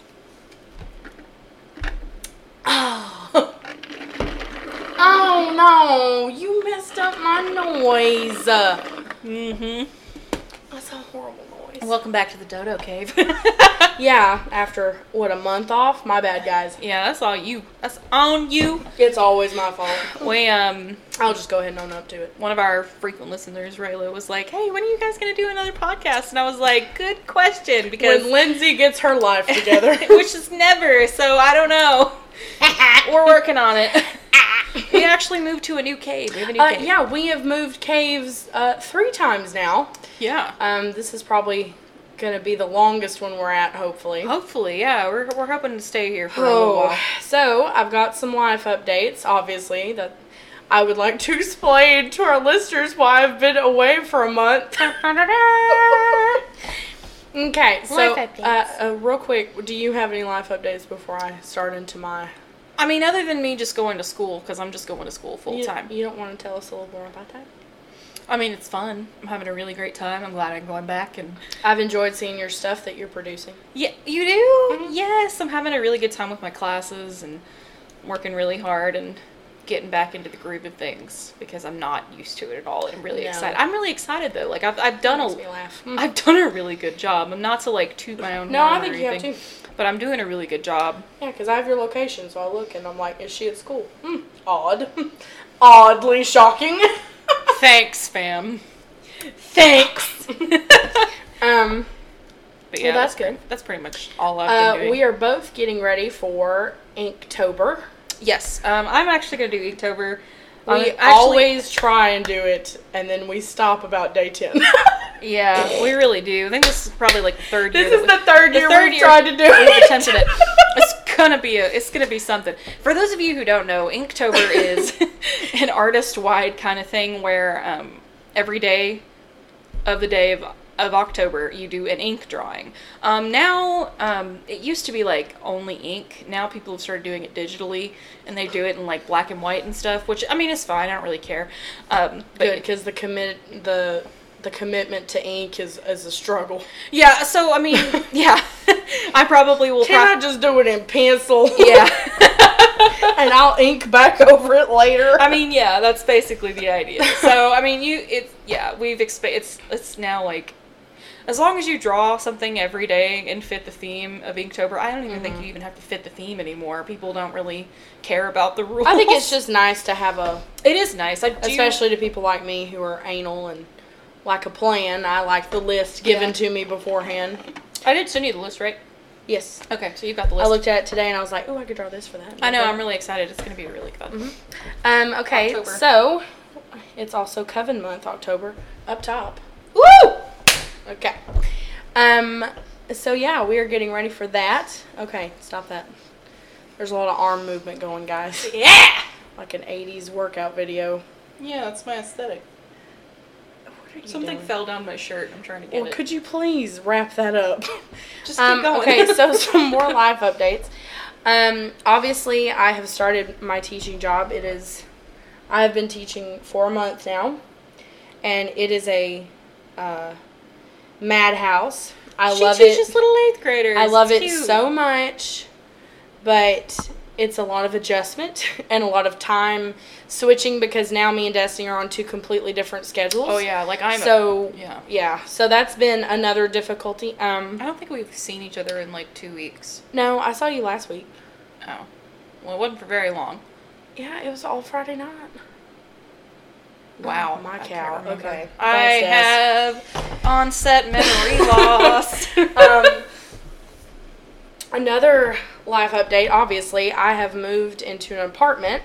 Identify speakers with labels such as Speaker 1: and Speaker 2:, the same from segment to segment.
Speaker 1: No, you messed up my noise. Mm-hmm.
Speaker 2: That's a horrible noise.
Speaker 1: Welcome back to the Dodo Cave.
Speaker 2: yeah, after what a month off, my bad, guys.
Speaker 1: yeah, that's all you. That's on you.
Speaker 2: It's always my fault.
Speaker 1: We um,
Speaker 2: I'll just go ahead and own up to it.
Speaker 1: one of our frequent listeners, Rayla, was like, "Hey, when are you guys gonna do another podcast?" And I was like, "Good question," because
Speaker 2: When Lindsay gets her life together,
Speaker 1: which is never. So I don't know. We're working on it. we actually moved to a new cave. We have a new
Speaker 2: uh,
Speaker 1: cave.
Speaker 2: yeah, we have moved caves uh, three times now.
Speaker 1: yeah.
Speaker 2: Um, this is probably gonna be the longest one we're at, hopefully.
Speaker 1: Hopefully, yeah. We're we're hoping to stay here for a little
Speaker 2: Oh,
Speaker 1: while.
Speaker 2: so I've got some life updates, obviously, that I would like to explain to our listeners why I've been away for a month. okay, so
Speaker 1: Life updates.
Speaker 2: uh, uh, real quick, do you have any life updates before I start into my
Speaker 1: I mean, other than me just going to school, because I'm just going to school full
Speaker 2: you,
Speaker 1: time.
Speaker 2: You don't want to tell us a little more about that?
Speaker 1: I mean, it's fun. I'm having a really great time. I'm glad I'm going back. And
Speaker 2: I've enjoyed seeing your stuff that you're producing.
Speaker 1: yeah, you do. Yes, I'm having a really good time with my classes and working really hard and getting back into the groove of things because I'm not used to it at all. And I'm really
Speaker 2: No.
Speaker 1: excited. I'm really excited though. Like I've I've done
Speaker 2: Makes me
Speaker 1: a
Speaker 2: laugh. Mm.
Speaker 1: I've done a really good job. I'm not to like toot my own.
Speaker 2: No, I
Speaker 1: horn or
Speaker 2: think you have
Speaker 1: anything,
Speaker 2: to.
Speaker 1: But I'm doing a really good job.
Speaker 2: Yeah, because I have your location, so I look and I'm like, is she at school? Hmm, odd. Oddly shocking.
Speaker 1: Thanks, fam.
Speaker 2: Thanks.
Speaker 1: but
Speaker 2: um,
Speaker 1: yeah,
Speaker 2: that's
Speaker 1: pre-
Speaker 2: good.
Speaker 1: That's pretty much all I've been
Speaker 2: uh,
Speaker 1: doing.
Speaker 2: we are both getting ready for Inktober.
Speaker 1: yes, um, I'm actually gonna do Inktober.
Speaker 2: We
Speaker 1: Um, actually-
Speaker 2: always try and do it, and then we stop about day 10.
Speaker 1: yeah, we really do. I think this is probably like the third year.
Speaker 2: this
Speaker 1: that
Speaker 2: is
Speaker 1: we-
Speaker 2: the third
Speaker 1: the
Speaker 2: year
Speaker 1: third
Speaker 2: we've
Speaker 1: year
Speaker 2: tried to do
Speaker 1: we've
Speaker 2: it.
Speaker 1: attempted it. It's gonna be a, it's gonna be something. For those of you who don't know, Inktober is an artist-wide kind of thing where um, every day of the day of, of October you do an ink drawing. Um, now um, it used to be like only ink. Now people have started doing it digitally, and they do it in like black and white and stuff. Which I mean is fine. I don't really care. Um, but
Speaker 2: Good, because the commit the the commitment to ink is is a struggle.
Speaker 1: yeah, so I mean yeah, I probably will.
Speaker 2: Can
Speaker 1: prob-
Speaker 2: I just do it in pencil?
Speaker 1: yeah.
Speaker 2: and I'll ink back over it later.
Speaker 1: I mean, yeah, that's basically the idea. So, I mean, you, it's, yeah, we've expa- it's, it's now like, as long as you draw something every day and fit the theme of Inktober, I don't even
Speaker 2: Mm-hmm.
Speaker 1: think you even have to fit the theme anymore. People don't really care about the rules.
Speaker 2: I think it's just nice to have a,
Speaker 1: it is nice. I do,
Speaker 2: especially to people like me who are anal and like a plan. I like the list given
Speaker 1: Yeah.
Speaker 2: to me beforehand.
Speaker 1: I did send you the list, right?
Speaker 2: Yes,
Speaker 1: Okay, so you've got the list.
Speaker 2: I looked at it today and I was like, "Oh, I could draw this for that."
Speaker 1: I know. I'm really excited. It's gonna be really fun.
Speaker 2: Um. Okay.
Speaker 1: October.
Speaker 2: So, it's also Coven Month, October. Up top.
Speaker 1: Woo!
Speaker 2: Okay. Um. So yeah, we are getting ready for that. Okay, stop that. There's a lot of arm movement going, guys.
Speaker 1: Yeah.
Speaker 2: Like an '80s workout video.
Speaker 1: Yeah, that's my aesthetic.
Speaker 2: What are you
Speaker 1: Something
Speaker 2: doing?
Speaker 1: fell down my shirt. I'm trying to get
Speaker 2: Well,
Speaker 1: it.
Speaker 2: could you please wrap that up?
Speaker 1: Just keep
Speaker 2: Um,
Speaker 1: going.
Speaker 2: okay, so some more life updates. Um, obviously, I have started my teaching job. It is, I have been teaching for a month now, and it is a uh, madhouse. I
Speaker 1: she
Speaker 2: love
Speaker 1: teaches
Speaker 2: it.
Speaker 1: little eighth graders.
Speaker 2: I love
Speaker 1: It's
Speaker 2: it
Speaker 1: cute.
Speaker 2: so much, but it's a lot of adjustment and a lot of time switching because now me and Destiny are on two completely different schedules.
Speaker 1: Oh yeah, like I'm a-
Speaker 2: so
Speaker 1: yeah.
Speaker 2: yeah, so that's been another difficulty. Um,
Speaker 1: I don't think we've seen each other in like two weeks.
Speaker 2: no, I saw you last week.
Speaker 1: Oh. Well, it wasn't for very long.
Speaker 2: Yeah, it was all Friday night.
Speaker 1: Wow.
Speaker 2: my
Speaker 1: I can't
Speaker 2: cow.
Speaker 1: remember.
Speaker 2: Okay.
Speaker 1: I have onset memory loss.
Speaker 2: um, another life update. Obviously, I have moved into an apartment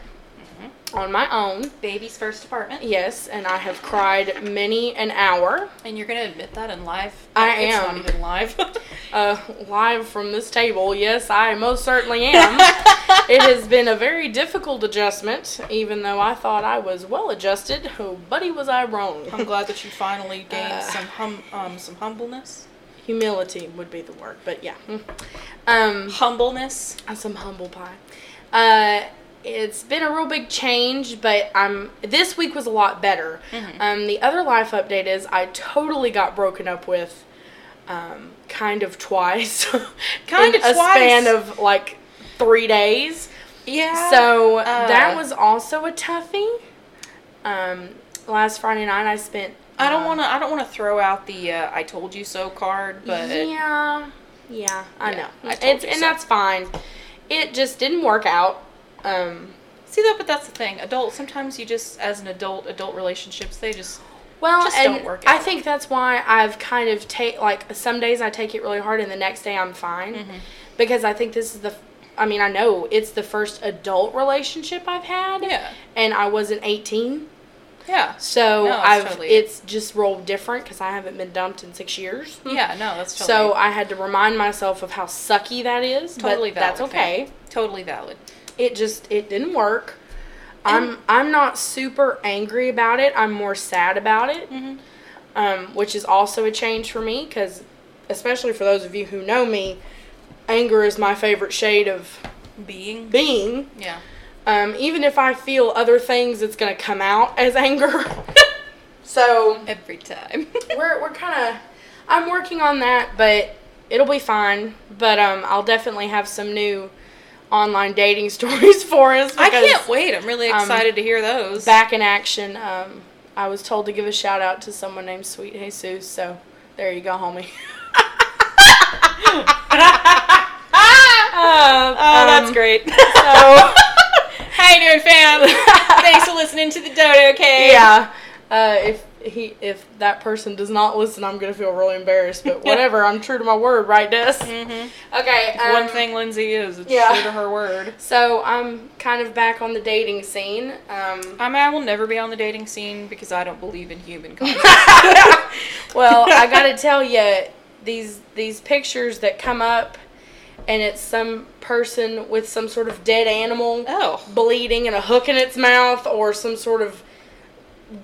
Speaker 1: Mm-hmm.
Speaker 2: on my own.
Speaker 1: Baby's first apartment.
Speaker 2: Yes, and I have cried many an hour
Speaker 1: And you're going to admit that in live?
Speaker 2: I
Speaker 1: it's
Speaker 2: am.
Speaker 1: not even live.
Speaker 2: uh, live from this table. Yes, I most certainly am. it has been a very difficult adjustment, even though I thought I was well adjusted. Oh, buddy, was I
Speaker 1: I'm
Speaker 2: wrong.
Speaker 1: glad that you finally gained
Speaker 2: Uh.
Speaker 1: some hum, um, some humbleness.
Speaker 2: Humility would be the word, but yeah. Mm. Um,
Speaker 1: Humbleness.
Speaker 2: I'm some humble pie. Uh, it's been a real big change, but I'm this week was a lot better. Um, the other life update is I totally got broken up with, um, kind of twice,
Speaker 1: Kind
Speaker 2: in
Speaker 1: of
Speaker 2: a span
Speaker 1: twice.
Speaker 2: of like three days.
Speaker 1: Yeah.
Speaker 2: So
Speaker 1: uh,
Speaker 2: that was also a toughie. Um, last Friday night, I spent.
Speaker 1: I don't
Speaker 2: uh,
Speaker 1: want to. I don't want to throw out the uh, "I told you so" card, but
Speaker 2: yeah, yeah, I
Speaker 1: Yeah,
Speaker 2: know.
Speaker 1: I told
Speaker 2: it's
Speaker 1: you
Speaker 2: and
Speaker 1: so.
Speaker 2: that's fine. It just didn't work out. Um,
Speaker 1: see that. But that's the thing. Adult. Sometimes you just, as an adult, adult relationships, they just.
Speaker 2: well,
Speaker 1: Just
Speaker 2: and
Speaker 1: don't work
Speaker 2: I
Speaker 1: out.
Speaker 2: think that's why I've kind of take like some days I take it really hard, and the next day I'm fine
Speaker 1: Mm-hmm.
Speaker 2: because I think this is the. I mean, I know it's the first adult relationship I've had.
Speaker 1: Yeah.
Speaker 2: And I wasn't 18.
Speaker 1: Yeah.
Speaker 2: So
Speaker 1: No, it's
Speaker 2: I've
Speaker 1: totally-
Speaker 2: it's just rolled different because I haven't been dumped in six years.
Speaker 1: Yeah. No, that's totally.
Speaker 2: So I had to remind myself of how sucky that is.
Speaker 1: totally
Speaker 2: but that's
Speaker 1: valid,
Speaker 2: okay.
Speaker 1: yeah. Totally valid.
Speaker 2: It just it didn't work. I'm I'm not super angry about it. I'm more sad about it,
Speaker 1: Mm-hmm.
Speaker 2: um, which is also a change for me because, especially for those of you who know me, anger is my favorite shade of
Speaker 1: Being.
Speaker 2: being.
Speaker 1: yeah.
Speaker 2: Um, even if I feel other things, it's gonna come out as anger. so
Speaker 1: Every time.
Speaker 2: we're we're kind of I'm working on that, but it'll be fine. But um, I'll definitely have some new online dating stories for us.
Speaker 1: I
Speaker 2: because um,
Speaker 1: can't wait. I'm really excited to hear those.
Speaker 2: Back in action. Um, I was told to give a shout out to someone named Sweet Jesus. So there you go, homie. Uh,
Speaker 1: oh, that's
Speaker 2: um,
Speaker 1: great.
Speaker 2: So
Speaker 1: How you doing, fam? Thanks for listening to the Dodo Cave.
Speaker 2: yeah. Uh, if he if that person does not listen, I'm gonna feel really embarrassed. But whatever, I'm true to my word, right, Des?
Speaker 1: Mhm.
Speaker 2: Okay. Um,
Speaker 1: One thing Lindsay is, it's
Speaker 2: yeah.
Speaker 1: true to her word.
Speaker 2: So I'm kind of back on the dating scene. Um,
Speaker 1: I mean, I will never be on the dating scene because I don't believe in human contact.
Speaker 2: well, I gotta tell you, these these pictures that come up, and it's some person with some sort of dead animal
Speaker 1: oh.
Speaker 2: bleeding and a hook in its mouth, or some sort of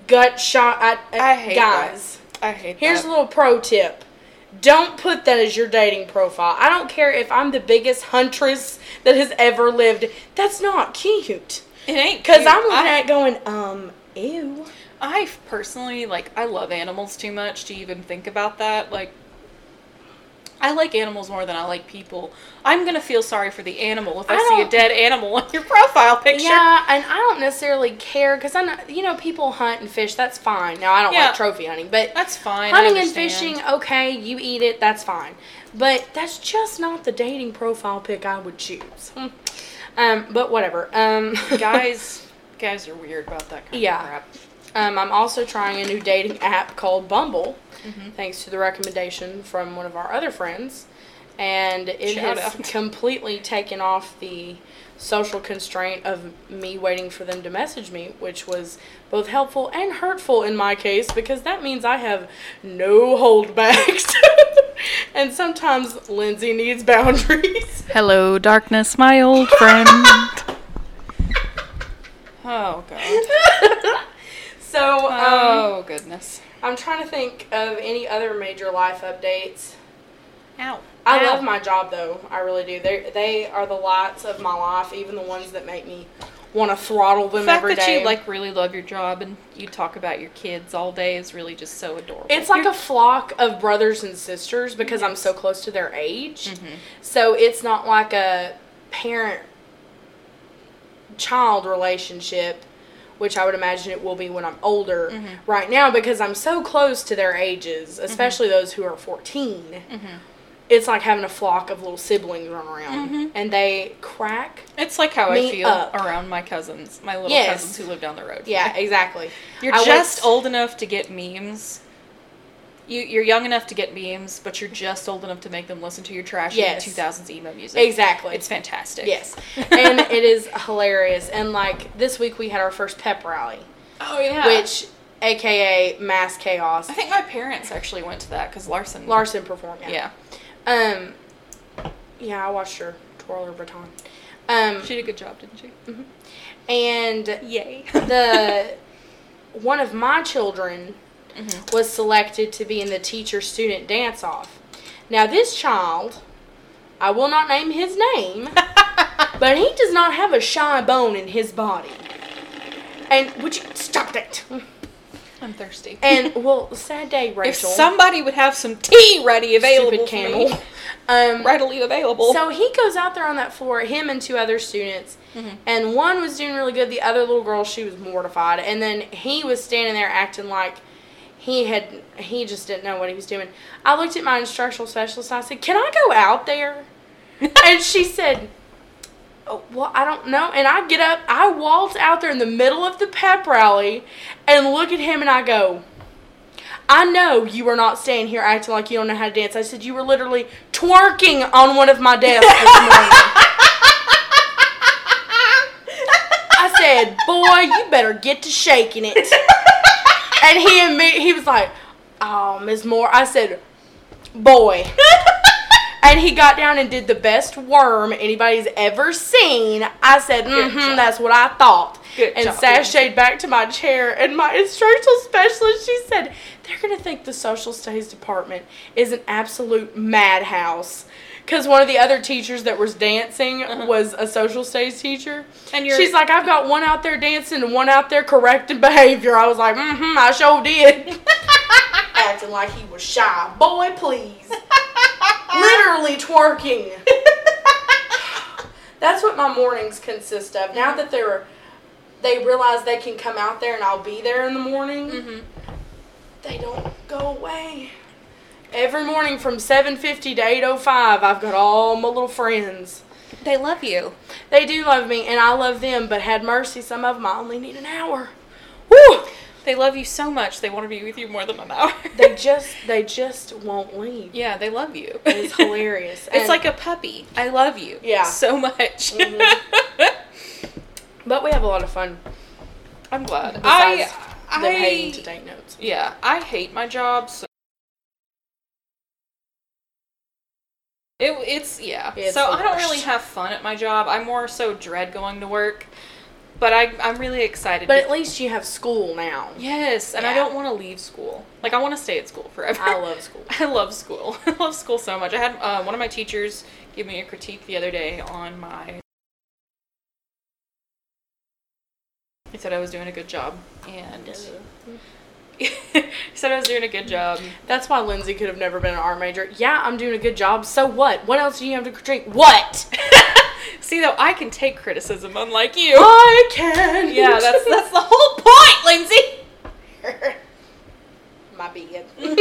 Speaker 2: gut shot. I, uh,
Speaker 1: I hate
Speaker 2: guys.
Speaker 1: I hate
Speaker 2: Here's a
Speaker 1: that.
Speaker 2: little pro tip. Don't put that as your dating profile. I don't care if I'm the biggest huntress that has ever lived. That's not cute.
Speaker 1: it ain't
Speaker 2: Because
Speaker 1: cute.
Speaker 2: I'm looking
Speaker 1: I,
Speaker 2: at it going, um, ew.
Speaker 1: I personally like I love animals too much to even think about that. Like I like animals more than I like people. I'm gonna feel sorry for the animal if I,
Speaker 2: I
Speaker 1: see a
Speaker 2: don't-
Speaker 1: dead animal on your profile picture.
Speaker 2: Yeah, and I don't necessarily care because I know, you know, people hunt and fish. That's fine. Now, I don't
Speaker 1: Yeah.
Speaker 2: like trophy hunting, but
Speaker 1: That's fine. I
Speaker 2: hunting and
Speaker 1: understand.
Speaker 2: fishing, okay, you eat it, that's fine. But that's just not the dating profile pick I would choose. um, but whatever. Um,
Speaker 1: Hmm. guys guys are weird about that kind
Speaker 2: Yeah.
Speaker 1: of crap.
Speaker 2: Um, I'm also trying a new dating app called Bumble,
Speaker 1: Mm-hmm.
Speaker 2: thanks to the recommendation from one of our other friends. And it
Speaker 1: Shout
Speaker 2: has
Speaker 1: out.
Speaker 2: completely taken off the social constraint of me waiting for them to message me, which was both helpful and hurtful in my case because that means I have no holdbacks. and sometimes Lindsay needs boundaries.
Speaker 1: Hello, darkness, my old friend. oh god.
Speaker 2: So, um,
Speaker 1: Oh goodness.
Speaker 2: I'm trying to think of any other major life updates.
Speaker 1: Ow.
Speaker 2: I
Speaker 1: Ow.
Speaker 2: love my job though. I really do. They they are the lights of my life, even the ones that make me want to throttle them
Speaker 1: the fact
Speaker 2: every
Speaker 1: that
Speaker 2: day.
Speaker 1: you like really love your job and you talk about your kids all day is really just so adorable.
Speaker 2: it's like
Speaker 1: You're-
Speaker 2: a flock of brothers and sisters because I'm so close to their age.
Speaker 1: Mm-hmm.
Speaker 2: So it's not like a parent child relationship, which I would imagine it will be when I'm older.
Speaker 1: Mm-hmm.
Speaker 2: Right now, because I'm so close to their ages, especially those who are 14,
Speaker 1: Mm-hmm.
Speaker 2: it's like having a flock of little siblings run around
Speaker 1: Mm-hmm.
Speaker 2: and they crack.
Speaker 1: it's like how I
Speaker 2: me
Speaker 1: feel
Speaker 2: up.
Speaker 1: around my cousins, my little
Speaker 2: Yes.
Speaker 1: cousins who live down the road. from
Speaker 2: Yeah,
Speaker 1: me.
Speaker 2: exactly.
Speaker 1: you're
Speaker 2: I
Speaker 1: just
Speaker 2: went-
Speaker 1: old enough to get memes. You you're young enough to get memes, but you're just old enough to make them listen to your trash
Speaker 2: Yes.
Speaker 1: 2000s emo music.
Speaker 2: Exactly.
Speaker 1: It's fantastic.
Speaker 2: Yes. and it is hilarious. And like this week we had our first pep rally,
Speaker 1: Oh yeah.
Speaker 2: which aka mass chaos.
Speaker 1: I think my parents actually went to that because Larson.
Speaker 2: Larson performed.
Speaker 1: Yeah.
Speaker 2: Um Yeah, I watched her twirl her baton. Um
Speaker 1: She did a good job, didn't she?
Speaker 2: and
Speaker 1: Yay.
Speaker 2: the one of my children
Speaker 1: Mm-hmm.
Speaker 2: was selected to be in the teacher student dance off. Now this child, I will not name his name, but he does not have a shy bone in his body. And would you stop that?
Speaker 1: I'm thirsty.
Speaker 2: And well, sad day,
Speaker 1: if
Speaker 2: Rachel.
Speaker 1: somebody would have some tea ready available,
Speaker 2: stupid
Speaker 1: for
Speaker 2: camel.
Speaker 1: me,
Speaker 2: Um,
Speaker 1: readily available.
Speaker 2: So he goes out there on that floor, him and two other students, and one was doing really good. The other little girl, she was mortified, and then he was standing there acting like he had he just didn't know what he was doing. I looked at my instructional specialist. and I said, "Can I go out there?" and she said. "Oh, Well, I don't know. And I get up, I waltz out there in the middle of the pep rally and look at him and I go, I know you were not standing here acting like you don't know how to dance. I said you were literally twerking on one of my desks this morning. I said, boy, you better get to shaking it. And he and me, he was like, oh, Ms. Moore. I said, boy. And he got down and did the best worm anybody's ever seen. I said, mm-hmm,
Speaker 1: job.
Speaker 2: that's what I thought.
Speaker 1: Good
Speaker 2: and
Speaker 1: job,
Speaker 2: sashayed back to my chair. And my instructional specialist, she said, they're going to think the social studies department is an absolute madhouse. Because one of the other teachers that was dancing was a social studies teacher.
Speaker 1: And you're-
Speaker 2: She's like, I've got one out there dancing and one out there correcting behavior. I was like, mm-hmm, I sure did. Acting like he was shy. Boy, please. Literally twerking. That's what my mornings consist of. Now that they're, they realize they can come out there and I'll be there in the morning. They don't go away. Every morning from 7:50 to 8:05, I've got all my little friends.
Speaker 1: they love you.
Speaker 2: They do love me, and I love them. But had mercy, some of them I only need an hour. Woo!
Speaker 1: They love you so much. They want to be with you more than an hour.
Speaker 2: They just, they just won't leave.
Speaker 1: yeah, they love you.
Speaker 2: It's hilarious.
Speaker 1: It's
Speaker 2: And-
Speaker 1: like a puppy. I love you.
Speaker 2: Yeah.
Speaker 1: So much. Mm-hmm.
Speaker 2: but we have a lot of fun.
Speaker 1: I'm glad.
Speaker 2: Besides
Speaker 1: I.
Speaker 2: I, them hating to
Speaker 1: I,
Speaker 2: take notes.
Speaker 1: yeah, I hate my job. So it, it's yeah.
Speaker 2: It's
Speaker 1: so
Speaker 2: the
Speaker 1: I don't
Speaker 2: worst.
Speaker 1: really have fun at my job. I more so dread going to work, but I I'm really excited.
Speaker 2: But at least you have school now.
Speaker 1: yes, and I
Speaker 2: Yeah.
Speaker 1: don't want to leave school. Like I want to stay at school forever.
Speaker 2: I love school.
Speaker 1: I love school. I love school so much. I had uh, one of my teachers give me a critique the other day on my. He said I was doing a good job, and he said I was doing a good job.
Speaker 2: That's why Lindsay could have never been an art major. Yeah, I'm doing a good job. So what? What else do you have to critique? What?
Speaker 1: See, though, I can take criticism, unlike you.
Speaker 2: I can.
Speaker 1: yeah, that's that's the whole point, Lindsay.
Speaker 2: my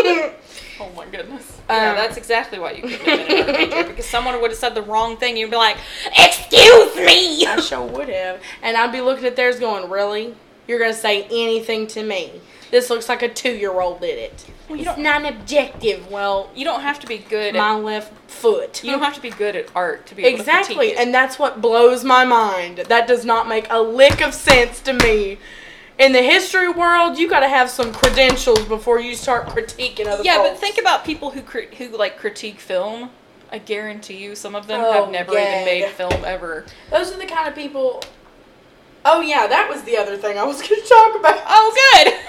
Speaker 2: bed.
Speaker 1: Oh my goodness.
Speaker 2: Um,
Speaker 1: yeah, that's exactly why you couldn't have been an art major because someone would have said the wrong thing. You'd be like, "Excuse me."
Speaker 2: I sure would have. And I'd be looking at theirs going, really? You're going to say anything to me? This looks like a two year old did it.
Speaker 1: Well, you
Speaker 2: it's
Speaker 1: don't-
Speaker 2: not an objective. Well,
Speaker 1: You don't have to be good. At,
Speaker 2: my left foot.
Speaker 1: you don't have to be good at art to be able To
Speaker 2: Exactly,
Speaker 1: critique it.
Speaker 2: and that's what blows my mind. That does not make a lick of sense to me. In the history world, you gotta have some credentials before you start critiquing other
Speaker 1: Yeah, but
Speaker 2: folks.
Speaker 1: think about people who cri- who like critique film. I guarantee you, some of them
Speaker 2: Oh,
Speaker 1: have never
Speaker 2: yeah.
Speaker 1: even made film ever.
Speaker 2: those are the kind of people. Oh yeah, that was the other thing I was gonna talk about.
Speaker 1: Oh, good.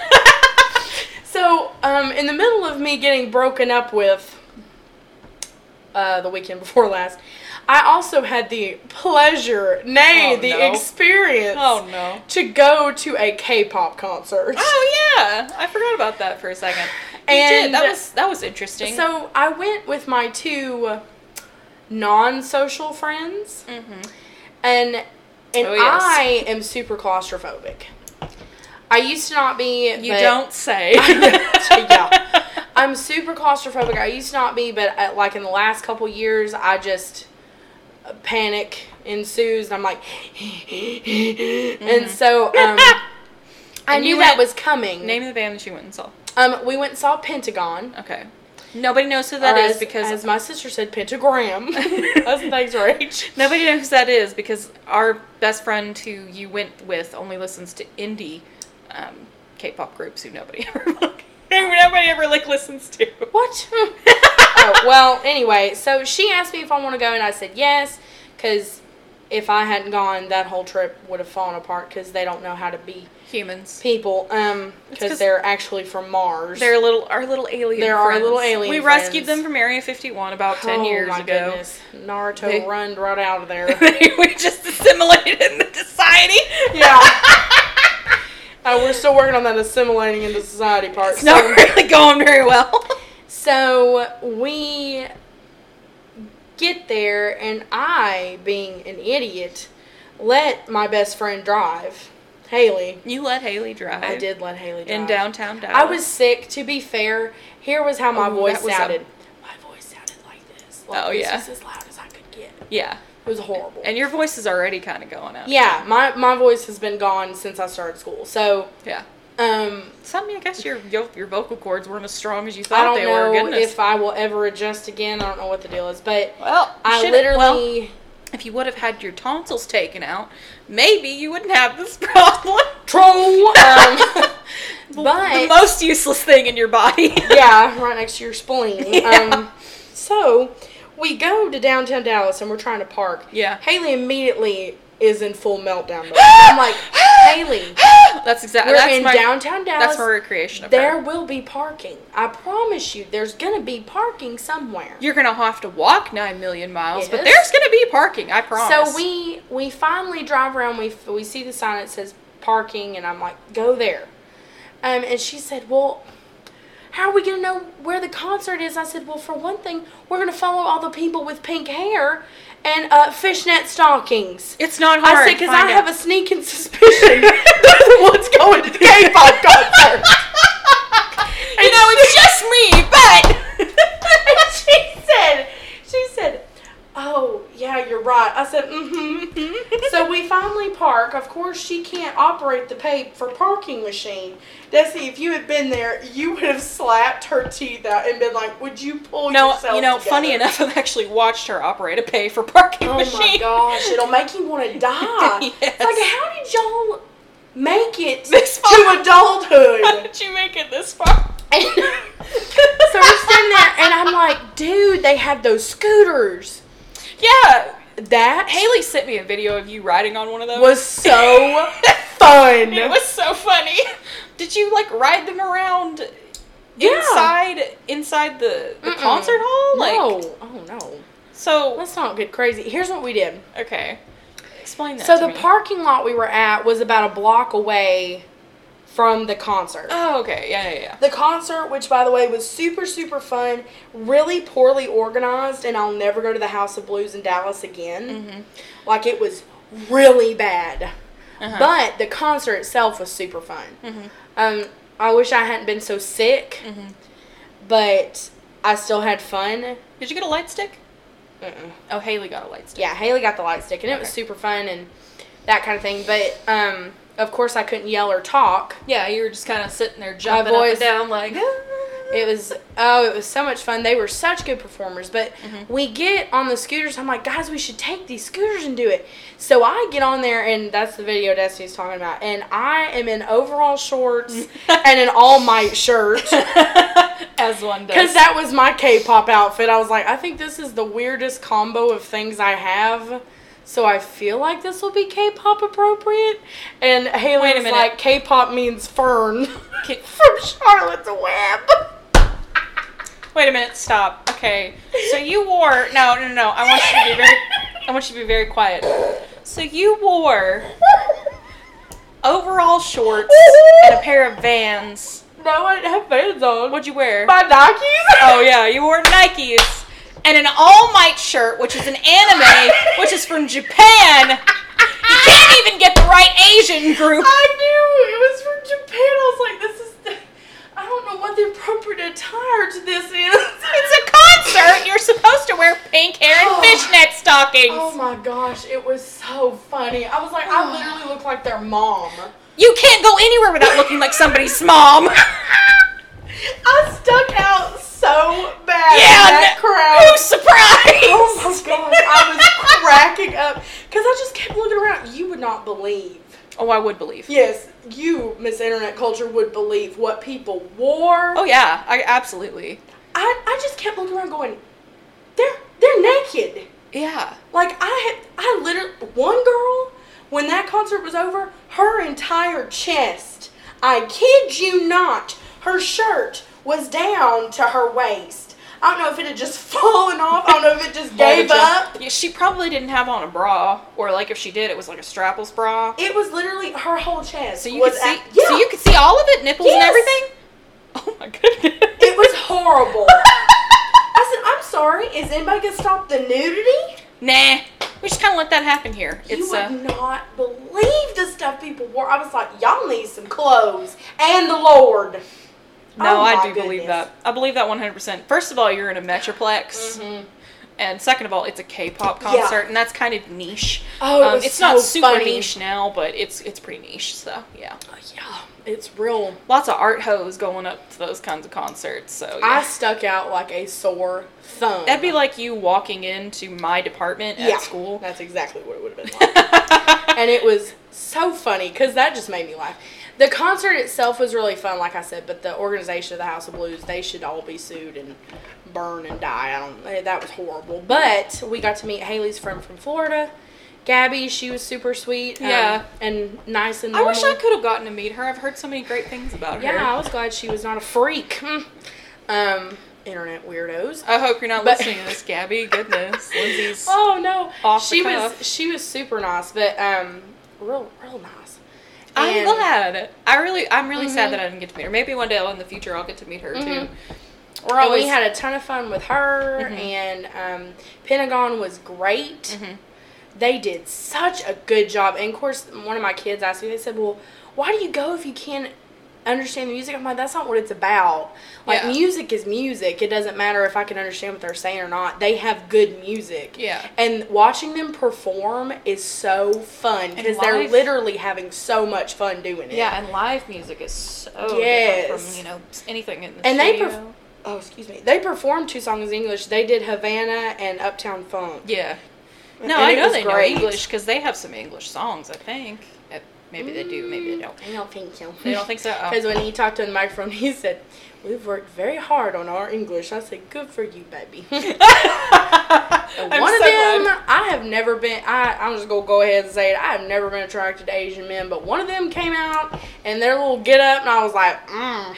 Speaker 2: So, um, in the middle of me getting broken up with, uh, the weekend before last, I also had the pleasure, nay,
Speaker 1: Oh,
Speaker 2: the
Speaker 1: no.
Speaker 2: experience,
Speaker 1: oh no.
Speaker 2: to go to a K-pop concert.
Speaker 1: Oh yeah, I forgot about that for a second. You
Speaker 2: And-
Speaker 1: did. That was that was interesting.
Speaker 2: So I went with my two non-social friends,
Speaker 1: Mhm.
Speaker 2: and and
Speaker 1: Oh, yes.
Speaker 2: I am super claustrophobic. I used to not be.
Speaker 1: you
Speaker 2: but-
Speaker 1: don't say.
Speaker 2: yeah, I'm super claustrophobic. I used to not be, but uh like in the last couple years, I just uh, panic ensues, and I'm like,
Speaker 1: Mm-hmm.
Speaker 2: and so um, I
Speaker 1: And
Speaker 2: knew
Speaker 1: you
Speaker 2: that
Speaker 1: went-
Speaker 2: was coming.
Speaker 1: Name the band that you went and saw.
Speaker 2: um, we went and saw Pentagon.
Speaker 1: Okay. Nobody knows who that
Speaker 2: Or
Speaker 1: is
Speaker 2: as-
Speaker 1: because
Speaker 2: as my sister said, pentagram. That's thanks, Rach.
Speaker 1: nobody knows who that is because our best friend who you went with only listens to indie um, K-pop groups who nobody ever like, who nobody ever like listens to.
Speaker 2: What? oh, well, anyway, so she asked me if I want to go, and I said yes, because if I hadn't gone, that whole trip would have fallen apart because they don't know how to be
Speaker 1: Humans.
Speaker 2: people, um,
Speaker 1: It's
Speaker 2: because
Speaker 1: 'cause
Speaker 2: they're actually from Mars.
Speaker 1: They're little our little alien.
Speaker 2: They're our
Speaker 1: friends.
Speaker 2: little alien
Speaker 1: We
Speaker 2: friends.
Speaker 1: rescued them from Area 51 about
Speaker 2: ten
Speaker 1: 10 years ago.
Speaker 2: Oh Naruto
Speaker 1: They-
Speaker 2: run right out of there.
Speaker 1: we just assimilated into society.
Speaker 2: yeah. Uh, we're still working on that assimilating into society part.
Speaker 1: It's not really going very well.
Speaker 2: So we get there, and I, being an idiot, let my best friend drive, Haley.
Speaker 1: You let Haley drive.
Speaker 2: I did let Haley drive.
Speaker 1: in downtown Dallas.
Speaker 2: I was sick. To be fair, here was how my
Speaker 1: Ooh,
Speaker 2: voice
Speaker 1: that was a-
Speaker 2: sounded. My voice sounded like this. Like,
Speaker 1: Oh,
Speaker 2: this
Speaker 1: yeah.
Speaker 2: was as loud as I could get.
Speaker 1: Yeah,
Speaker 2: It was horrible.
Speaker 1: and your voice is already kind of going up.
Speaker 2: yeah, my my voice has been gone since I started school. So,
Speaker 1: yeah.
Speaker 2: um,
Speaker 1: Some, I guess your your, your vocal cords weren't as strong as you
Speaker 2: I
Speaker 1: thought
Speaker 2: don't
Speaker 1: they
Speaker 2: know
Speaker 1: were. Goodness.
Speaker 2: if I will ever adjust again. I don't know what the deal is, but
Speaker 1: well, you
Speaker 2: I
Speaker 1: should've-
Speaker 2: literally.
Speaker 1: well, if you would have had your tonsils taken out, maybe you wouldn't have this problem.
Speaker 2: True. Um,
Speaker 1: the
Speaker 2: but
Speaker 1: most useless thing in your body.
Speaker 2: yeah, right next to your spleen.
Speaker 1: Yeah.
Speaker 2: Um, so we go to downtown Dallas and we're trying to park.
Speaker 1: Yeah.
Speaker 2: Haley immediately is in full meltdown mode. I'm like, Haley,
Speaker 1: that's exactly.
Speaker 2: we're
Speaker 1: That's
Speaker 2: in
Speaker 1: my.
Speaker 2: downtown Dallas.
Speaker 1: that's my recreation of
Speaker 2: there
Speaker 1: her.
Speaker 2: will be parking. I promise you, there's gonna be parking somewhere.
Speaker 1: You're gonna have to walk nine million miles, but
Speaker 2: Yes.
Speaker 1: there's gonna be parking. I promise.
Speaker 2: So we we finally drive around. We f- we see the sign that says parking, and I'm like, go there. Um, and she said, well, how are we gonna know where the concert is? I said, well, for one thing, we're gonna follow all the people with pink hair and uh, fishnet stockings.
Speaker 1: It's not hard.
Speaker 2: I said, because I
Speaker 1: Find
Speaker 2: have
Speaker 1: out.
Speaker 2: a sneaking suspicion that what's going to the K-pop concert.
Speaker 1: You know, it's just me,
Speaker 2: And
Speaker 1: but
Speaker 2: she said, she said, oh, yeah, you're right. I said, mm-hmm. so we finally park. Of course, she can't operate the pay for parking machine. Desi, if you had been there, you would have slapped her teeth out and been like, would you pull
Speaker 1: No,
Speaker 2: yourself
Speaker 1: you know,
Speaker 2: together?
Speaker 1: funny enough, I've actually watched her operate a pay for parking
Speaker 2: Oh
Speaker 1: machine.
Speaker 2: my gosh, it'll make you want to die. It's like,
Speaker 1: Yes.
Speaker 2: how did y'all make it
Speaker 1: This
Speaker 2: to
Speaker 1: far. How
Speaker 2: adulthood?
Speaker 1: did you make it this far?
Speaker 2: so we're sitting there, and I'm like, dude, they have those scooters.
Speaker 1: yeah,
Speaker 2: That
Speaker 1: Haley sent me a video of you riding on one of those.
Speaker 2: was so fun.
Speaker 1: it was so funny. Did you like ride them around
Speaker 2: Yeah.
Speaker 1: inside inside the, the
Speaker 2: Mm-mm.
Speaker 1: concert hall? Like
Speaker 2: no, oh no,
Speaker 1: so
Speaker 2: let's not get crazy. Here's what we did.
Speaker 1: okay. Explain that.
Speaker 2: So
Speaker 1: to
Speaker 2: the
Speaker 1: me.
Speaker 2: parking lot we were at was about a block away from the concert.
Speaker 1: Oh, okay. Yeah, yeah, yeah.
Speaker 2: The concert, which by the way was super super fun, really poorly organized, and I'll never go to the House of Blues in Dallas again. Like it was really bad, but the concert itself was super fun. Um, I wish I hadn't been so sick, but I still had fun.
Speaker 1: Did you get a light stick?
Speaker 2: Mm-mm.
Speaker 1: Oh, Haley got a light stick.
Speaker 2: Yeah, Haley got the light stick, and it was
Speaker 1: Okay.
Speaker 2: super fun and that kind of thing. But um, of course, I couldn't yell or talk.
Speaker 1: Yeah, you were just kind of sitting there jumping up
Speaker 2: voice-
Speaker 1: and down like.
Speaker 2: It was oh, it was so much fun. They were such good performers. But
Speaker 1: Mm-hmm.
Speaker 2: we get on the scooters. I'm like, guys, we should take these scooters and do it. So I get on there, and that's the video Destiny's talking about. And I am in overall shorts and an all might shirt
Speaker 1: As one does.
Speaker 2: because that was my K-pop outfit. I was like, I think this is the weirdest combo of things I have. So I feel like this will be K-pop appropriate. And Haley
Speaker 1: Wait a
Speaker 2: was
Speaker 1: minute.
Speaker 2: like, K-pop means fern
Speaker 1: K-
Speaker 2: from Charlotte's Web.
Speaker 1: Wait a minute, stop. Okay. So you wore no no no, no. I want you to be very I want you to be very quiet. So you wore overall shorts and a pair of vans.
Speaker 2: No, I didn't have fans on.
Speaker 1: What'd you wear?
Speaker 2: My Nikes?
Speaker 1: Oh yeah, you wore Nikes and an all might shirt, which is an anime, which is from Japan. You can't even get the right Asian group.
Speaker 2: I knew it was from Japan. I was like, this is. The, I don't know what the appropriate attire to this is.
Speaker 1: It's a concert. You're supposed to wear pink hair and fishnet stockings.
Speaker 2: Oh my gosh, it was so funny. I was like, I literally look like their mom.
Speaker 1: You can't go anywhere without looking like somebody's mom.
Speaker 2: I stuck out so bad. in
Speaker 1: Yeah,
Speaker 2: that
Speaker 1: no-
Speaker 2: crowd.
Speaker 1: Who's surprised?
Speaker 2: Oh my gosh, I was cracking up because I just kept looking around. You would not believe.
Speaker 1: Oh, I would believe.
Speaker 2: Yes, you, Miss Internet Culture, would believe what people wore.
Speaker 1: Oh yeah, I absolutely.
Speaker 2: I, I just kept looking around going, they're they're naked.
Speaker 1: Yeah.
Speaker 2: Like I had I literally one girl when that concert was over, her entire chest, I kid you not, her shirt was down to her waist. I don't know if it had just fallen off. I don't know if it just
Speaker 1: All the
Speaker 2: gave
Speaker 1: junk-
Speaker 2: up.
Speaker 1: Yeah, she probably didn't have on a bra, or like if she did, it was like a strapless bra.
Speaker 2: It was literally her whole chest.
Speaker 1: So you
Speaker 2: was
Speaker 1: could see,
Speaker 2: at- yeah.
Speaker 1: so you could see all of it, nipples and
Speaker 2: Yes.
Speaker 1: everything. Oh my goodness!
Speaker 2: It was horrible. I said, I'm sorry. Is anybody gonna stop the nudity?
Speaker 1: nah, we just kind of let that happen here.
Speaker 2: You
Speaker 1: It's
Speaker 2: would
Speaker 1: uh,
Speaker 2: not believe the stuff people wore. I was like, y'all need some clothes and the Lord.
Speaker 1: uh, no,
Speaker 2: Oh
Speaker 1: I
Speaker 2: my
Speaker 1: do believe
Speaker 2: goodness.
Speaker 1: that. I believe that 100%. First of all, you're in a metroplex.
Speaker 2: Mhm.
Speaker 1: And second of all, it's a K-pop
Speaker 2: Yeah.
Speaker 1: concert, and that's kind of niche. Um,
Speaker 2: Oh, it was
Speaker 1: it's not
Speaker 2: so
Speaker 1: super
Speaker 2: funny.
Speaker 1: niche now, but it's it's pretty niche. So yeah,
Speaker 2: Yeah, it's real.
Speaker 1: lots of art hoes going up to those kinds of concerts. So
Speaker 2: I
Speaker 1: yeah.
Speaker 2: stuck out like a sore thumb.
Speaker 1: that'd be like you walking into my department at
Speaker 2: yeah,
Speaker 1: school.
Speaker 2: That's exactly what it would have been like. and it was so funny because that just made me laugh. The concert itself was really fun, like I said, but the organization of the House of Blues, they should all be sued and burn and die. I don't. eh, That was horrible. But we got to meet Haley's friend from Florida, Gabby. She was super sweet. um,
Speaker 1: Yeah.
Speaker 2: and nice and.
Speaker 1: I
Speaker 2: Normal.
Speaker 1: wish I could have gotten to meet her. I've heard so many great things about her.
Speaker 2: Yeah, I was glad she was not a freak. Hmm. um, internet weirdos.
Speaker 1: I hope you're not
Speaker 2: But-
Speaker 1: listening to this, Gabby. Goodness, Lindsay's.
Speaker 2: Oh no,
Speaker 1: Off the
Speaker 2: she
Speaker 1: cuff.
Speaker 2: was she was super nice, but um, real real nice.
Speaker 1: I'm
Speaker 2: And-
Speaker 1: glad. Mm-hmm. I really, I'm really
Speaker 2: Mhm.
Speaker 1: sad that I didn't get to meet her. Maybe one day I'll, in the future I'll get to meet her
Speaker 2: Mhm.
Speaker 1: too. We're
Speaker 2: And
Speaker 1: always
Speaker 2: we had a ton of fun with her,
Speaker 1: Mhm.
Speaker 2: and um, Pentagon was great.
Speaker 1: Mhm.
Speaker 2: They did such a good job. And of course, one of my kids asked me, they said, Well, why do you go if you can't understand the music? I'm like, That's not what it's about. Like,
Speaker 1: Yeah.
Speaker 2: music is music. It doesn't matter if I can understand what they're saying or not. They have good music.
Speaker 1: Yeah.
Speaker 2: And watching them perform is so fun because they're
Speaker 1: live-
Speaker 2: literally having so much fun doing it.
Speaker 1: yeah, and live music is so different
Speaker 2: Yes.
Speaker 1: from you know anything in the
Speaker 2: And they
Speaker 1: studio.
Speaker 2: perf- Oh, excuse me. They performed two songs in English. They did Havana and Uptown Funk.
Speaker 1: yeah. No,
Speaker 2: And
Speaker 1: I
Speaker 2: it
Speaker 1: know
Speaker 2: was
Speaker 1: they
Speaker 2: great.
Speaker 1: know English because they have some English songs. I think. Uh, Maybe they do. Maybe they don't.
Speaker 2: I don't think so.
Speaker 1: They don't think so. Oh.
Speaker 2: Because when he talked to the microphone, he said, "We've worked very hard on our English." I said, "Good for you, baby." And
Speaker 1: I'm
Speaker 2: one of
Speaker 1: so
Speaker 2: them,
Speaker 1: glad.
Speaker 2: I have never been. I I'm just gonna go ahead and say it. I have never been attracted to Asian men, but one of them came out and their little get up, and I was like, mm,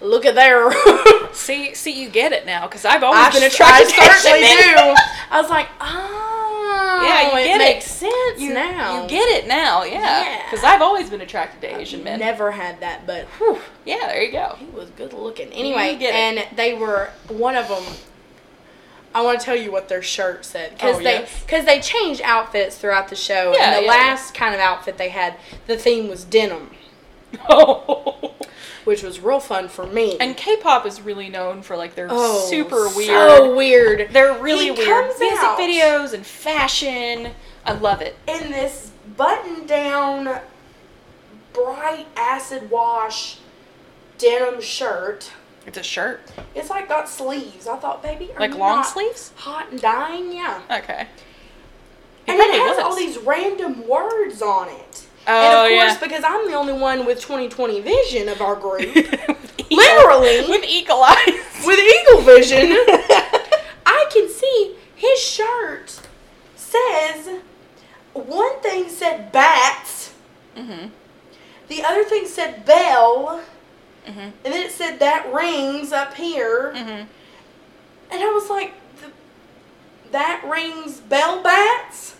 Speaker 2: "Look at their."
Speaker 1: See, see, you get it now because I've always
Speaker 2: I've
Speaker 1: been attracted to Asian
Speaker 2: certainly
Speaker 1: men.
Speaker 2: do. I was like, "Oh,
Speaker 1: Yeah, you
Speaker 2: it
Speaker 1: get it.
Speaker 2: makes sense
Speaker 1: you,
Speaker 2: now."
Speaker 1: you get it now, yeah.
Speaker 2: Yeah.
Speaker 1: Because I've always been attracted to Asian men.
Speaker 2: Never had that, but whew,
Speaker 1: yeah, there you go.
Speaker 2: He was good looking. Anyway,
Speaker 1: get it.
Speaker 2: and they were one of them. I want to tell you what their shirt said because
Speaker 1: Oh,
Speaker 2: they
Speaker 1: yes.
Speaker 2: because they changed outfits throughout the show.
Speaker 1: Yeah,
Speaker 2: and the
Speaker 1: yeah,
Speaker 2: last kind of outfit they had, the theme was denim,
Speaker 1: Oh.
Speaker 2: which was real fun for me. Oh,
Speaker 1: And K-pop is really known for like they're super weird.
Speaker 2: so weird.
Speaker 1: They're really
Speaker 2: He
Speaker 1: weird.
Speaker 2: comes
Speaker 1: Music
Speaker 2: out.
Speaker 1: videos and fashion. I love it.
Speaker 2: in this button down, bright acid wash denim shirt.
Speaker 1: It's a shirt,
Speaker 2: It's like got sleeves. I thought, baby, are
Speaker 1: like
Speaker 2: you
Speaker 1: long
Speaker 2: not
Speaker 1: sleeves.
Speaker 2: hot and dying. Yeah.
Speaker 1: Okay. It
Speaker 2: And
Speaker 1: really
Speaker 2: it has
Speaker 1: was.
Speaker 2: all these random words on it.
Speaker 1: Oh,
Speaker 2: and of course,
Speaker 1: yeah.
Speaker 2: because I'm the only one with 2020 vision of our group,
Speaker 1: With eagle-
Speaker 2: Literally.
Speaker 1: with eagle eyes.
Speaker 2: with eagle vision, I can see his shirt says one thing said bats, Mm-hmm.
Speaker 1: Mhm.
Speaker 2: the other thing said bell,
Speaker 1: Mhm.
Speaker 2: and then it said that rings up here,
Speaker 1: Mhm.
Speaker 2: and I was like, "The- that rings bell bats,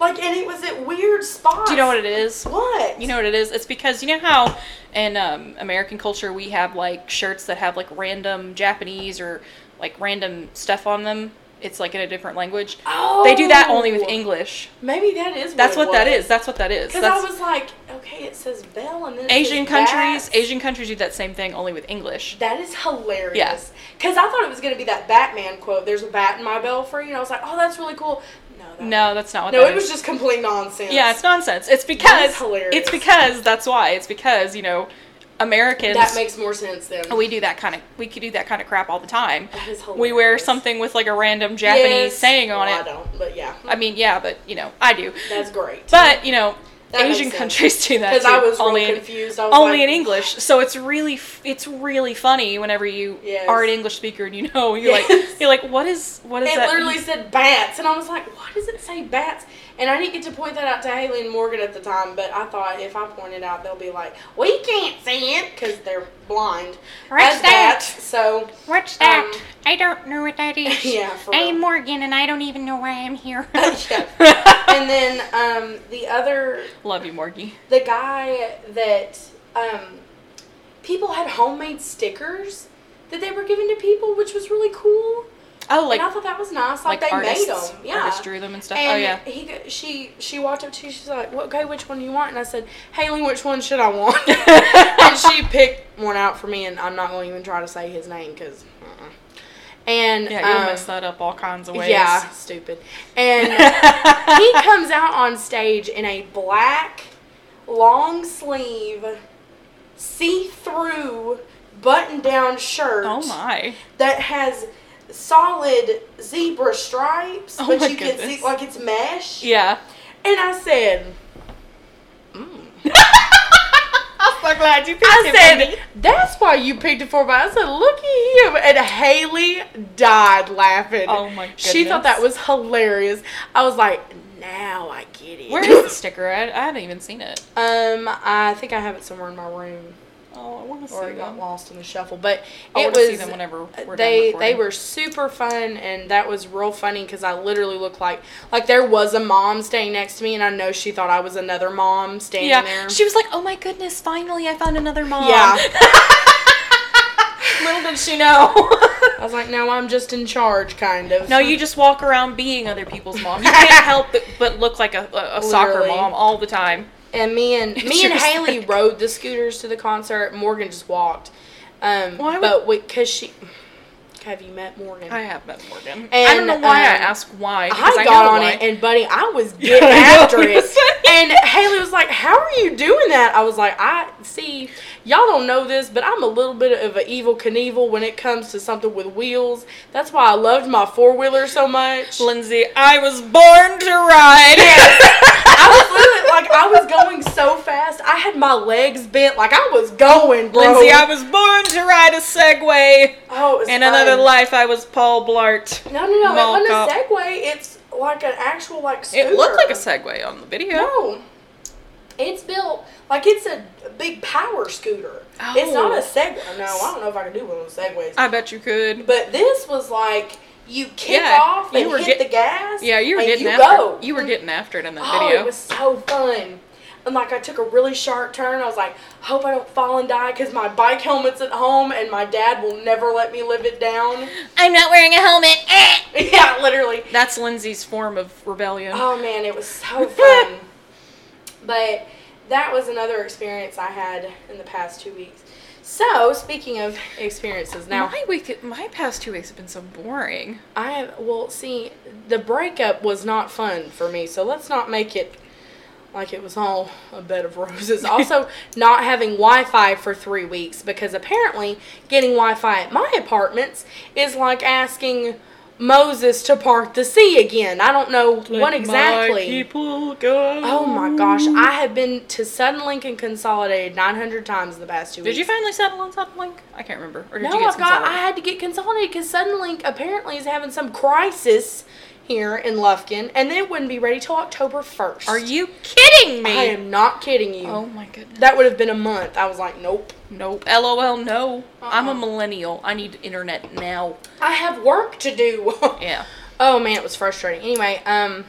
Speaker 2: like, and it was at weird spots.
Speaker 1: Do you know what it is?
Speaker 2: What?
Speaker 1: You know what it is? It's because you know how in um, American culture we have like shirts that have like random Japanese or like random stuff on them. It's like in a different language.
Speaker 2: Oh.
Speaker 1: They do that only with English.
Speaker 2: Maybe that is.
Speaker 1: That's
Speaker 2: what,
Speaker 1: what that is. That's what that is.
Speaker 2: Because
Speaker 1: That's-
Speaker 2: I was like, okay, it says bell, and then it
Speaker 1: Asian
Speaker 2: says
Speaker 1: countries,
Speaker 2: bats.
Speaker 1: Asian countries do that same thing only with English.
Speaker 2: That is hilarious.
Speaker 1: Yeah.
Speaker 2: Because I thought it was gonna be that Batman quote. There's a bat in my belfry, and I was like, oh, that's really cool. No. That
Speaker 1: No, that's not what.
Speaker 2: No,
Speaker 1: that
Speaker 2: it was
Speaker 1: is.
Speaker 2: just complete nonsense.
Speaker 1: Yeah, it's nonsense. It's
Speaker 2: That is
Speaker 1: because
Speaker 2: hilarious.
Speaker 1: it's because that's why. It's because you know, Americans.
Speaker 2: That makes more sense then.
Speaker 1: we do that kind of we could do that kind of crap all the time.
Speaker 2: That is hilarious.
Speaker 1: We wear something with like a random Japanese
Speaker 2: Yes.
Speaker 1: saying on
Speaker 2: Well, I
Speaker 1: it.
Speaker 2: don't, but yeah,
Speaker 1: I mean, yeah, but you know, I do.
Speaker 2: that's great.
Speaker 1: But you know,
Speaker 2: That makes
Speaker 1: Asian
Speaker 2: sense.
Speaker 1: countries do that
Speaker 2: Because
Speaker 1: too.
Speaker 2: I was
Speaker 1: only
Speaker 2: really
Speaker 1: in-
Speaker 2: confused. I was
Speaker 1: only
Speaker 2: like,
Speaker 1: in English. So it's really f- it's really funny whenever you
Speaker 2: Yes.
Speaker 1: are an English speaker and you know you're
Speaker 2: Yes.
Speaker 1: like you're like what is what is
Speaker 2: It
Speaker 1: that?
Speaker 2: literally said bats, and I was like, "Why does it say bats?" And I didn't get to point that out to Haley and Morgan at the time, but I thought if I pointed out, they'll be like, "We can't see it" because they're blind.
Speaker 3: Right
Speaker 2: As
Speaker 3: there.
Speaker 2: bats, so
Speaker 3: What's that?
Speaker 2: Um,
Speaker 3: I don't know what that is.
Speaker 2: yeah, for real.
Speaker 3: I'm Morgan, and I don't even know why I'm here.
Speaker 2: Yeah. And then um, the other,
Speaker 1: Love you, Morgie.
Speaker 2: the guy that um, people had homemade stickers that they were giving to people, which was really cool.
Speaker 1: Oh, like
Speaker 2: and I thought that was nice. Like,
Speaker 1: like
Speaker 2: they
Speaker 1: artists,
Speaker 2: made them. Yeah.
Speaker 1: artists drew them and stuff.
Speaker 2: And
Speaker 1: oh yeah.
Speaker 2: He, go- she, she walked up to you. She's like, "What? Okay, which one do you want?" And I said, "Haley, which one should I want?" and she picked one out for me, and I'm not going to even try to say his name because. And
Speaker 1: Yeah, you'll
Speaker 2: um,
Speaker 1: mess that up all kinds of ways.
Speaker 2: yeah, stupid. And he comes out on stage in a black, long sleeve, see through, button down shirt
Speaker 1: oh my.
Speaker 2: that has solid zebra stripes,
Speaker 1: Oh
Speaker 2: but
Speaker 1: my
Speaker 2: you can
Speaker 1: goodness.
Speaker 2: see like it's mesh.
Speaker 1: Yeah.
Speaker 2: And I said, Mm.
Speaker 1: I'm so glad you picked
Speaker 2: I said, that's why you picked it for me. I said, look at him. And Haley died laughing.
Speaker 1: Oh my goodness.
Speaker 2: She thought that was hilarious. I was like, now I get it.
Speaker 1: Where is the sticker? I, I haven't even seen it.
Speaker 2: Um, I think I have it somewhere in my room,
Speaker 1: Oh, I want to see
Speaker 2: or it got
Speaker 1: them.
Speaker 2: lost in the shuffle. But
Speaker 1: I
Speaker 2: it was
Speaker 1: want
Speaker 2: uh,
Speaker 1: to see them whenever we're
Speaker 2: they
Speaker 1: done
Speaker 2: they
Speaker 1: recording.
Speaker 2: were super fun, and that was real funny because I literally looked like like there was a mom staying next to me, and I know she thought I was another mom standing
Speaker 1: Yeah,
Speaker 2: there.
Speaker 1: she was like, "Oh my goodness, finally I found another mom."
Speaker 2: yeah,
Speaker 1: Little did she know.
Speaker 2: I was like, no, I'm just in charge, kind of.
Speaker 1: No, you just walk around being other people's mom. You can't help but, but look like a, a, a soccer
Speaker 2: Literally.
Speaker 1: mom all the time.
Speaker 2: and me and me
Speaker 1: She
Speaker 2: and
Speaker 1: was
Speaker 2: Haley
Speaker 1: like-
Speaker 2: rode the scooters to the concert. Morgan just walked. Um,
Speaker 1: Why would-
Speaker 2: but because she, have you met Morgan?
Speaker 1: I have met Morgan.
Speaker 2: And,
Speaker 1: I don't know why I
Speaker 2: um,
Speaker 1: asked why. because
Speaker 2: I
Speaker 1: know
Speaker 2: got on
Speaker 1: why.
Speaker 2: it, and buddy, I was
Speaker 1: Yeah,
Speaker 2: getting
Speaker 1: I know.
Speaker 2: after it. And Haley was like, "How are you doing that?" I was like, "I see, y'all don't know this, but I'm a little bit of an evil Knievel when it comes to something with wheels. That's why I loved my four wheeler so much.
Speaker 1: Lindsay, I was born to ride.
Speaker 2: I was literally like, I was going so fast. I had my legs bent, like I was going, bro.
Speaker 1: Lindsay, I was born to ride a Segway.
Speaker 2: oh, it was
Speaker 1: In
Speaker 2: fun.
Speaker 1: another life, I was Paul Blart.
Speaker 2: No, no, no,
Speaker 1: Mall
Speaker 2: it
Speaker 1: cop.
Speaker 2: wasn't a Segway. It's like an actual like scooter.
Speaker 1: It looked like a Segway on the video.
Speaker 2: No. It's built like it's a big power scooter. It's
Speaker 1: Oh.
Speaker 2: not a Segway. No, I don't know if I can do one of those Segways.
Speaker 1: I bet you could.
Speaker 2: but this was like you kick
Speaker 1: Yeah,
Speaker 2: off and
Speaker 1: you were
Speaker 2: hit
Speaker 1: get-
Speaker 2: the gas.
Speaker 1: yeah, you were
Speaker 2: and
Speaker 1: getting
Speaker 2: you
Speaker 1: after.
Speaker 2: go.
Speaker 1: You were getting after it in that
Speaker 2: Oh,
Speaker 1: video.
Speaker 2: it was so fun. And like I took a really sharp turn. I was like, hope I don't fall and die because my bike helmet's at home and my dad will never let me live it down.
Speaker 3: I'm not wearing a helmet. Eh.
Speaker 2: yeah, literally.
Speaker 1: That's Lindsay's form of rebellion.
Speaker 2: Oh man, it was so fun. but that was another experience I had in the past two weeks. So speaking of experiences, now
Speaker 1: my week, my past two weeks have been so boring.
Speaker 2: I have well, see, the breakup was not fun for me. So let's not make it like it was all a bed of roses. also, not having Wi-Fi for three weeks because apparently getting Wi-Fi at my apartments is like asking. Moses to part the sea again. I don't know what exactly.
Speaker 1: people go.
Speaker 2: Oh my gosh, I have been to Suddenlink and Consolidated 900 times in the past two
Speaker 1: Did
Speaker 2: weeks.
Speaker 1: you finally settle on Suddenlink? I can't remember. Or did
Speaker 2: No,
Speaker 1: you get
Speaker 2: I've got. I
Speaker 1: Consolidated?
Speaker 2: had to get Consolidated because Suddenlink apparently is having some crisis here in Lufkin, and then it wouldn't be ready till October 1st.
Speaker 1: Are you kidding
Speaker 2: I
Speaker 1: me?
Speaker 2: am not kidding you.
Speaker 1: oh my goodness.
Speaker 2: That would have been a month. I was like, nope.
Speaker 1: nope. LOL. No. I'm
Speaker 2: Uh-uh.
Speaker 1: a millennial. I need internet now.
Speaker 2: I have work to do.
Speaker 1: Yeah.
Speaker 2: Oh man, it was frustrating. Anyway, um,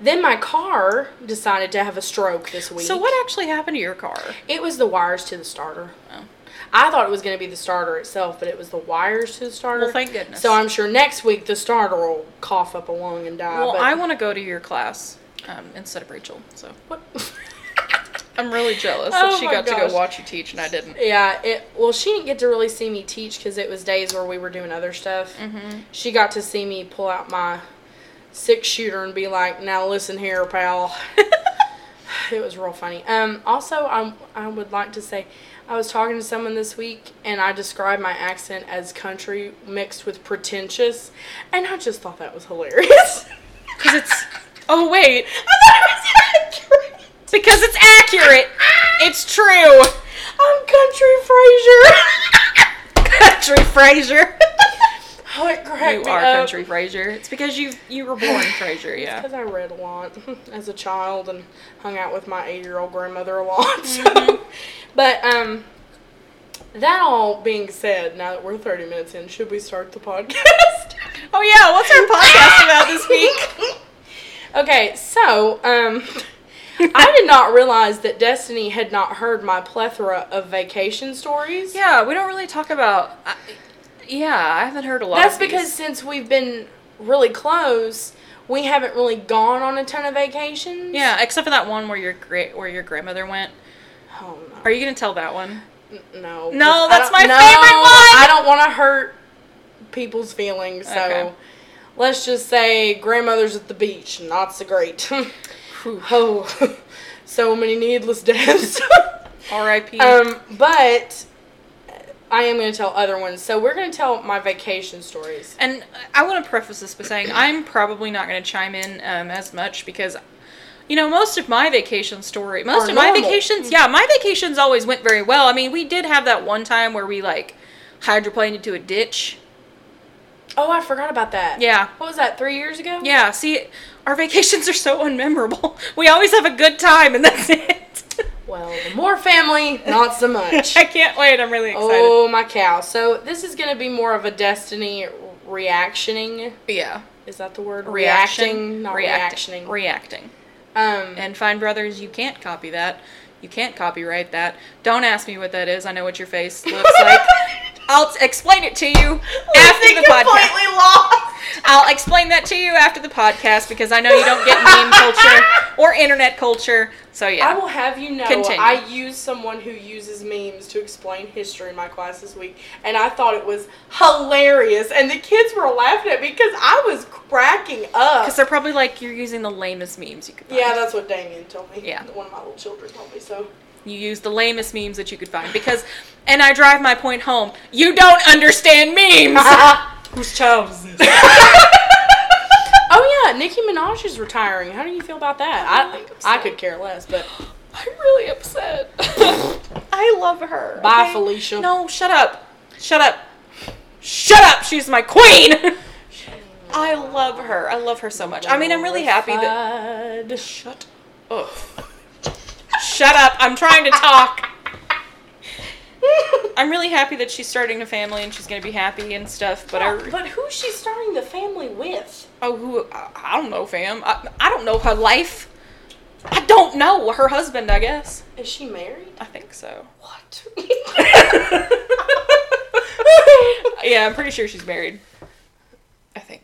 Speaker 2: then my car decided to have a stroke this week.
Speaker 1: So what actually happened to your car?
Speaker 2: It was the wires to the starter.
Speaker 1: Oh.
Speaker 2: I thought it was going to be the starter itself, but it was the wires to the starter.
Speaker 1: Well, thank goodness.
Speaker 2: So I'm sure next week the starter will cough up a lung and die.
Speaker 1: well,
Speaker 2: Uh, but
Speaker 1: I want to go to your class um, instead of Rachel. So
Speaker 2: What?
Speaker 1: I'm really jealous
Speaker 2: Oh
Speaker 1: that she
Speaker 2: my
Speaker 1: got to
Speaker 2: gosh.
Speaker 1: go watch you teach and I didn't.
Speaker 2: yeah, it. Well, she didn't get to really see me teach because it was days where we were doing other stuff. She got to see me pull out my six shooter and be like, "Now listen here, pal." it was real funny. Um, also, I I would like to say, I was talking to someone this week, and I described my accent as country mixed with pretentious, and I just thought that was hilarious.
Speaker 1: Because it's. Oh wait.
Speaker 2: I thought it was accurate.
Speaker 1: because it's accurate. It's true.
Speaker 2: I'm Country Frasier.
Speaker 1: Country Fraser.
Speaker 2: oh, it cracked
Speaker 1: you
Speaker 2: me
Speaker 1: are
Speaker 2: up.
Speaker 1: Country Fraser. It's because you you were born Fraser, yeah.
Speaker 2: Because I read a lot as a child and hung out with my eight-year-old grandmother a lot. So.
Speaker 1: Mm-hmm.
Speaker 2: But um, that all being said, now that we're 30 minutes in, should we start the podcast?
Speaker 1: Oh yeah, what's our podcast about this week?
Speaker 2: okay, so um, I did not realize that Destiny had not heard my plethora of vacation stories.
Speaker 1: Yeah, we don't really talk about. I, yeah, I haven't heard a lot.
Speaker 2: That's
Speaker 1: of these.
Speaker 2: because since we've been really close, we haven't really gone on a ton of vacations.
Speaker 1: Yeah, except for that one where your great where your grandmother went.
Speaker 2: Oh no.
Speaker 1: Are you gonna tell that one?
Speaker 2: No.
Speaker 1: No,
Speaker 2: I
Speaker 1: that's
Speaker 2: don't-
Speaker 1: my favorite one!
Speaker 2: I don't want to hurt people's feelings, so
Speaker 1: Okay.
Speaker 2: let's just say grandmother's at the beach, and that's great. oh, so many needless deaths.
Speaker 1: R.I.P.
Speaker 2: um, but I am going to tell other ones. So we're going to tell my vacation stories.
Speaker 1: and I want to preface this by saying I'm probably not gonna chime in um, as much because. You know, most of my vacation story, most
Speaker 2: Are
Speaker 1: of my
Speaker 2: normal.
Speaker 1: vacations, yeah, my vacations always went very well. I mean, we did have that one time where we like hydroplaned into a ditch.
Speaker 2: Oh, I forgot about that.
Speaker 1: Yeah.
Speaker 2: What was that? Three years ago?
Speaker 1: Yeah, see, our vacations are so unmemorable. We always have a good time and that's it.
Speaker 2: Well, the Moore family, not so much.
Speaker 1: I can't wait. I'm really excited.
Speaker 2: oh my cow! So this is going to be more of a Destiny reactioning.
Speaker 1: yeah.
Speaker 2: Is that the word? Reacting,
Speaker 1: Reaction.
Speaker 2: not
Speaker 1: reacting.
Speaker 2: reactioning.
Speaker 1: Reacting.
Speaker 2: um,
Speaker 1: And Fine Brothers, you can't copy that. You can't copyright that. Don't ask me what that is. I know what your face looks like. I'll t- explain it to you after the podcast.
Speaker 2: lost.
Speaker 1: I'll explain that to you after the podcast because I know you don't get meme culture or internet culture. So
Speaker 2: I
Speaker 1: yeah.
Speaker 2: will have you know,
Speaker 1: Continue.
Speaker 2: I use someone who uses memes to explain history in my class this week, and I thought it was hilarious, and the kids were laughing at me because I was cracking up.
Speaker 1: Because they're probably like you're using the lamest memes you could find.
Speaker 2: Yeah, that's what Damien told me.
Speaker 1: Yeah.
Speaker 2: one of my little children told me. So
Speaker 1: You use the lamest memes that you could find because, and I drive my point home. You don't understand memes. Whose child is this?
Speaker 2: Oh yeah, Nicki Minaj is retiring. How do you feel about that? I I could care less, but
Speaker 1: I'm really upset. I love her.
Speaker 2: Bye,
Speaker 1: okay?
Speaker 2: Felicia.
Speaker 1: No, shut up. Shut up. Shut up. She's my queen. I love her. I love her so much. I mean, I'm really happy that.
Speaker 2: that.
Speaker 1: Shut up. Shut up. I'm trying to talk. I'm really happy that she's starting a family and she's gonna be happy and stuff. But I
Speaker 2: But who's she starting the family with?
Speaker 1: Oh, who? I, I don't know, fam. I, I don't know her life. I don't know her husband. I guess.
Speaker 2: Is she married?
Speaker 1: I think so.
Speaker 2: What?
Speaker 1: Yeah, I'm pretty sure she's married. I think.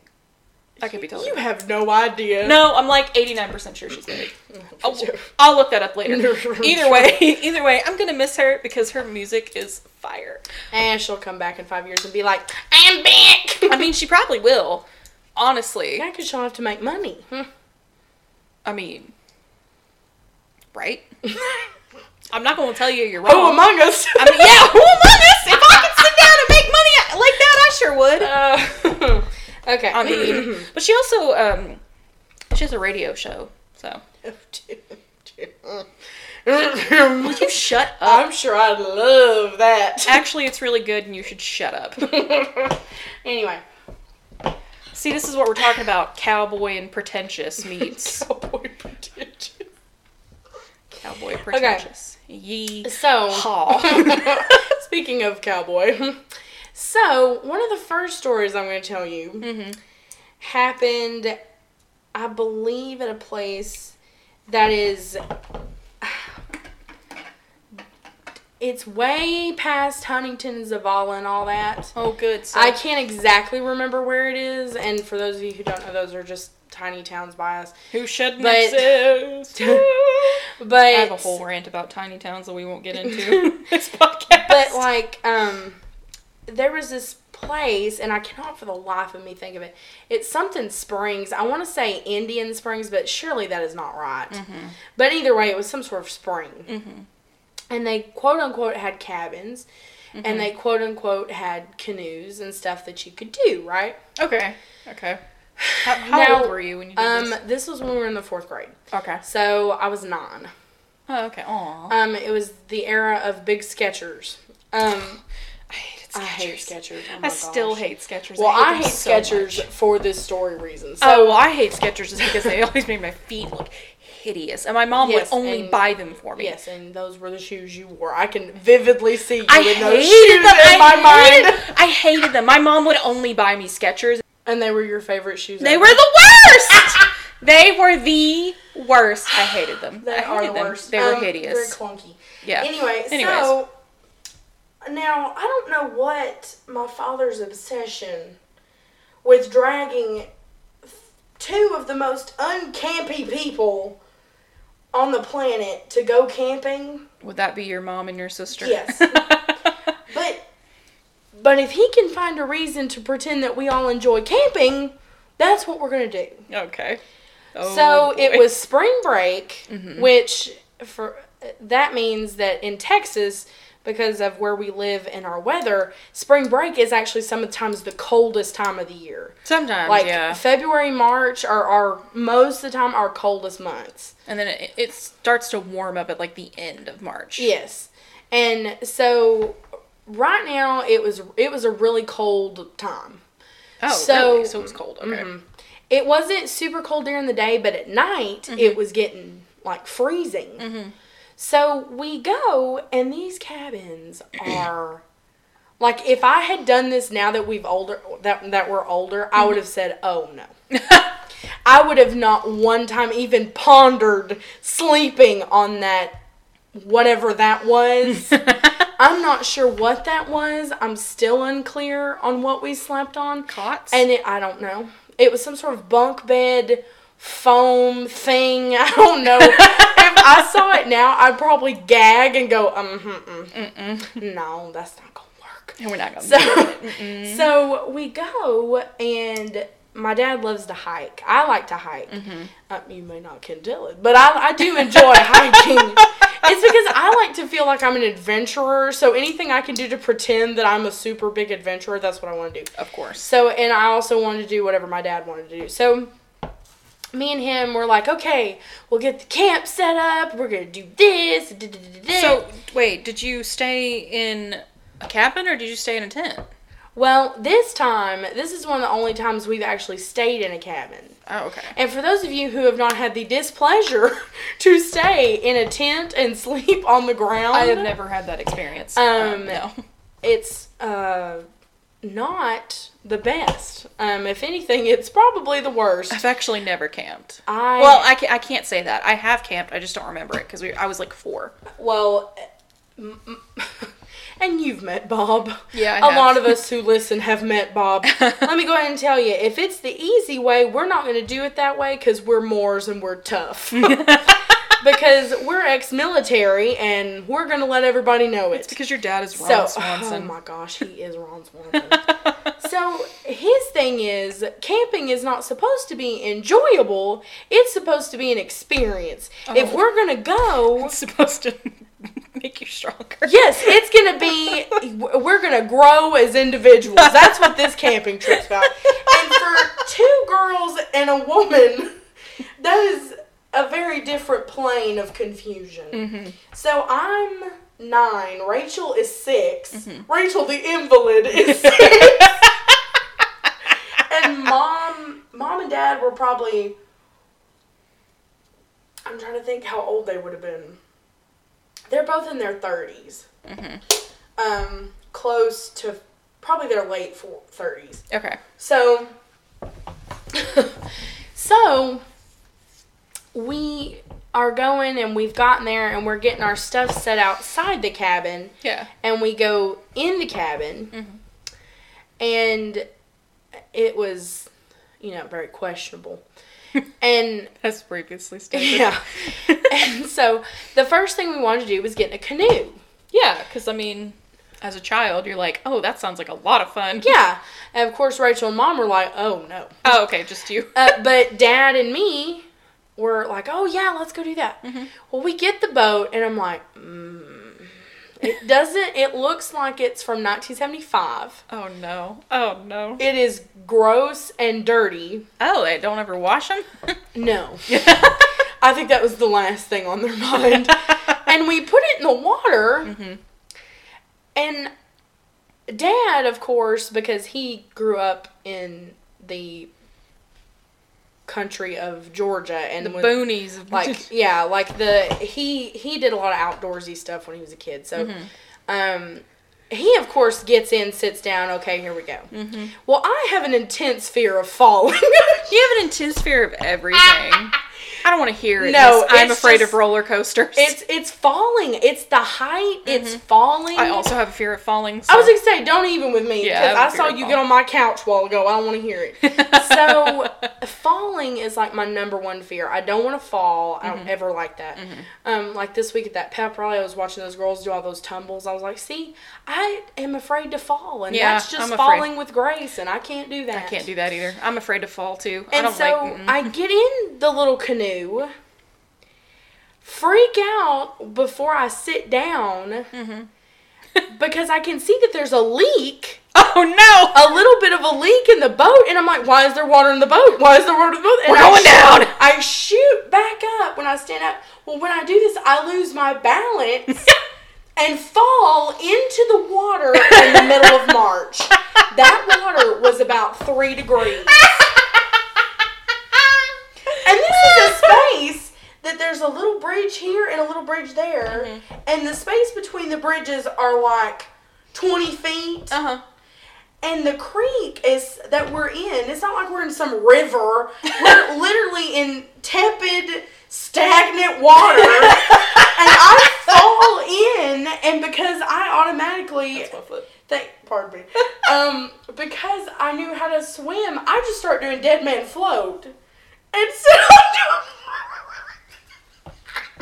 Speaker 1: I could be totally.
Speaker 2: You have no idea.
Speaker 1: no, I'm like 89% sure she's married. I'll,
Speaker 2: sure.
Speaker 1: I'll look that up later.
Speaker 2: Sure.
Speaker 1: Either way, either way, I'm gonna miss her because her music is fire.
Speaker 2: And she'll come back in five years and be like, I'm back.
Speaker 1: I mean, she probably will. Honestly,
Speaker 2: yeah, because she'll have to make money.
Speaker 1: I mean, right? I'm not gonna tell you you're wrong.
Speaker 2: Oh, Among Us.
Speaker 1: I mean, yeah, who among us? If I could sit down and make money like that, I sure would.
Speaker 2: Uh, okay.
Speaker 1: I mean, but she also um, she has a radio show. So Will you shut up.
Speaker 2: I'm sure I'd love that.
Speaker 1: Actually, it's really good, and you should shut up.
Speaker 2: anyway.
Speaker 1: See, this is what we're talking about: cowboy and pretentious meets
Speaker 2: Cowboy pretentious.
Speaker 1: cowboy pretentious. Yee
Speaker 2: So,
Speaker 1: haw.
Speaker 2: speaking of cowboy, so one of the first stories I'm going to tell you
Speaker 1: Mm-hmm.
Speaker 2: happened, I believe, at a place that is. It's way past Huntington, Zavala, and all that.
Speaker 1: Oh, good. So
Speaker 2: I can't exactly remember where it is, and for those of you who don't know, those are just tiny towns by us.
Speaker 1: who shouldn't
Speaker 2: but-
Speaker 1: exist?
Speaker 2: But
Speaker 1: I have a whole rant about tiny towns that we won't get into this podcast.
Speaker 2: but like um there was this place and i cannot for the life of me think of it it's something springs i want to say indian springs but surely that is not right
Speaker 1: Mm-hmm.
Speaker 2: but either way it was some sort of spring and they quote unquote had cabins
Speaker 1: Mm-hmm.
Speaker 2: and they quote unquote had canoes and stuff that you could do right
Speaker 1: okay, okay. How, how
Speaker 2: Now,
Speaker 1: old were you when you did
Speaker 2: um
Speaker 1: this?
Speaker 2: this was when we were in the fourth grade
Speaker 1: Okay.
Speaker 2: so i was nine
Speaker 1: Oh, okay. Aw.
Speaker 2: Um, it was the era of big Skechers. Um,
Speaker 1: I hated
Speaker 2: I hate
Speaker 1: Skechers.
Speaker 2: Skechers. Oh my
Speaker 1: I still
Speaker 2: gosh.
Speaker 1: hate Skechers.
Speaker 2: Well, I hate
Speaker 1: them so much.
Speaker 2: Skechers for this story reason. So,
Speaker 1: oh, well, I hate Skechers just because they always made my feet look hideous, and my mom
Speaker 2: Yes,
Speaker 1: would only
Speaker 2: and-
Speaker 1: buy them for me.
Speaker 2: yes, and those were the shoes you wore. I can vividly see you
Speaker 1: I
Speaker 2: in
Speaker 1: hated them.
Speaker 2: those shoes in my
Speaker 1: I hated,
Speaker 2: mind.
Speaker 1: I hated them. My mom would only buy me Skechers.
Speaker 2: And they were your favorite shoes.
Speaker 1: They
Speaker 2: ever.
Speaker 1: were the worst. they were the worst. I hated them.
Speaker 2: They
Speaker 1: I hated
Speaker 2: are the
Speaker 1: them.
Speaker 2: worst.
Speaker 1: They were
Speaker 2: Um, Very
Speaker 1: hideous.
Speaker 2: clunky.
Speaker 1: Yeah.
Speaker 2: Anyway,
Speaker 1: Anyways.
Speaker 2: so now I don't know what my father's obsession with dragging two of the most uncampy people on the planet to go camping,
Speaker 1: Would that be your mom and your sister?
Speaker 2: Yes. but but if he can find a reason to pretend that we all enjoy camping, that's what we're gonna do.
Speaker 1: okay. Oh,
Speaker 2: So it
Speaker 1: boy. Mm-hmm.
Speaker 2: was spring break, which for that means that in Texas, because of where we live and our weather, spring break is actually sometimes the coldest time of the year.
Speaker 1: sometimes
Speaker 2: Like
Speaker 1: Um, yeah,
Speaker 2: February, March are our most of the time our coldest months.
Speaker 1: and then it, it starts to warm up at like the end of March.
Speaker 2: Yes, and so right now it was it was a really cold time.
Speaker 1: Oh,
Speaker 2: So-
Speaker 1: really? So it was cold. Okay.
Speaker 2: It wasn't super cold during the day, but at night it was getting like freezing. So we go, and these cabins are like if I had done this now that we've older that that we're older, I would have said, "Oh no." I would have not one time even pondered sleeping on that whatever that was.
Speaker 1: Mm-hmm.
Speaker 2: I'm not sure what that was. I'm still unclear on what we slept on.
Speaker 1: Cots?
Speaker 2: And it, I don't know. It was some sort of bunk bed foam thing. I don't know. if I saw it now, I'd probably gag and go, um, mm, mm, mm. no, that's not gonna work.
Speaker 1: And we're not gonna.
Speaker 2: So, so we go, and my dad loves to hike. I like to hike. Uh, you may not can tell it, but I, I do enjoy hiking. It's because I like to feel like I'm an adventurer. So anything I can do to pretend that I'm a super big adventurer, that's what I want to do.
Speaker 1: of course.
Speaker 2: So, and I also wanted to do whatever my dad wanted to do. So, me and him were like, okay, we'll get the camp set up. We're gonna do this. da- da- da- da- da."
Speaker 1: So wait, did you stay in a cabin or did you stay in a tent?
Speaker 2: well, this time, this is one of the only times we've actually stayed in a cabin.
Speaker 1: Oh, okay.
Speaker 2: And for those of you who have not had the displeasure to stay in a tent and sleep on the ground,
Speaker 1: I have never had that experience.
Speaker 2: Um,
Speaker 1: no.
Speaker 2: it's uh, not the best. Um, if anything, it's probably the worst.
Speaker 1: I've actually never camped.
Speaker 2: I
Speaker 1: well, I, ca- I can't say that. I have camped. I just don't remember it because we, I was like four.
Speaker 2: Well, m- m- and you've met Bob.
Speaker 1: Yeah, I
Speaker 2: a
Speaker 1: have.
Speaker 2: lot of us who listen have met Bob. Let me go ahead and tell you, if it's the easy way, we're not going to do it that way because we're Moors and we're tough. because we're ex-military and we're going to let everybody know it.
Speaker 1: It's because your dad is Ron
Speaker 2: so, oh
Speaker 1: Swanson.
Speaker 2: my gosh, he is Ron Swanson. so his thing is camping is not supposed to be enjoyable. It's supposed to be an experience. If
Speaker 1: Oh.
Speaker 2: we're gonna go,
Speaker 1: it's supposed to make you stronger.
Speaker 2: Yes, it's gonna be. We're gonna grow as individuals. That's what this camping trip's about. And for two girls and a woman, that is a very different plane of confusion. So I'm nine. Rachel is 6 Rachel, the invalid, is six. and mom, mom and dad were probably. I'm trying to think how old they would have been they're both in their 30s um close to probably their late four- 30s
Speaker 1: Okay.
Speaker 2: so so we are going and we've gotten there and we're getting our stuff set outside the cabin
Speaker 1: Yeah.
Speaker 2: and we go in the cabin and it was you know very questionable and
Speaker 1: As previously stated.
Speaker 2: yeah and so the first thing we wanted to do was get in a canoe
Speaker 1: yeah, because I mean, as a child, you're like, oh, that sounds like a lot of fun.
Speaker 2: Yeah. And of course, Rachel and mom were like, oh no.
Speaker 1: Oh, okay, just you.
Speaker 2: Uh, but dad and me were like, oh yeah, let's go do that. Well, we get the boat, and I'm like, mm, it doesn't, it looks like it's from 1975.
Speaker 1: oh no. Oh no.
Speaker 2: It is gross and dirty.
Speaker 1: Oh, they don't ever wash them.
Speaker 2: No. I think that was the last thing on their mind. and we put it in the water. And dad, of course, because he grew up in the country of Georgia and
Speaker 1: The
Speaker 2: was-
Speaker 1: boonies of
Speaker 2: like yeah, like the he he did a lot of outdoorsy stuff when he was a kid. So um he of course gets in, sits down, okay, here we go. Well, I have an intense fear of falling.
Speaker 1: you have an intense fear of everything. I don't want to hear it.
Speaker 2: No,
Speaker 1: No, I'm
Speaker 2: it's
Speaker 1: afraid
Speaker 2: just-
Speaker 1: of roller coasters.
Speaker 2: It's it's falling. It's the height. It's falling.
Speaker 1: Mm-hmm. I also have a fear of falling.
Speaker 2: I
Speaker 1: so-
Speaker 2: was gonna say, don't even with me
Speaker 1: Yeah, I
Speaker 2: because
Speaker 1: have a
Speaker 2: I saw
Speaker 1: fear of
Speaker 2: you get on my couch a while ago. I don't want to hear it. so falling is like my number one fear. I don't want to fall. I
Speaker 1: Mm-hmm.
Speaker 2: don't ever like that. Um, like this week at that pep rally, I was watching those girls do all those tumbles. I was like, see, I am afraid to fall, and
Speaker 1: Yeah,
Speaker 2: that's just
Speaker 1: I'm afraid.
Speaker 2: falling with grace, and I can't do that.
Speaker 1: I can't do that either. I'm afraid to fall too. I
Speaker 2: And
Speaker 1: don't
Speaker 2: so
Speaker 1: like. mm. mm-hmm. mm-mm.
Speaker 2: I get in the little canoe, freak out before I sit down
Speaker 1: Mm-hmm.
Speaker 2: because I can see that there's a leak,
Speaker 1: oh
Speaker 2: a
Speaker 1: no!
Speaker 2: little bit of a leak in the boat, and I'm like, why is there water in the boat? Why is there water in the boat? And
Speaker 1: We're
Speaker 2: I
Speaker 1: going
Speaker 2: shoot-
Speaker 1: down.
Speaker 2: I shoot back up when I stand up. Well, when I do this, I lose my balance and fall into the water in the middle of March. That water was about three degrees. And this is a space that there's a little bridge here and a little bridge there, and the space between the bridges are like 20 feet.
Speaker 1: Uh huh.
Speaker 2: And the creek is that we're in. It's not like we're in some river. We're literally in tepid, stagnant water, and I fall in, and because I automatically Thank, pardon me. Um, because I knew how to swim, I just started doing dead man float. And so I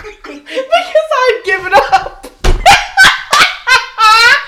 Speaker 2: do- because I'd given up.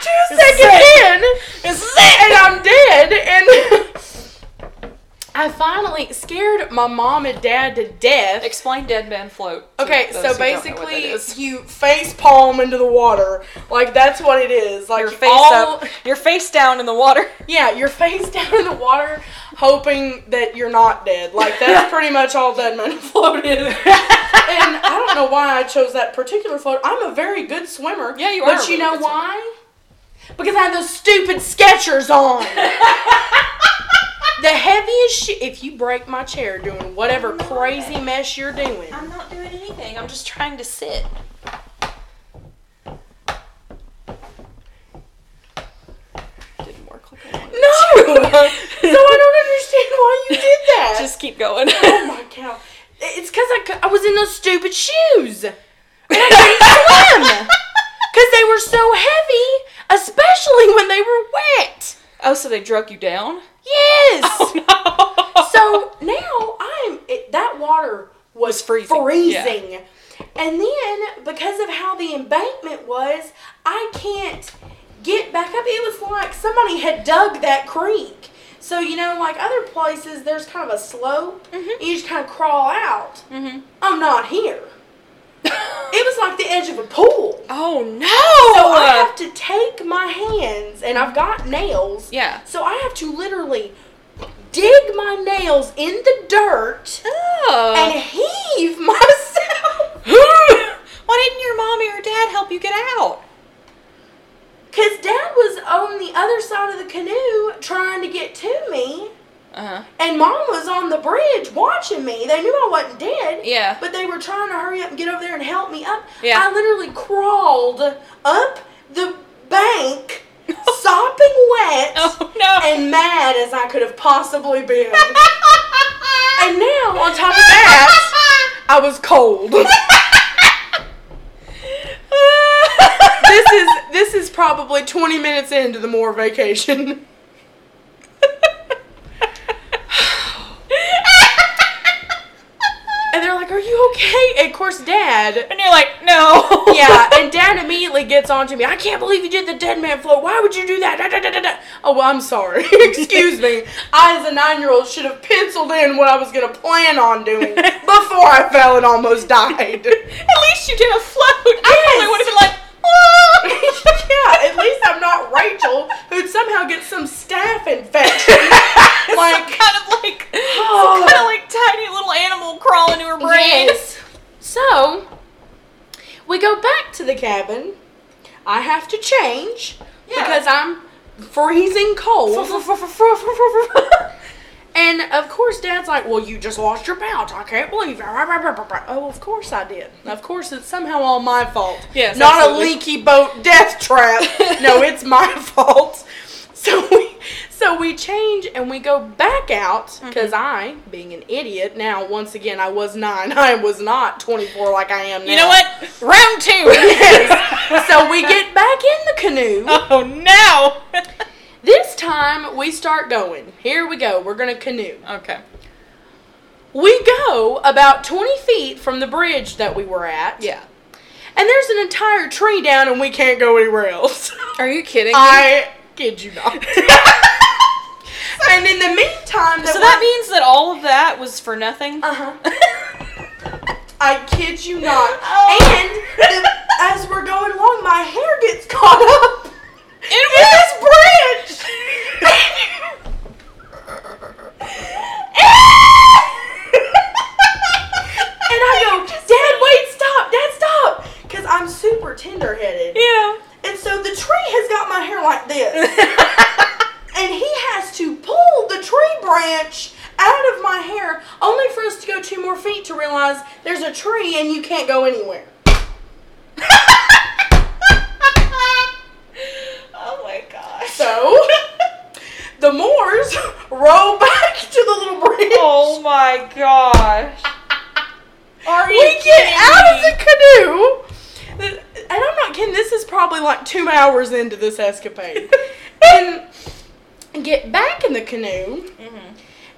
Speaker 2: Two seconds in, and I'm dead. And I finally scared my mom and dad to death.
Speaker 1: Explain dead man float. to
Speaker 2: Okay,
Speaker 1: those
Speaker 2: so
Speaker 1: who don't know what that
Speaker 2: basically,
Speaker 1: is.
Speaker 2: you face palm into the water. Like that's what it is. Like
Speaker 1: your face
Speaker 2: all-
Speaker 1: up, your face down in the water.
Speaker 2: Yeah, you're face down in the water, hoping that you're not dead. Like that's pretty much all dead men float is. and I don't know why I chose that particular float. I'm a very good swimmer.
Speaker 1: Yeah, you are a
Speaker 2: But you
Speaker 1: really
Speaker 2: know
Speaker 1: good swimmer.
Speaker 2: why? Because I had those stupid Skechers on. the heaviest shit. If you break my chair doing whatever crazy mess you're doing,
Speaker 1: I'm not doing anything. I'm just trying to sit. Didn't work like I wanted.
Speaker 2: no. so I don't understand why you did that.
Speaker 1: Just keep going.
Speaker 2: Oh my cow. It's because I, cou- I was in those stupid shoes. And I couldn't swim. Because they were so heavy, especially when they were wet.
Speaker 1: oh, so they drug you down?
Speaker 2: Yes.
Speaker 1: Oh, no.
Speaker 2: So now I'm, it, that water was,
Speaker 1: Was freezing,
Speaker 2: freezing. And then because of how the embankment was, I can't get back up. It was like somebody had dug that creek. So, you know, like other places, there's kind of a slope.
Speaker 1: Mm-hmm.
Speaker 2: and you just kind of crawl out. I'm not here. It was like the edge of a pool.
Speaker 1: oh no.
Speaker 2: So I have to take my hands, and I've got nails.
Speaker 1: Yeah.
Speaker 2: So I have to literally dig my nails in the dirt and
Speaker 1: Oh.
Speaker 2: heave myself.
Speaker 1: Why didn't your mommy or dad help you get out?
Speaker 2: Because dad was on the other side of the canoe trying to get to me,
Speaker 1: Uh huh.
Speaker 2: and mom was on the bridge watching me. They knew I wasn't dead.
Speaker 1: Yeah.
Speaker 2: But they were trying to hurry up and get over there and help me up.
Speaker 1: Yeah.
Speaker 2: I literally crawled up the bank, sopping wet.
Speaker 1: Oh no.
Speaker 2: and mad as I could have possibly been. and now, on top of that, I was cold. this is this is probably 20 minutes into the Moore vacation. and they're like, "Are you okay?" And of course, Dad
Speaker 1: and you're like, no.
Speaker 2: yeah, and dad immediately gets on to me. I can't believe you did the dead man float. Why would you do that? Da, da, da, da, da." Oh, well, I'm sorry. Excuse me. I, as a nine year old, should have penciled in what I was going to plan on doing before I fell and almost died.
Speaker 1: At least you didn't float. I
Speaker 2: Yes.
Speaker 1: probably would have been like,
Speaker 2: yeah, at least I'm not Rachel, who'd somehow get some staph infection. like,
Speaker 1: kind of like,
Speaker 2: oh,
Speaker 1: kind of like tiny little animal crawling into her brain.
Speaker 2: yes. So, we go back to the cabin. I have to change
Speaker 1: Yeah.
Speaker 2: because I'm freezing cold. and of course, Dad's like, Well, you just lost your pouch. I can't believe it. Oh, of course I did. Of course, it's somehow all my fault.
Speaker 1: Yes,
Speaker 2: Not
Speaker 1: absolutely.
Speaker 2: a leaky boat death trap. no, it's my fault. So we. So we change and we go back out
Speaker 1: Mm-hmm.
Speaker 2: because I, being an idiot, now once again I was nine. I was not 24 like I am now.
Speaker 1: You know what? Round two.
Speaker 2: Yes. so we get back in the canoe.
Speaker 1: Oh no.
Speaker 2: This time we start going. Here we go. We're gonna canoe.
Speaker 1: okay.
Speaker 2: We go about 20 feet from the bridge that we were at.
Speaker 1: Yeah.
Speaker 2: And there's an entire tree down and we can't go anywhere else.
Speaker 1: Are you kidding?
Speaker 2: I kid you not. and in the meantime,
Speaker 1: so that means that all of that was for nothing.
Speaker 2: uh huh. Uh-huh. I kid you not.
Speaker 1: Oh.
Speaker 2: And the, as we're going along, my hair gets caught up in, this branch. and I go, Dad, wait, stop, Dad, stop, because I'm super tender-headed,
Speaker 1: yeah.
Speaker 2: and so the tree has got my hair like this and he has to pull the tree branch out of my hair, only for us to go two more feet to realize there's a tree and you can't go anywhere.
Speaker 1: oh my gosh.
Speaker 2: So the Moors row back to the little bridge.
Speaker 1: Oh my gosh. Are you
Speaker 2: we get
Speaker 1: kidding
Speaker 2: out of
Speaker 1: me?
Speaker 2: the canoe, and I'm not kidding. This is probably like two hours into this escapade, and get back in the canoe.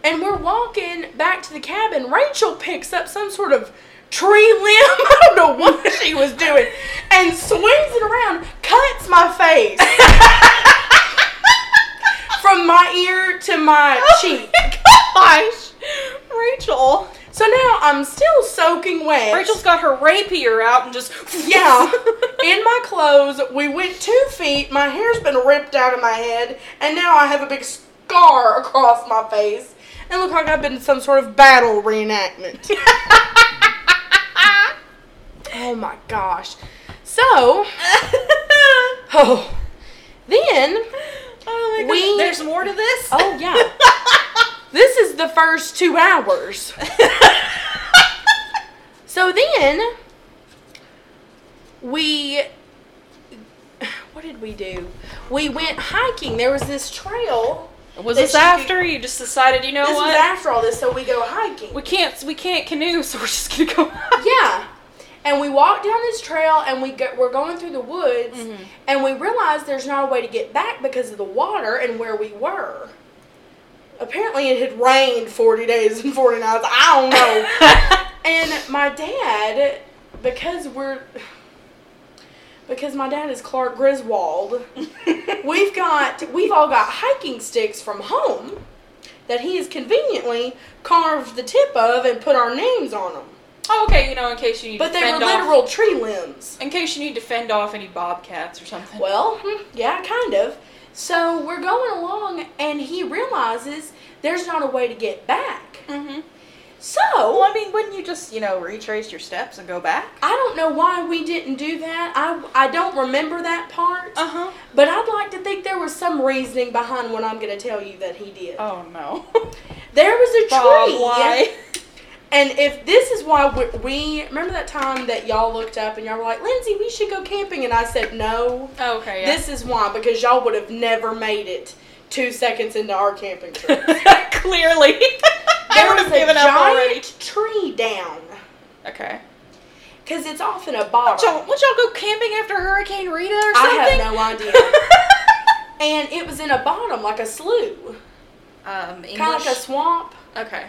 Speaker 2: And we're walking back to the cabin. Rachel picks up some sort of tree limb. I don't know what she was doing. And swings it around, cuts my face. From my ear to my cheek.
Speaker 1: Gosh. Oh, Rachel.
Speaker 2: So now I'm still soaking wet.
Speaker 1: Rachel's got her rapier out and just
Speaker 2: Yeah. In my clothes, we went two feet. My hair's been ripped out of my head, and now I have a big scar across my face. And look like I've been in some sort of battle reenactment. oh my gosh. So, oh, then,
Speaker 1: Oh my gosh.
Speaker 2: We-
Speaker 1: There's more to this?
Speaker 2: oh yeah. This is the first two hours. So then we what did we do? We went hiking. There was this trail.
Speaker 1: was
Speaker 2: that
Speaker 1: this
Speaker 2: she could-
Speaker 1: after you just decided, you know
Speaker 2: This
Speaker 1: what?
Speaker 2: was after all this, so we go hiking.
Speaker 1: we can't we can't canoe, so we're just gonna go hiking.
Speaker 2: yeah. And we walk down this trail and we go, we're going through the woods and we realize there's not a way to get back because of the water and where we were. Apparently it had rained 40 days and 40 nights. I don't know. And my dad, because we're because my dad is Clark Griswold, we've got we've all got hiking sticks from home that he has conveniently carved the tip of and put our names on them.
Speaker 1: oh, okay, you know, in case you need
Speaker 2: But
Speaker 1: to
Speaker 2: they were
Speaker 1: fend off-
Speaker 2: literal tree limbs.
Speaker 1: in case you need to fend off any bobcats or something.
Speaker 2: Well, hmm, yeah, kind of. So we're going along and he realizes there's not a way to get back.
Speaker 1: Mm-hmm.
Speaker 2: So
Speaker 1: Well, I mean, wouldn't you just, you know, retrace your steps and go back?
Speaker 2: I don't know why we didn't do that. I I don't remember that part.
Speaker 1: Uh-huh.
Speaker 2: But I'd like to think there was some reasoning behind what I'm going to tell you that he did.
Speaker 1: Oh no.
Speaker 2: There was a
Speaker 1: Bob,
Speaker 2: tree.
Speaker 1: why?
Speaker 2: And if this is why we, we remember that time that y'all looked up and y'all were like, Lindsay, we should go camping. And I said, no.
Speaker 1: Okay,
Speaker 2: This is why, because y'all would have never made it two seconds into our camping trip.
Speaker 1: Clearly. I
Speaker 2: There
Speaker 1: would
Speaker 2: was a
Speaker 1: have given
Speaker 2: giant
Speaker 1: up already.
Speaker 2: tree down.
Speaker 1: Okay.
Speaker 2: Because it's off in a
Speaker 1: Would y'all,
Speaker 2: bottom.
Speaker 1: would y'all go camping after Hurricane Rita or
Speaker 2: I have
Speaker 1: something?
Speaker 2: no idea. And it was in a bottom, like a slough,
Speaker 1: um, English.
Speaker 2: kind of like a swamp.
Speaker 1: okay.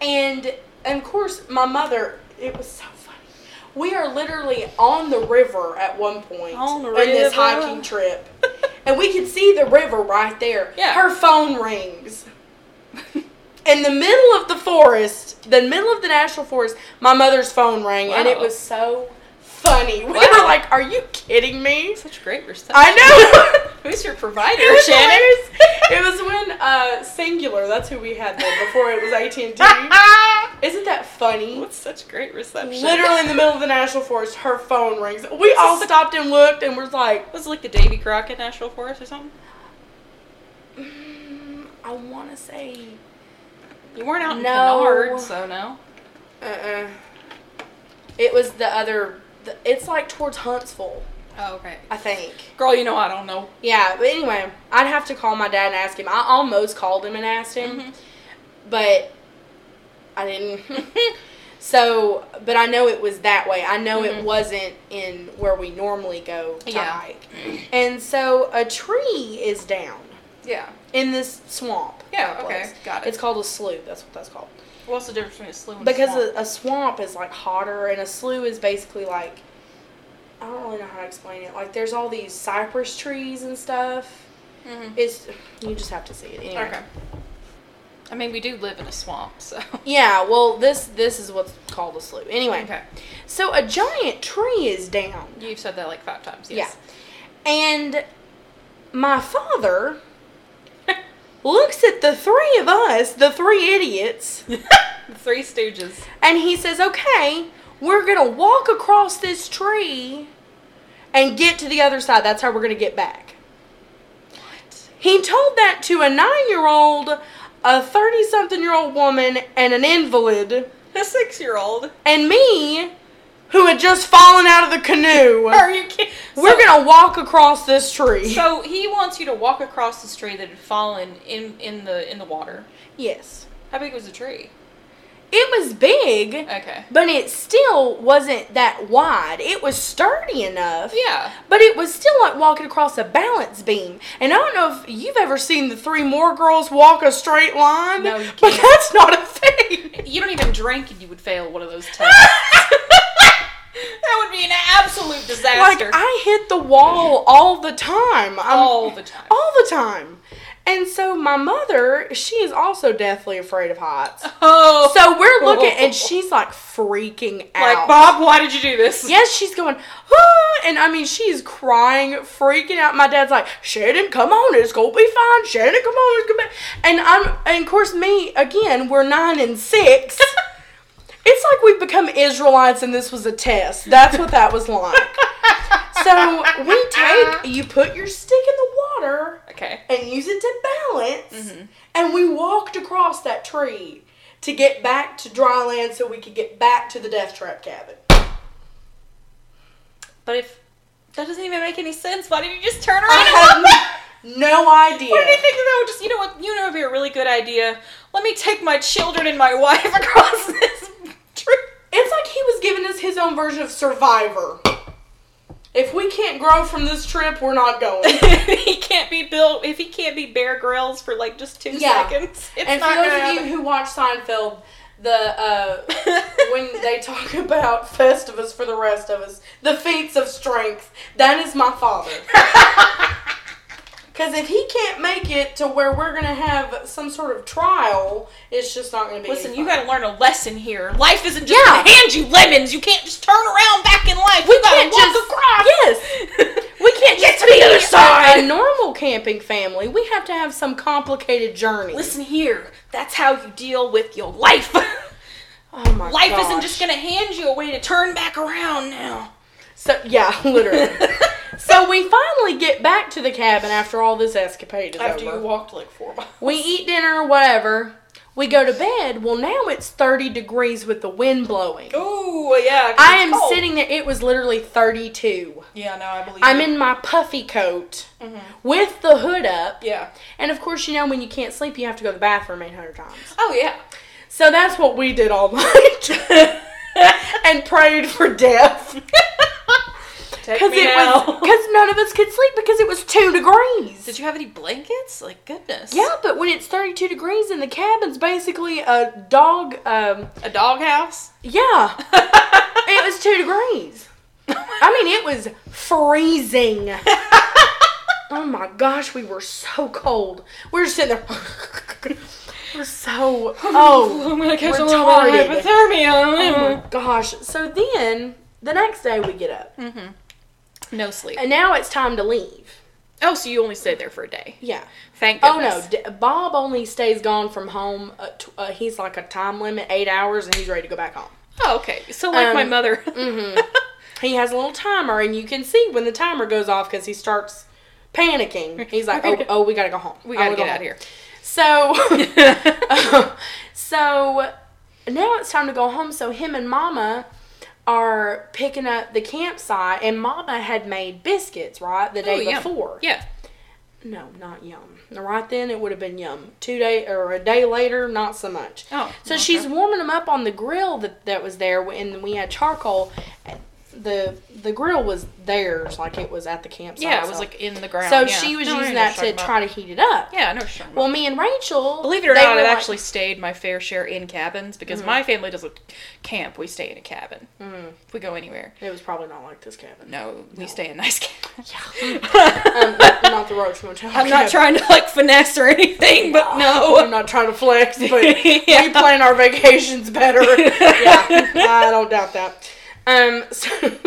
Speaker 2: And, and of course, my mother, it was so funny. We are literally on the river at one point
Speaker 1: On the
Speaker 2: this
Speaker 1: river.
Speaker 2: hiking trip. and we can see the river right there.
Speaker 1: Yeah.
Speaker 2: Her phone rings. In the middle of the forest, the middle of the national forest, my mother's phone rang and it
Speaker 1: Wow.
Speaker 2: was so funny. We were
Speaker 1: Wow.
Speaker 2: like, Are you kidding me?
Speaker 1: Such great reception.
Speaker 2: I know.
Speaker 1: Who's your provider,
Speaker 2: It was
Speaker 1: Shannon?
Speaker 2: hilarious. It was when uh, Singular, that's who we had then, before it was AT&T. Isn't that funny?
Speaker 1: With such great reception.
Speaker 2: Literally in the middle of the national forest, her phone rings. We all stopped and looked and was like,
Speaker 1: Was it like the Davy Crockett National Forest or something?
Speaker 2: mm, I want to say,
Speaker 1: You weren't out in
Speaker 2: No.
Speaker 1: Kennard, so no.
Speaker 2: uh, uh it was the other. The, it's like towards Huntsville,
Speaker 1: Oh, okay.
Speaker 2: I think.
Speaker 1: Girl, you know I don't know.
Speaker 2: Yeah, but anyway, I'd have to call my dad and ask him. I almost called him and asked him, but I didn't. so, but I know it was that way. I know it wasn't in where we normally go to
Speaker 1: Mm-hmm. Yeah.
Speaker 2: hike. And so a tree is down
Speaker 1: Yeah.
Speaker 2: in this swamp.
Speaker 1: Yeah,
Speaker 2: kind of
Speaker 1: okay,
Speaker 2: place.
Speaker 1: got it.
Speaker 2: It's called a slough. That's what that's called.
Speaker 1: What's the difference between a slough and
Speaker 2: Because
Speaker 1: a swamp?
Speaker 2: a, a swamp is like hotter, and a slough is basically like I don't really know how to explain it. Like there's all these cypress trees and stuff.
Speaker 1: Mhm.
Speaker 2: It's you just have to see it. Anyway.
Speaker 1: Okay. I mean, we do live in a swamp, so.
Speaker 2: Yeah. Well, this this is what's called a slough. Anyway.
Speaker 1: Okay.
Speaker 2: So a giant tree is down.
Speaker 1: You've said that like five times. Yes.
Speaker 2: Yeah. And my father looks at the three of us, the three idiots.
Speaker 1: The Three Stooges.
Speaker 2: And he says, okay, we're going to walk across this tree and get to the other side. That's how we're going to get back.
Speaker 1: What?
Speaker 2: He told that to a nine year old, a 30 something year old woman, and an invalid,
Speaker 1: A six-year-old.
Speaker 2: and me, who had just fallen out of the canoe.
Speaker 1: Are you kidding?
Speaker 2: We're going to walk across this tree.
Speaker 1: So he wants you to walk across this tree that had fallen in in the in the water.
Speaker 2: yes.
Speaker 1: How big was the tree?
Speaker 2: It was big,
Speaker 1: Okay.
Speaker 2: but it still wasn't that wide. It was sturdy enough.
Speaker 1: Yeah.
Speaker 2: But it was still like walking across a balance beam. And I don't know if you've ever seen the three more girls walk a straight line.
Speaker 1: No, you
Speaker 2: But
Speaker 1: can't.
Speaker 2: that's not a thing.
Speaker 1: You don't even drink and you would fail one of those tests. that would be an absolute
Speaker 2: like
Speaker 1: disaster.
Speaker 2: I hit the wall all the time. I'm,
Speaker 1: All the time.
Speaker 2: All the time. And so my mother, she is also deathly afraid of heights.
Speaker 1: oh.
Speaker 2: So we're looking and she's like freaking out.
Speaker 1: like, Bob, why did you do this?
Speaker 2: Yes, she's going, ah, and I mean, she's crying, freaking out. My dad's like, Shannon, come on, it's gonna be fine. Shannon, come on, it's gonna be. And I'm, and of course, me again. We're nine and six. it's like we've become Israelites, and this was a test. That's what that was like. so we take, you put your stick in the water
Speaker 1: Okay.
Speaker 2: and use it to balance,
Speaker 1: Mm-hmm.
Speaker 2: and we walked across that tree. To get back to dry land so we could get back to the death trap cabin.
Speaker 1: But if that doesn't even make any sense, why didn't you just turn around and walk?
Speaker 2: I have no idea.
Speaker 1: What did he think though? Just you know what? You know it'd be a really good idea. Let me take my children and my wife across this tree.
Speaker 2: It's like he was giving us his own version of Survivor. If we can't grow from this trip, we're not going.
Speaker 1: he can't be built if he can't be Bear Grylls for like just two
Speaker 2: Yeah.
Speaker 1: seconds. It's
Speaker 2: and for
Speaker 1: not
Speaker 2: those
Speaker 1: gonna
Speaker 2: of you who watch Seinfeld, the uh,
Speaker 1: happen.
Speaker 2: when they talk about Festivus for the rest of us, the feats of strength, that is my father. Because if he can't make it to where we're gonna have some sort of trial, it's just not gonna be.
Speaker 1: Listen,
Speaker 2: any
Speaker 1: you
Speaker 2: fun.
Speaker 1: gotta learn a lesson here. Life isn't just
Speaker 2: Yeah.
Speaker 1: gonna hand you lemons. You can't just turn around back in life. We you gotta
Speaker 2: can't
Speaker 1: walk
Speaker 2: just-
Speaker 1: across. Yes.
Speaker 2: We can't
Speaker 1: Get
Speaker 2: just
Speaker 1: to the
Speaker 2: be
Speaker 1: other
Speaker 2: a-
Speaker 1: side.
Speaker 2: A normal camping family. We have to have some complicated journey.
Speaker 1: Listen here. That's how you deal with your life.
Speaker 2: oh my
Speaker 1: life
Speaker 2: gosh.
Speaker 1: isn't just gonna hand you a way to turn back around now.
Speaker 2: So yeah, literally. so we finally get back to the cabin after all this escapade is
Speaker 1: After
Speaker 2: over.
Speaker 1: you walked like four miles.
Speaker 2: we eat dinner, whatever. We go to bed. Well, now it's thirty degrees with the wind blowing.
Speaker 1: Ooh, yeah. 'cause
Speaker 2: I
Speaker 1: it's
Speaker 2: am
Speaker 1: cold.
Speaker 2: sitting there. It was literally thirty-two.
Speaker 1: Yeah, no, I believe.
Speaker 2: I'm
Speaker 1: you.
Speaker 2: in my puffy coat with the hood up,
Speaker 1: Mm-hmm. Yeah.
Speaker 2: and of course, you know when you can't sleep, you have to go to the bathroom eight hundred times.
Speaker 1: Oh yeah.
Speaker 2: So that's what we did all night and prayed for death.
Speaker 1: Take
Speaker 2: Because it was because none of us could sleep because it was two degrees.
Speaker 1: Did you have any blankets? Like goodness.
Speaker 2: Yeah, but when it's thirty-two degrees in the cabin's basically a dog. Um,
Speaker 1: A doghouse.
Speaker 2: yeah, it was two degrees. I mean, it was freezing. oh my gosh, we were so cold. We were sitting there. we're so oh.
Speaker 1: I'm gonna catch
Speaker 2: a little bit of
Speaker 1: hypothermia. Mm.
Speaker 2: my gosh. So then the next day we get up.
Speaker 1: No sleep.
Speaker 2: And now it's time to leave.
Speaker 1: Oh, so you only stayed there for a day.
Speaker 2: Yeah.
Speaker 1: Thank
Speaker 2: Oh
Speaker 1: goodness.
Speaker 2: no, D- Bob only stays gone from home. Uh, t- uh, he's like a time limit, eight hours, and he's ready to go back home.
Speaker 1: Oh, okay. So like my
Speaker 2: Um,
Speaker 1: mother.
Speaker 2: He has a little timer, and you can see when the timer goes off because he starts panicking. He's like, "Oh, oh, we gotta go home.
Speaker 1: we
Speaker 2: Oh,
Speaker 1: gotta
Speaker 2: go
Speaker 1: get out of
Speaker 2: home."
Speaker 1: here.
Speaker 2: So, uh, so now it's time to go home. So him and Mama are picking up the campsite, and Mama had made biscuits right the
Speaker 1: Oh,
Speaker 2: day
Speaker 1: yum.
Speaker 2: before.
Speaker 1: Yeah.
Speaker 2: No, not yum. Right then, it would have been yum. Two day or a day later, not so much.
Speaker 1: Oh,
Speaker 2: so
Speaker 1: okay.
Speaker 2: she's warming them up on the grill that that was there, and we had charcoal. The the grill was theirs, like it was at the campsite.
Speaker 1: Yeah, it was
Speaker 2: so-
Speaker 1: like in the ground.
Speaker 2: So
Speaker 1: yeah.
Speaker 2: she was
Speaker 1: No, I
Speaker 2: using
Speaker 1: know what
Speaker 2: that
Speaker 1: you're
Speaker 2: to
Speaker 1: talking
Speaker 2: try
Speaker 1: about.
Speaker 2: to heat it up.
Speaker 1: Yeah, I know what you're talking about.
Speaker 2: Well, me and Rachel,
Speaker 1: Believe it or
Speaker 2: they
Speaker 1: not,
Speaker 2: were
Speaker 1: I've
Speaker 2: like- Mm-hmm.
Speaker 1: actually stayed my fair share in cabins because my family doesn't camp. We stay in a cabin. If we go anywhere,
Speaker 2: it was probably not like this cabin.
Speaker 1: no, we stay in nice cabins.
Speaker 2: um, not, not the Roach Motel.
Speaker 1: I'm not trying to like finesse or anything, but
Speaker 2: I'm
Speaker 1: no.
Speaker 2: not trying to flex, but we
Speaker 1: Yeah.
Speaker 2: plan our vacations better. yeah, I don't doubt that. Um, so,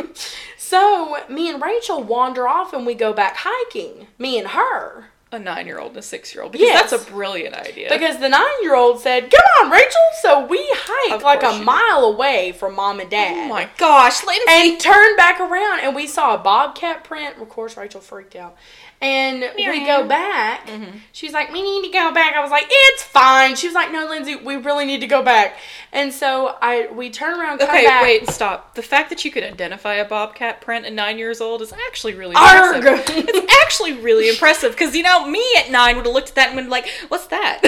Speaker 2: so me and Rachel wander off and we go back hiking. Me and her.
Speaker 1: A nine-year-old and a six-year-old because
Speaker 2: Yes.
Speaker 1: that's a brilliant idea.
Speaker 2: Because the nine year old said, Come on, Rachel. So we hike
Speaker 1: Of
Speaker 2: like
Speaker 1: course
Speaker 2: a
Speaker 1: you do.
Speaker 2: mile away from mom and dad.
Speaker 1: oh my gosh, let him
Speaker 2: and turned back around and we saw a bobcat print. Of course, Rachel freaked out. And we go back. She's like, "We need to go back." I was like, "It's fine." She was like, "No, Lindsay, we really need to go back." And so I we turn around, come
Speaker 1: Okay,
Speaker 2: back.
Speaker 1: wait, stop. The fact that you could identify a bobcat print at nine years old is actually really
Speaker 2: Arg!
Speaker 1: impressive. It's actually really impressive because you know me at nine would have looked at that and been like, "What's that?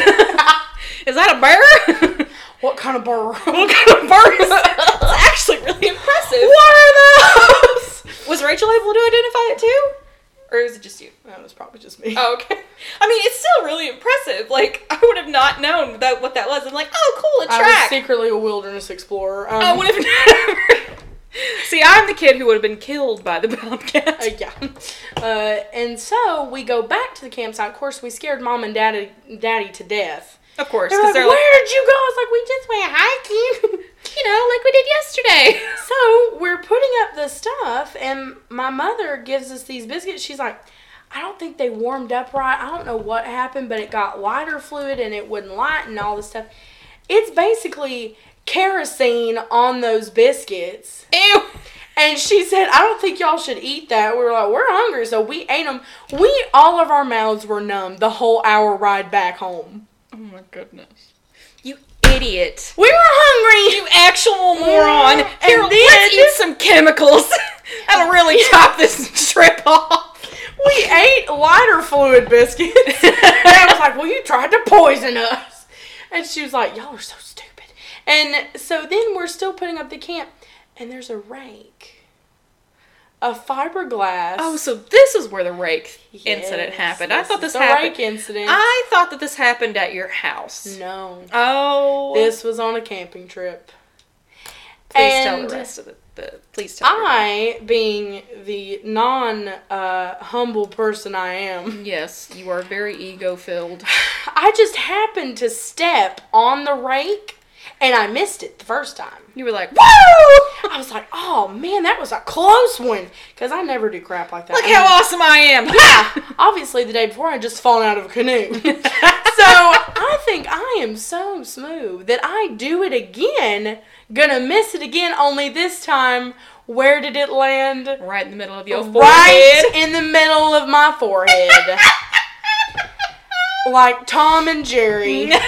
Speaker 1: is that a bird?
Speaker 2: What kind of bird?
Speaker 1: what kind of bird is that?" It's actually really impressive.
Speaker 2: what are those?
Speaker 1: Was Rachel able to identify it too, or is it just you?
Speaker 2: That was probably just me.
Speaker 1: Oh, okay. I mean, it's still really impressive. Like I would have not known that what that was. I'm like, "Oh, cool, a
Speaker 2: I
Speaker 1: track."
Speaker 2: was secretly a wilderness explorer. Um,
Speaker 1: I would have never. See, I'm the kid who would have been killed by the bobcat.
Speaker 2: Uh, yeah. Uh, and so we go back to the campsite. Of course, we scared mom and daddy, daddy to death.
Speaker 1: Of course,
Speaker 2: They're
Speaker 1: because
Speaker 2: like,
Speaker 1: they're like,
Speaker 2: Where'd you go? I was like, We just went hiking.
Speaker 1: you know, like we did yesterday.
Speaker 2: So we're putting up the stuff, and my mother gives us these biscuits. She's like, I don't think they warmed up right. I don't know what happened, but it got lighter fluid and it wouldn't light and all this stuff. It's basically kerosene on those biscuits.
Speaker 1: Ew.
Speaker 2: And she said, I don't think y'all should eat that. We were like, we're hungry, so we ate them. We, all of our mouths were numb the whole hour ride back home.
Speaker 1: Oh my goodness. You idiot.
Speaker 2: We were hungry.
Speaker 1: You actual moron.
Speaker 2: Yeah,
Speaker 1: Here,
Speaker 2: and
Speaker 1: let's
Speaker 2: then-
Speaker 1: eat some chemicals. That'll really top this trip off.
Speaker 2: We ate lighter fluid biscuits. and I was like, Well, you tried to poison us. And she was like, Y'all are so stupid. And so then we're still putting up the camp, and there's a rake, a fiberglass.
Speaker 1: Oh, so this is where the rake incident
Speaker 2: Yes,
Speaker 1: happened. I thought
Speaker 2: is
Speaker 1: this
Speaker 2: the
Speaker 1: happened.
Speaker 2: rake incident.
Speaker 1: I thought that this happened at your house.
Speaker 2: no,
Speaker 1: Oh.
Speaker 2: this was on a camping trip.
Speaker 1: please tell
Speaker 2: and-
Speaker 1: the rest of the. the please tell. the rest.
Speaker 2: I, being the non uh, humble person I am,
Speaker 1: Yes, you are very ego filled.
Speaker 2: I just happened to step on the rake, and I missed it the first time.
Speaker 1: You were like,
Speaker 2: Woo! I was like, oh man, that was a close one. Because I never do crap like that.
Speaker 1: Look how awesome I am!
Speaker 2: Yeah! Obviously, the day before, I just fallen out of a canoe. so I think I am so smooth that I do it again. Gonna miss it again, only this time, where did it land?
Speaker 1: Right in the middle of your forehead.
Speaker 2: Right in the middle of my forehead. like Tom and Jerry.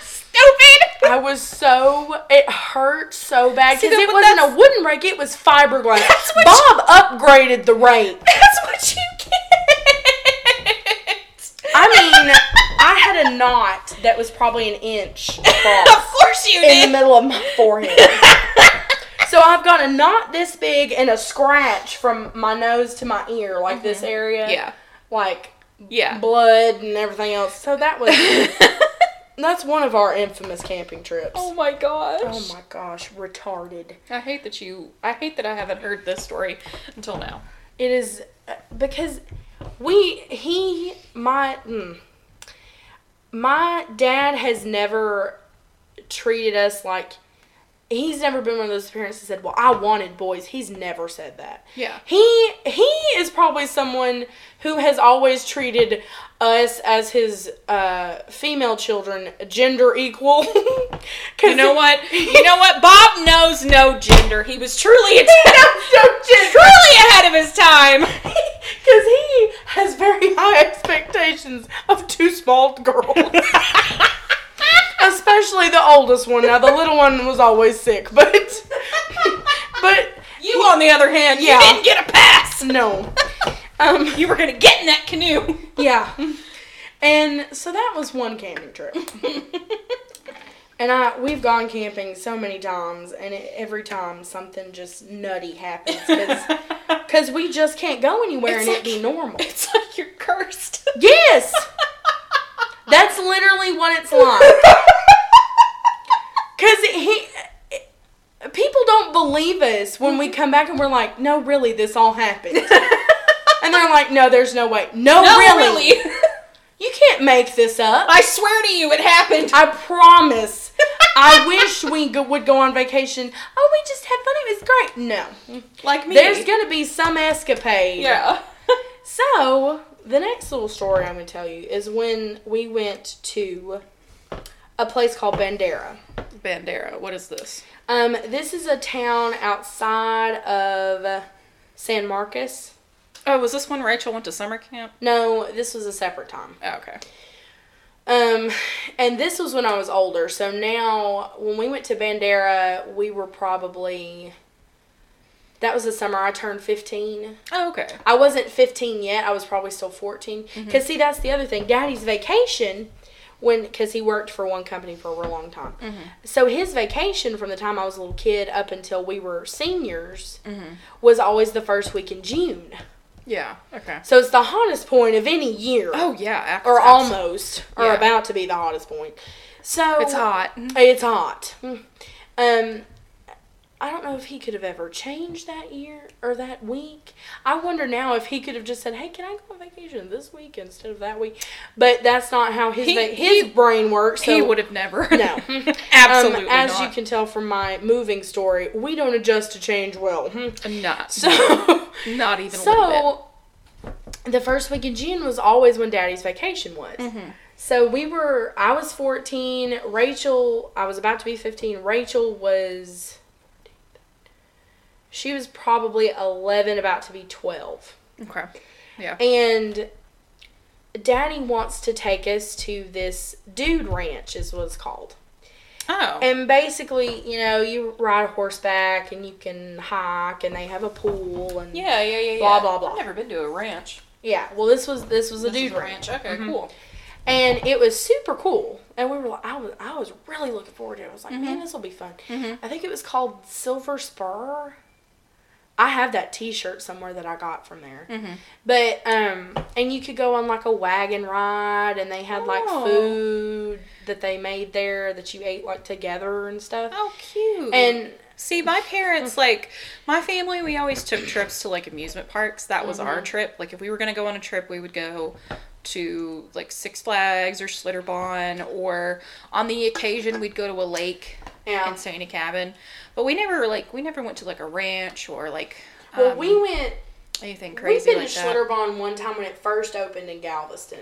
Speaker 1: Stupid!
Speaker 2: I was so it hurt so bad
Speaker 1: See,
Speaker 2: because
Speaker 1: that-
Speaker 2: it
Speaker 1: but
Speaker 2: wasn't a
Speaker 1: that's-
Speaker 2: wooden rake; it was fiberglass.
Speaker 1: That's what
Speaker 2: Bob upgraded the rake.
Speaker 1: That's what you get!
Speaker 2: I mean, I had a knot that was probably an inch
Speaker 1: Of
Speaker 2: across
Speaker 1: course you
Speaker 2: in the
Speaker 1: did!
Speaker 2: middle of my forehead. So I've got a knot this big and a scratch from my nose to my ear, like this area.
Speaker 1: yeah,
Speaker 2: Like
Speaker 1: yeah.
Speaker 2: blood and everything else. So that was that's one of our infamous camping trips.
Speaker 1: oh my gosh.
Speaker 2: oh my gosh, retarded.
Speaker 1: I hate that you. I hate that I haven't heard this story until now.
Speaker 2: It is uh, because we he my mm, my dad has never treated us like he's never been one of those parents that said, "Well, I wanted boys." He's never said that.
Speaker 1: Yeah.
Speaker 2: He he is probably someone who has always treated us as his uh, female children gender equal. 'Cause
Speaker 1: You know what? You know what? Bob knows no gender. He was truly
Speaker 2: no gender.
Speaker 1: truly ahead of his time.
Speaker 2: Because he has very high expectations of two small girls. Especially the oldest one. Now the little one was always sick, but but
Speaker 1: You, on the other hand,
Speaker 2: Yeah.
Speaker 1: you didn't get a pass.
Speaker 2: no. Um
Speaker 1: You were gonna get in that canoe.
Speaker 2: yeah. And so that was one camping trip. And I we've gone camping so many times and it, every time something just nutty happens cuz cuz we just can't go anywhere
Speaker 1: It's
Speaker 2: and it be
Speaker 1: like-
Speaker 2: normal.
Speaker 1: It's like you're cursed.
Speaker 2: Yes. That's literally what it's like. Cause he, people don't believe us when we come back and we're like, no, really, this all happened, and they're like, no, there's no way, no,
Speaker 1: no,
Speaker 2: really.
Speaker 1: really.
Speaker 2: you can't make this up.
Speaker 1: I swear to you, it happened.
Speaker 2: I promise. I wish we go, would go on vacation. Oh, we just had fun. It was great. No,
Speaker 1: like me.
Speaker 2: there's gonna be some escapade.
Speaker 1: yeah.
Speaker 2: So the next little story I'm gonna tell you is when we went to a place called Bandera.
Speaker 1: Bandera. What is this?
Speaker 2: Um, this is a town outside of San Marcos.
Speaker 1: Oh, was this when Rachel went to summer camp?
Speaker 2: No, this was a separate time.
Speaker 1: Oh, okay.
Speaker 2: Um, and this was when I was older. So now, when we went to Bandera, we were probably. That was the summer I turned 15.
Speaker 1: Oh, okay.
Speaker 2: I wasn't 15 yet. I was probably still 14.
Speaker 1: Mm-hmm.
Speaker 2: Because, see, that's the other thing. Daddy's vacation, when because he worked for one company for a real long time.
Speaker 1: Mm-hmm.
Speaker 2: So, his vacation from the time I was a little kid up until we were seniors
Speaker 1: Mm-hmm.
Speaker 2: was always the first week in June.
Speaker 1: Yeah. Okay.
Speaker 2: So, it's the hottest point of any year.
Speaker 1: Oh yeah.
Speaker 2: or
Speaker 1: abs-
Speaker 2: almost, or
Speaker 1: Yeah.
Speaker 2: about to be the hottest point. So,
Speaker 1: It's hot.
Speaker 2: It's hot. Um, I don't know if he could have ever changed that year or that week. I wonder now if he could have just said, "Hey, can I go on vacation this week instead of that week?" But that's not how his
Speaker 1: He-
Speaker 2: va- his
Speaker 1: he-
Speaker 2: brain works. So,
Speaker 1: he would have never.
Speaker 2: No. um,
Speaker 1: Absolutely
Speaker 2: as
Speaker 1: not.
Speaker 2: you can tell from my moving story, we don't adjust to change well.
Speaker 1: Mm-hmm. Not.
Speaker 2: So,
Speaker 1: not even a little
Speaker 2: so the first week in June was always when Daddy's vacation was.
Speaker 1: Mm-hmm.
Speaker 2: So we were. I was fourteen. Rachel. I was about to be fifteen. Rachel was. She was probably eleven, about to be twelve,
Speaker 1: bit. Okay. Yeah.
Speaker 2: and. Daddy wants to take us to this dude ranch, is what it's called.
Speaker 1: Oh.
Speaker 2: And basically, you know, you ride a horseback and you can hike, and they have a pool and
Speaker 1: yeah, yeah, yeah, yeah.
Speaker 2: Blah, blah, blah.
Speaker 1: I've never been to a ranch.
Speaker 2: Yeah, well, this was this was a
Speaker 1: This is
Speaker 2: dude
Speaker 1: a
Speaker 2: ranch,
Speaker 1: Okay, cool.
Speaker 2: and it was super cool. And we were, like, I was, I was really looking forward to it. I was like,
Speaker 1: Mm-hmm.
Speaker 2: man, this will be fun. I think it was called Silver Spur. I have that T-shirt somewhere that I got from there.
Speaker 1: Mm-hmm.
Speaker 2: But um, and you could go on like a wagon ride, and they had like
Speaker 1: Oh.
Speaker 2: food that they made there that you ate like together and stuff.
Speaker 1: Oh, cute.
Speaker 2: And
Speaker 1: See, my parents,
Speaker 2: Mm.
Speaker 1: like, my family, we always took trips to, like, amusement parks. That was
Speaker 2: Mm-hmm.
Speaker 1: our trip. Like, if we were going to go on a trip, we would go to, like, Six Flags or Schlitterbahn, or on the occasion, we'd go to a lake
Speaker 2: yeah,
Speaker 1: and stay in a cabin. But we never, like, we never went to, like, a ranch or, like,
Speaker 2: well,
Speaker 1: um,
Speaker 2: we went
Speaker 1: anything crazy
Speaker 2: We've been
Speaker 1: like
Speaker 2: to
Speaker 1: that.
Speaker 2: Schlitterbahn one time when it first opened in Galveston.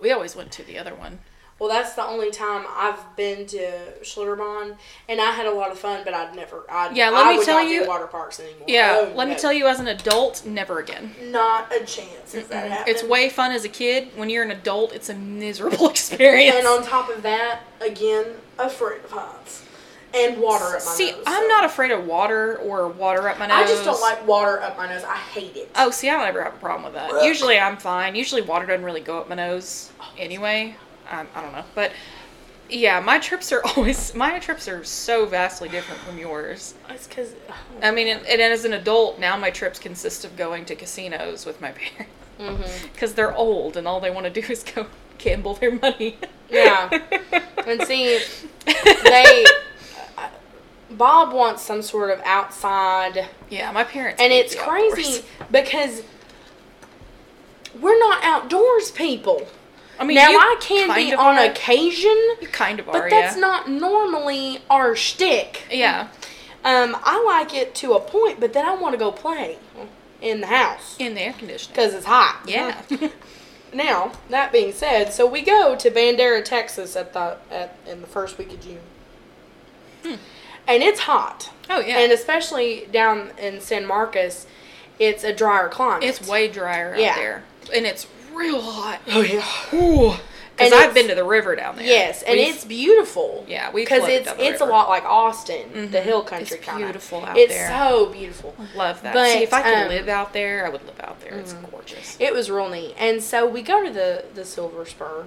Speaker 1: we always went to the other one.
Speaker 2: Well, that's the only time I've been to Schlitterbahn, and I had a lot of fun, but I'd never. I'd,
Speaker 1: Yeah, let
Speaker 2: I
Speaker 1: me
Speaker 2: would
Speaker 1: tell
Speaker 2: not do
Speaker 1: you-
Speaker 2: water parks anymore.
Speaker 1: Yeah, let me tell you, as an adult, never again.
Speaker 2: you, not a chance. Is that happening?
Speaker 1: It's way fun as a kid. When you're an adult, it's a miserable experience.
Speaker 2: And on top of that, again, a friend of mines and water up my
Speaker 1: see,
Speaker 2: nose.
Speaker 1: I'm
Speaker 2: so-
Speaker 1: not afraid of water or water up my nose.
Speaker 2: I just don't like water up my nose. I hate it.
Speaker 1: Oh, see, I don't ever have a problem with that. Usually, I'm fine. Usually, water doesn't really go up my nose anyway. Um, I don't know, but yeah, my trips are always my trips are so vastly different from yours.
Speaker 2: it's because
Speaker 1: I mean, and, and as an adult now, my trips consist of going to casinos with my parents
Speaker 2: Mm-hmm.
Speaker 1: because they're old and all they want to do is go gamble their money.
Speaker 2: Yeah. and see, they Bob wants some sort of outside
Speaker 1: yeah, my parents
Speaker 2: And
Speaker 1: hate
Speaker 2: it's
Speaker 1: the outdoors.
Speaker 2: crazy because we're not outdoors people.
Speaker 1: I mean,
Speaker 2: now
Speaker 1: you
Speaker 2: I can
Speaker 1: kind
Speaker 2: be
Speaker 1: of
Speaker 2: on
Speaker 1: are.
Speaker 2: occasion,
Speaker 1: You kind of are,
Speaker 2: but that's
Speaker 1: yeah.
Speaker 2: not normally our shtick.
Speaker 1: yeah,
Speaker 2: Um, I like it to a point, but then I want to go play in the house
Speaker 1: in the air conditioning.
Speaker 2: because it's hot.
Speaker 1: Yeah.
Speaker 2: Now that being said, so we go to Bandera, Texas, at the at in the first week of June, and it's hot,
Speaker 1: Hmm. oh yeah.
Speaker 2: and especially down in San Marcos, it's a drier climate.
Speaker 1: it's way drier
Speaker 2: Yeah.
Speaker 1: out there, and it's real hot.
Speaker 2: Oh yeah.
Speaker 1: Because
Speaker 2: And
Speaker 1: I've
Speaker 2: it's-
Speaker 1: been to the river down there.
Speaker 2: Yes, and
Speaker 1: We've-
Speaker 2: it's beautiful.
Speaker 1: yeah, we
Speaker 2: because
Speaker 1: flooded
Speaker 2: it's
Speaker 1: down the
Speaker 2: it's a
Speaker 1: river.
Speaker 2: lot like Austin, the
Speaker 1: Mhm.
Speaker 2: hill country
Speaker 1: It's
Speaker 2: kind of.
Speaker 1: beautiful out
Speaker 2: it's
Speaker 1: there.
Speaker 2: so beautiful.
Speaker 1: Love that.
Speaker 2: But,
Speaker 1: See, if I could
Speaker 2: um, Mm.
Speaker 1: live out there, I would live out there. It's gorgeous.
Speaker 2: It was real neat, and so we go to the the Silver Spur,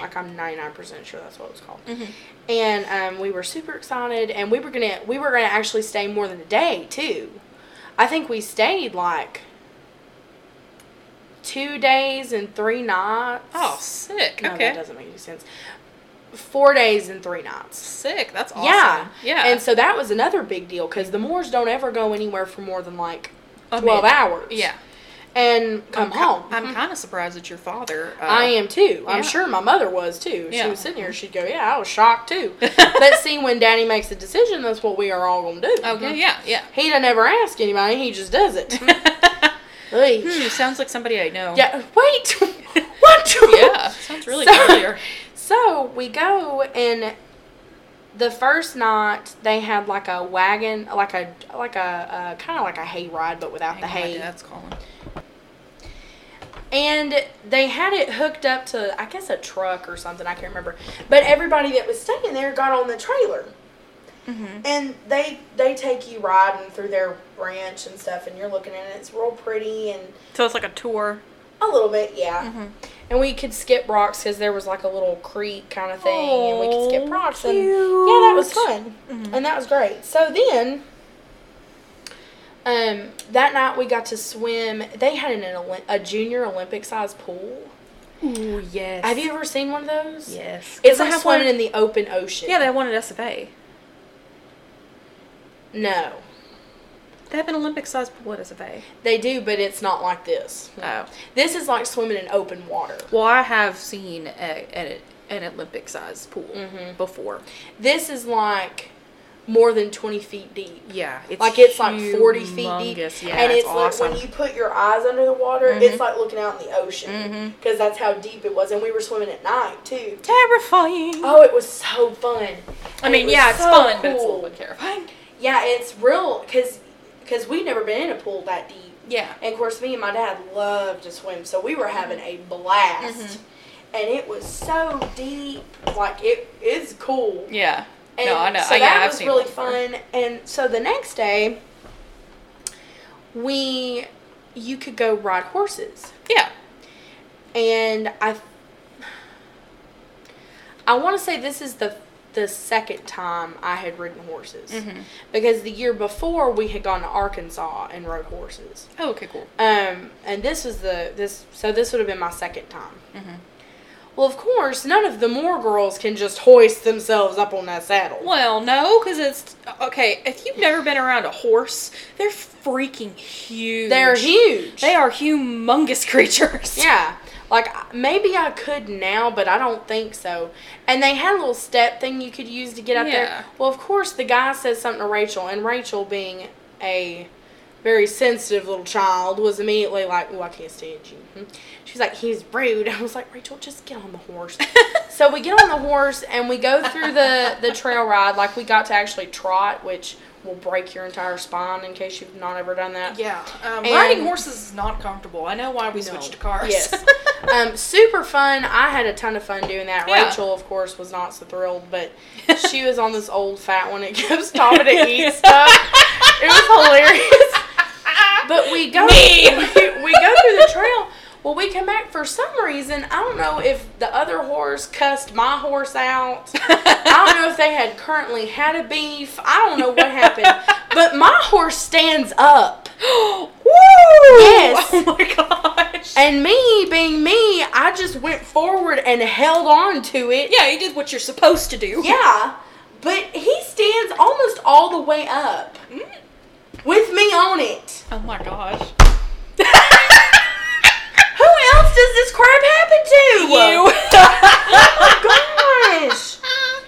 Speaker 2: like I'm 99 percent sure that's what it was called,
Speaker 1: Mm-hmm.
Speaker 2: and um, we were super excited, and we were gonna we were gonna actually stay more than a day too. I think we stayed like two days and three nights.
Speaker 1: Oh, sick.
Speaker 2: no, that
Speaker 1: okay.
Speaker 2: doesn't make any sense. Four days and three nights.
Speaker 1: Sick. That's awesome.
Speaker 2: Yeah.
Speaker 1: Yeah.
Speaker 2: And so that was another big deal because the Moors don't ever go anywhere for more than like
Speaker 1: I
Speaker 2: 12
Speaker 1: mean,
Speaker 2: hours.
Speaker 1: Yeah.
Speaker 2: And come
Speaker 1: I'm ki-
Speaker 2: home.
Speaker 1: I'm kind of surprised that your father. Uh,
Speaker 2: Mm-hmm. I am too.
Speaker 1: yeah.
Speaker 2: I'm sure my mother was too. She
Speaker 1: Yeah.
Speaker 2: was sitting here. She'd go, "Yeah, I was shocked too." but see, when Daddy makes a decision, that's what we are all gonna do.
Speaker 1: Okay. Oh, Yeah. Yeah.
Speaker 2: He doesn't ever ask anybody. He just does it. Oy.
Speaker 1: hmm, sounds like somebody I know.
Speaker 2: Mm-hmm. Yeah. Wait. what?
Speaker 1: Yeah, Sounds really
Speaker 2: So-
Speaker 1: familiar.
Speaker 2: So we go and the first night they had like a wagon, like a like a uh, kind of like a hay ride, but without
Speaker 1: Hang
Speaker 2: the
Speaker 1: on, My
Speaker 2: hay.
Speaker 1: dad's calling.
Speaker 2: And they had it hooked up to I guess a truck or something. I can't remember. But everybody that was staying there got on the trailer.
Speaker 1: Mm-hmm.
Speaker 2: And they they take you riding through their ranch and stuff, and you're looking at it. It's real pretty and
Speaker 1: So it's like a tour.
Speaker 2: a little bit, yeah. Mm-hmm. And we could skip rocks because there was like a little creek kind of thing, and we could skip
Speaker 1: Aw, Mm-hmm.
Speaker 2: rocks. And yeah, that was
Speaker 1: cute.
Speaker 2: fun, and that was great. So then, um, that night we got to swim. They had an, Olymp- a junior Olympic sized pool.
Speaker 1: Ooh, yes.
Speaker 2: Have you ever seen one of those?
Speaker 1: Yes.
Speaker 2: It's
Speaker 1: They
Speaker 2: like
Speaker 1: have
Speaker 2: swimming
Speaker 1: one-
Speaker 2: in the open ocean.
Speaker 1: Yeah, they wanted us to pay.
Speaker 2: no,
Speaker 1: They have an Olympic-sized pool at SFA.
Speaker 2: they do, but it's not like this.
Speaker 1: Oh.
Speaker 2: This is like swimming in open water.
Speaker 1: Well, I have seen a, an, an Olympic-sized pool before.
Speaker 2: This is like more than twenty feet deep.
Speaker 1: Yeah, it's
Speaker 2: like it's like 40 feet deep
Speaker 1: humongous. Yeah,
Speaker 2: and it's,
Speaker 1: awesome. Mm-hmm.
Speaker 2: like when you put your eyes under the water it's like looking out in the ocean because that's how deep it was and we were swimming at night too
Speaker 1: terrifying.
Speaker 2: oh it was so fun
Speaker 1: I
Speaker 2: And
Speaker 1: mean,
Speaker 2: it
Speaker 1: yeah,
Speaker 2: was
Speaker 1: it's
Speaker 2: so
Speaker 1: fun, but it's a
Speaker 2: cool.
Speaker 1: little bit terrifying.
Speaker 2: yeah it's real because because we've never been in a pool that deep
Speaker 1: Yeah.
Speaker 2: and of course me and my dad love to swim so we were
Speaker 1: Mm-hmm.
Speaker 2: having a blast and it was so deep like it is cool
Speaker 1: Yeah.
Speaker 2: And
Speaker 1: no, I know.
Speaker 2: So
Speaker 1: I-
Speaker 2: that
Speaker 1: yeah, I've
Speaker 2: was
Speaker 1: seen
Speaker 2: really
Speaker 1: it before.
Speaker 2: fun. And so the next day, we you could go ride horses,
Speaker 1: Yeah.
Speaker 2: and I I want to say this is the the second time I had ridden horses
Speaker 1: Mm-hmm.
Speaker 2: because the year before we had gone to Arkansas and rode horses.
Speaker 1: Oh, okay, cool.
Speaker 2: Um, and this was the this so this would have been my second time.
Speaker 1: Mm-hmm.
Speaker 2: Well, of course, none of the Moore girls can just hoist themselves up on that saddle.
Speaker 1: Well, no, because it's okay. If you've never been around a horse, they're freaking huge.
Speaker 2: They're huge.
Speaker 1: They are humongous creatures.
Speaker 2: Yeah. Like I- maybe I could now, but I don't think so. And they had a little step thing you could use to get up
Speaker 1: Yeah.
Speaker 2: there. Well, of course, the guy says something to Rachel, and Rachel, being a very sensitive little child, was immediately like, "Oh, I can't stand you." She's like, "He's rude." I was like, "Rachel, just get on the horse." so we get on the horse and we go through the the trail ride. Like we got to actually trot, which will break your entire spine in case you've not ever done that.
Speaker 1: Yeah. Um,
Speaker 2: And-
Speaker 1: riding horses is not comfortable. I know why we
Speaker 2: No.
Speaker 1: switched to cars.
Speaker 2: Yes. um, super fun. I had a ton of fun doing that.
Speaker 1: Yeah.
Speaker 2: Rachel, of course, was not so thrilled, but she was on this old fat one. It kept stopping to eat stuff. It was hilarious. But we go,
Speaker 1: Me.
Speaker 2: we, we go through the trail. Well, we come back for some reason. I don't know if the other horse cussed my horse out. I don't know if they had currently had a beef. I don't know what happened. But my horse stands up.
Speaker 1: Woo!
Speaker 2: Yes.
Speaker 1: Oh my gosh.
Speaker 2: And me being me, I just went forward and held on to it.
Speaker 1: yeah, you did what you're supposed to do.
Speaker 2: Yeah, but he stands almost all the way up
Speaker 1: Mm.
Speaker 2: with me on it.
Speaker 1: Oh my gosh.
Speaker 2: Who else does this crap happen to? oh my gosh.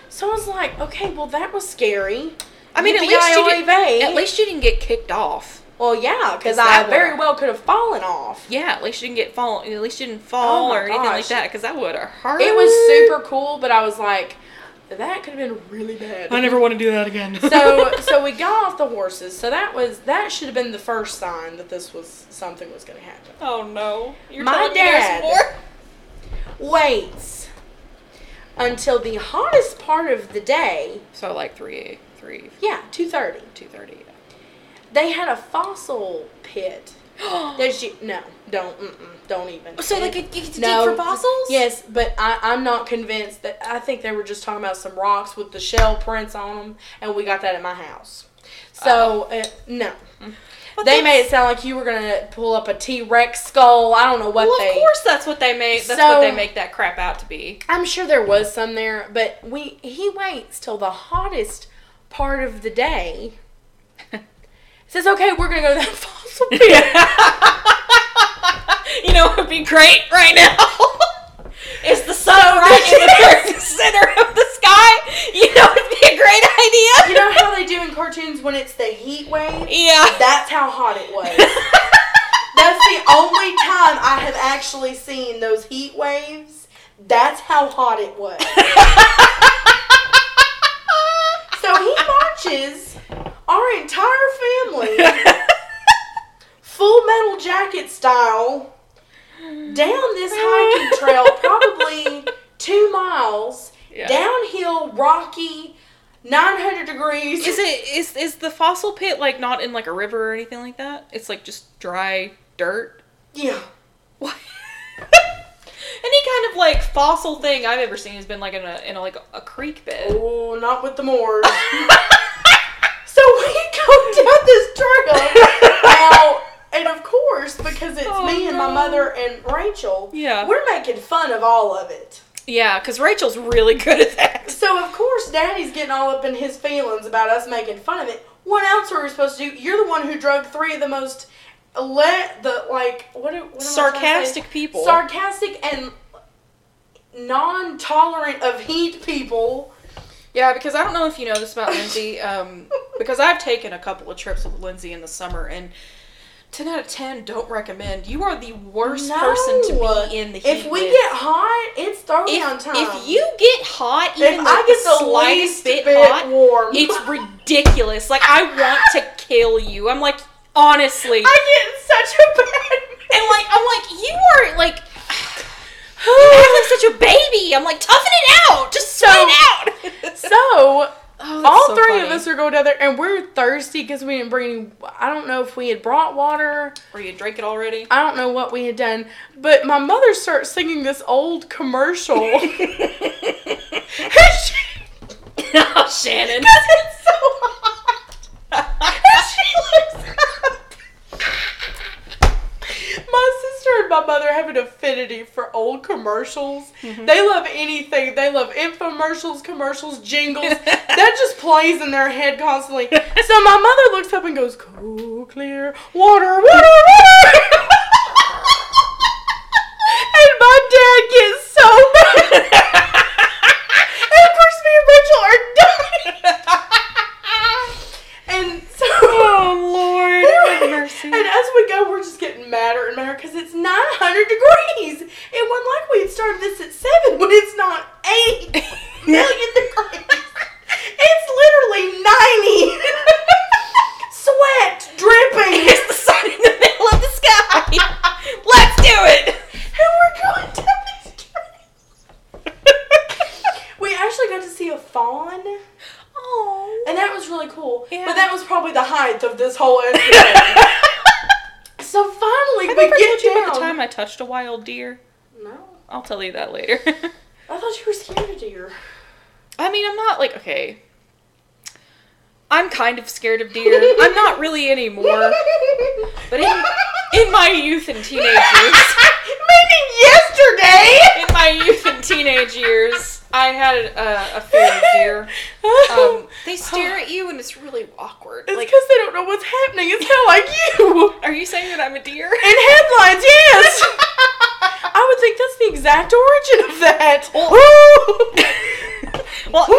Speaker 2: So I was like, okay, well that was scary.
Speaker 1: I mean, at least, you did, at least you didn't get kicked off.
Speaker 2: Well, yeah, because I
Speaker 1: that
Speaker 2: very
Speaker 1: would've-
Speaker 2: well could have fallen off.
Speaker 1: Yeah, at least you didn't get fall. At least you didn't fall
Speaker 2: my
Speaker 1: or anything like
Speaker 2: gosh.
Speaker 1: that, because that would have hurt.
Speaker 2: It was super cool, but I was like, that could have been really bad.
Speaker 1: never want to do that again.
Speaker 2: so so we got off the horses. So that was that should have been the first sign that this was something was going to happen.
Speaker 1: Oh no! You're
Speaker 2: My
Speaker 1: telling me there's
Speaker 2: dad-
Speaker 1: more?
Speaker 2: Waits until the hottest part of the day.
Speaker 1: So like three, three,
Speaker 2: Yeah, two thirty.
Speaker 1: two thirty.
Speaker 2: They had a fossil pit. There's you no, don't mm-mm, don't even.
Speaker 1: so like
Speaker 2: It-
Speaker 1: it, you could
Speaker 2: No.
Speaker 1: dig for fossils?
Speaker 2: Yes, but I, I'm not convinced that. I think they were just talking about some rocks with the shell prints on them, and we got that at my house. So uh, no,
Speaker 1: But
Speaker 2: they
Speaker 1: that's-
Speaker 2: made it sound like you were gonna pull up a T Rex skull. I don't know what
Speaker 1: Well,
Speaker 2: they.
Speaker 1: of course that's what they make. That's
Speaker 2: So-
Speaker 1: what they make that crap out to be.
Speaker 2: I'm sure there was some there, but we he waits till the hottest part of the day. Says, okay, we're gonna go to that fossil pit.
Speaker 1: you know, it would be great right now. It's the sun right in the very center of the sky. You know, it'd be a great idea.
Speaker 2: You know how they do in cartoons when it's the heat wave?
Speaker 1: yeah.
Speaker 2: That's how hot it was. That's the only time I have actually seen those heat waves. That's how hot it was. so he marches our entire family, full metal jacket style, down this hiking trail, probably two miles,
Speaker 1: Yeah.
Speaker 2: downhill, rocky, 900 degrees.
Speaker 1: Is it is is the fossil pit like not in like a river or anything like that? It's like just dry dirt.
Speaker 2: Yeah.
Speaker 1: What? Any kind of like fossil thing I've ever seen has been like in a in a, like a creek bed.
Speaker 2: Oh, not with the Moors. So we go down this trail. now, and of course, because it's
Speaker 1: Oh,
Speaker 2: me and my
Speaker 1: no.
Speaker 2: mother and Rachel,
Speaker 1: Yeah.
Speaker 2: we're making fun of all of it.
Speaker 1: yeah, because Rachel's really good at that.
Speaker 2: So of course, Daddy's getting all up in his feelings about us making fun of it. What else were we supposed to do? You're the one who drug three of the most let the like what, do- what am I trying to say?
Speaker 1: Sarcastic people.
Speaker 2: sarcastic and non-tolerant of heat people.
Speaker 1: Yeah, because I don't know if you know this about Lindsay, um, because I've taken a couple of trips with Lindsay in the summer, and ten out of ten don't recommend. You are the worst person to be in the heat.
Speaker 2: If we
Speaker 1: with.
Speaker 2: get hot, it's throwdown
Speaker 1: if,
Speaker 2: time.
Speaker 1: if you get hot, even
Speaker 2: if
Speaker 1: the,
Speaker 2: I get the
Speaker 1: slightest
Speaker 2: least
Speaker 1: bit,
Speaker 2: bit,
Speaker 1: hot,
Speaker 2: warm,
Speaker 1: it's ridiculous. Like I want to kill you. I'm like, honestly,
Speaker 2: I get such a bad.
Speaker 1: and like I'm like, you are like, you act like such a baby. I'm like, toughen it out, just sweat it out.
Speaker 2: So
Speaker 1: Oh, that's
Speaker 2: all
Speaker 1: so
Speaker 2: three of
Speaker 1: funny.
Speaker 2: us are going down there, and we're thirsty because we didn't bring. Any, I don't know if we had brought water.
Speaker 1: Were you drink it already?
Speaker 2: I don't know what we had done, but my mother starts singing this old commercial.
Speaker 1: oh, Shannon.
Speaker 2: it's so hot. And she looks up. My sister and my mother have an affinity for old commercials. They love anything. They love infomercials, commercials, jingles. that just plays in their head constantly. So my mother looks up and goes, cool, clear, water, water, water. and my dad gets so mad. and of course, me and Rachel are dying. Ah, and so.
Speaker 1: Oh, Lord,
Speaker 2: Anyway, And as we go, we're just getting madder and madder because it's 900 degrees. It wasn't like we had started this at 7 when it's not 8 million degrees. It's literally 90. Sweat dripping.
Speaker 1: It's the sun in the middle of the sky. Let's do it.
Speaker 2: And we're going down these trails. We actually got to see a fawn,
Speaker 1: oh.
Speaker 2: and that was really cool.
Speaker 1: Yeah.
Speaker 2: But that was probably the height of this whole incident. so finally,
Speaker 1: Have I
Speaker 2: we
Speaker 1: ever
Speaker 2: get
Speaker 1: told you
Speaker 2: down.
Speaker 1: about the time I touched a wild deer?
Speaker 2: no.
Speaker 1: I'll tell you that later.
Speaker 2: I thought you were scared of deer.
Speaker 1: I mean, I'm not like okay. I'm kind of scared of deer. I'm not really anymore. But in in my youth and teenage years,
Speaker 2: meaning yesterday.
Speaker 1: in my youth and teenage years, I had a, a fear of deer. Um, they stare at you and it's really awkward.
Speaker 2: it's because
Speaker 1: Like,
Speaker 2: they don't know what's happening. It's kind of like you
Speaker 1: are you saying that I'm a deer?
Speaker 2: in headlines. Yes. I would think that's the exact origin of that.
Speaker 1: Well,
Speaker 2: Woo!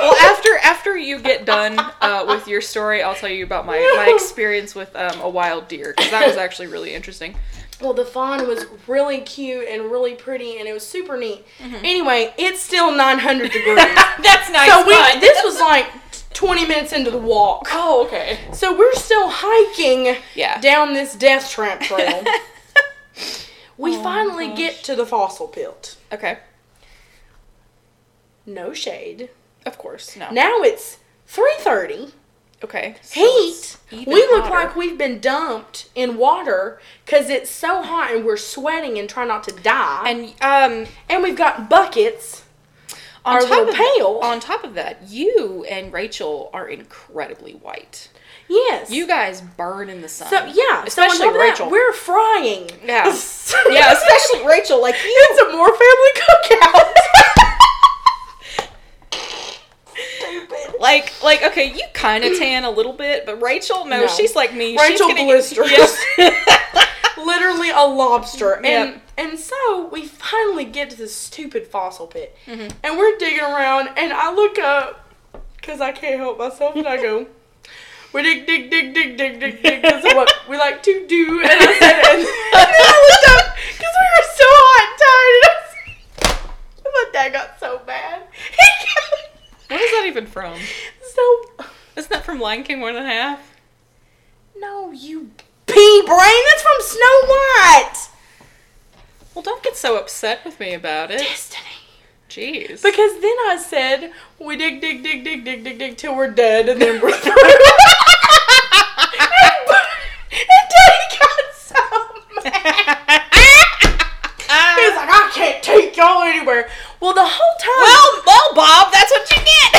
Speaker 1: well, after after you get done uh, with your story, I'll tell you about my, my experience with um, a wild deer because that was actually really interesting.
Speaker 2: Well, the fawn was really cute and really pretty, and it was super neat. Anyway, it's still 900 degrees.
Speaker 3: That's nice.
Speaker 2: so we,
Speaker 3: but-
Speaker 2: this was like 20 minutes into the walk.
Speaker 1: Oh, okay.
Speaker 2: So we're still hiking
Speaker 1: Yeah.
Speaker 2: down this death tramp trail. we
Speaker 1: Oh
Speaker 2: finally get to the fossil pit.
Speaker 1: Okay.
Speaker 2: No shade.
Speaker 1: Of course. No.
Speaker 2: Now it's 3:30.
Speaker 1: okay. So
Speaker 2: Heat.
Speaker 1: it's
Speaker 2: We
Speaker 1: even
Speaker 2: look
Speaker 1: hotter.
Speaker 2: like we've been dumped in water because it's so hot and we're sweating and trying not to die.
Speaker 1: and um
Speaker 2: and we've got buckets.
Speaker 1: on
Speaker 2: Our
Speaker 1: top
Speaker 2: little
Speaker 1: of
Speaker 2: pail.
Speaker 1: on top of that, you and Rachel are incredibly white.
Speaker 2: Yes.
Speaker 1: You guys burn in the sun.
Speaker 2: So yeah,
Speaker 1: especially
Speaker 2: so on top of that,
Speaker 1: Rachel.
Speaker 2: we're frying.
Speaker 1: Yeah. Yeah, especially
Speaker 2: Rachel. Like it's a more family cookout. Stupid.
Speaker 1: like like okay, you kind of tan a little bit, but Rachel, no,
Speaker 2: No.
Speaker 1: she's like me.
Speaker 2: Rachel
Speaker 1: she's
Speaker 2: blisters.
Speaker 1: Yes.
Speaker 2: Literally a lobster, and
Speaker 1: Yep.
Speaker 2: and so we finally get to this stupid fossil pit, and we're digging around, and I look up because I can't help myself, and I go. We dig, dig, dig, dig, dig, dig, dig. That's what we like to do. And I said, and, and then I looked up because we were so hot and tired. And I was, my dad got so bad.
Speaker 1: What is that even from?
Speaker 2: so,
Speaker 1: Isn't that from Lion King One and a Half?
Speaker 2: no, you pea brain. That's from Snow White.
Speaker 1: Well, don't get so upset with me about it.
Speaker 2: Destiny.
Speaker 1: Jeez.
Speaker 2: Because then I said, we dig, dig, dig, dig, dig, dig, dig till we're dead, and then we're through. and, and Daddy got so mad.
Speaker 1: Ah.
Speaker 2: He's like, I can't take y'all anywhere. Well, the whole time.
Speaker 1: well, well, Bob, that's what you get.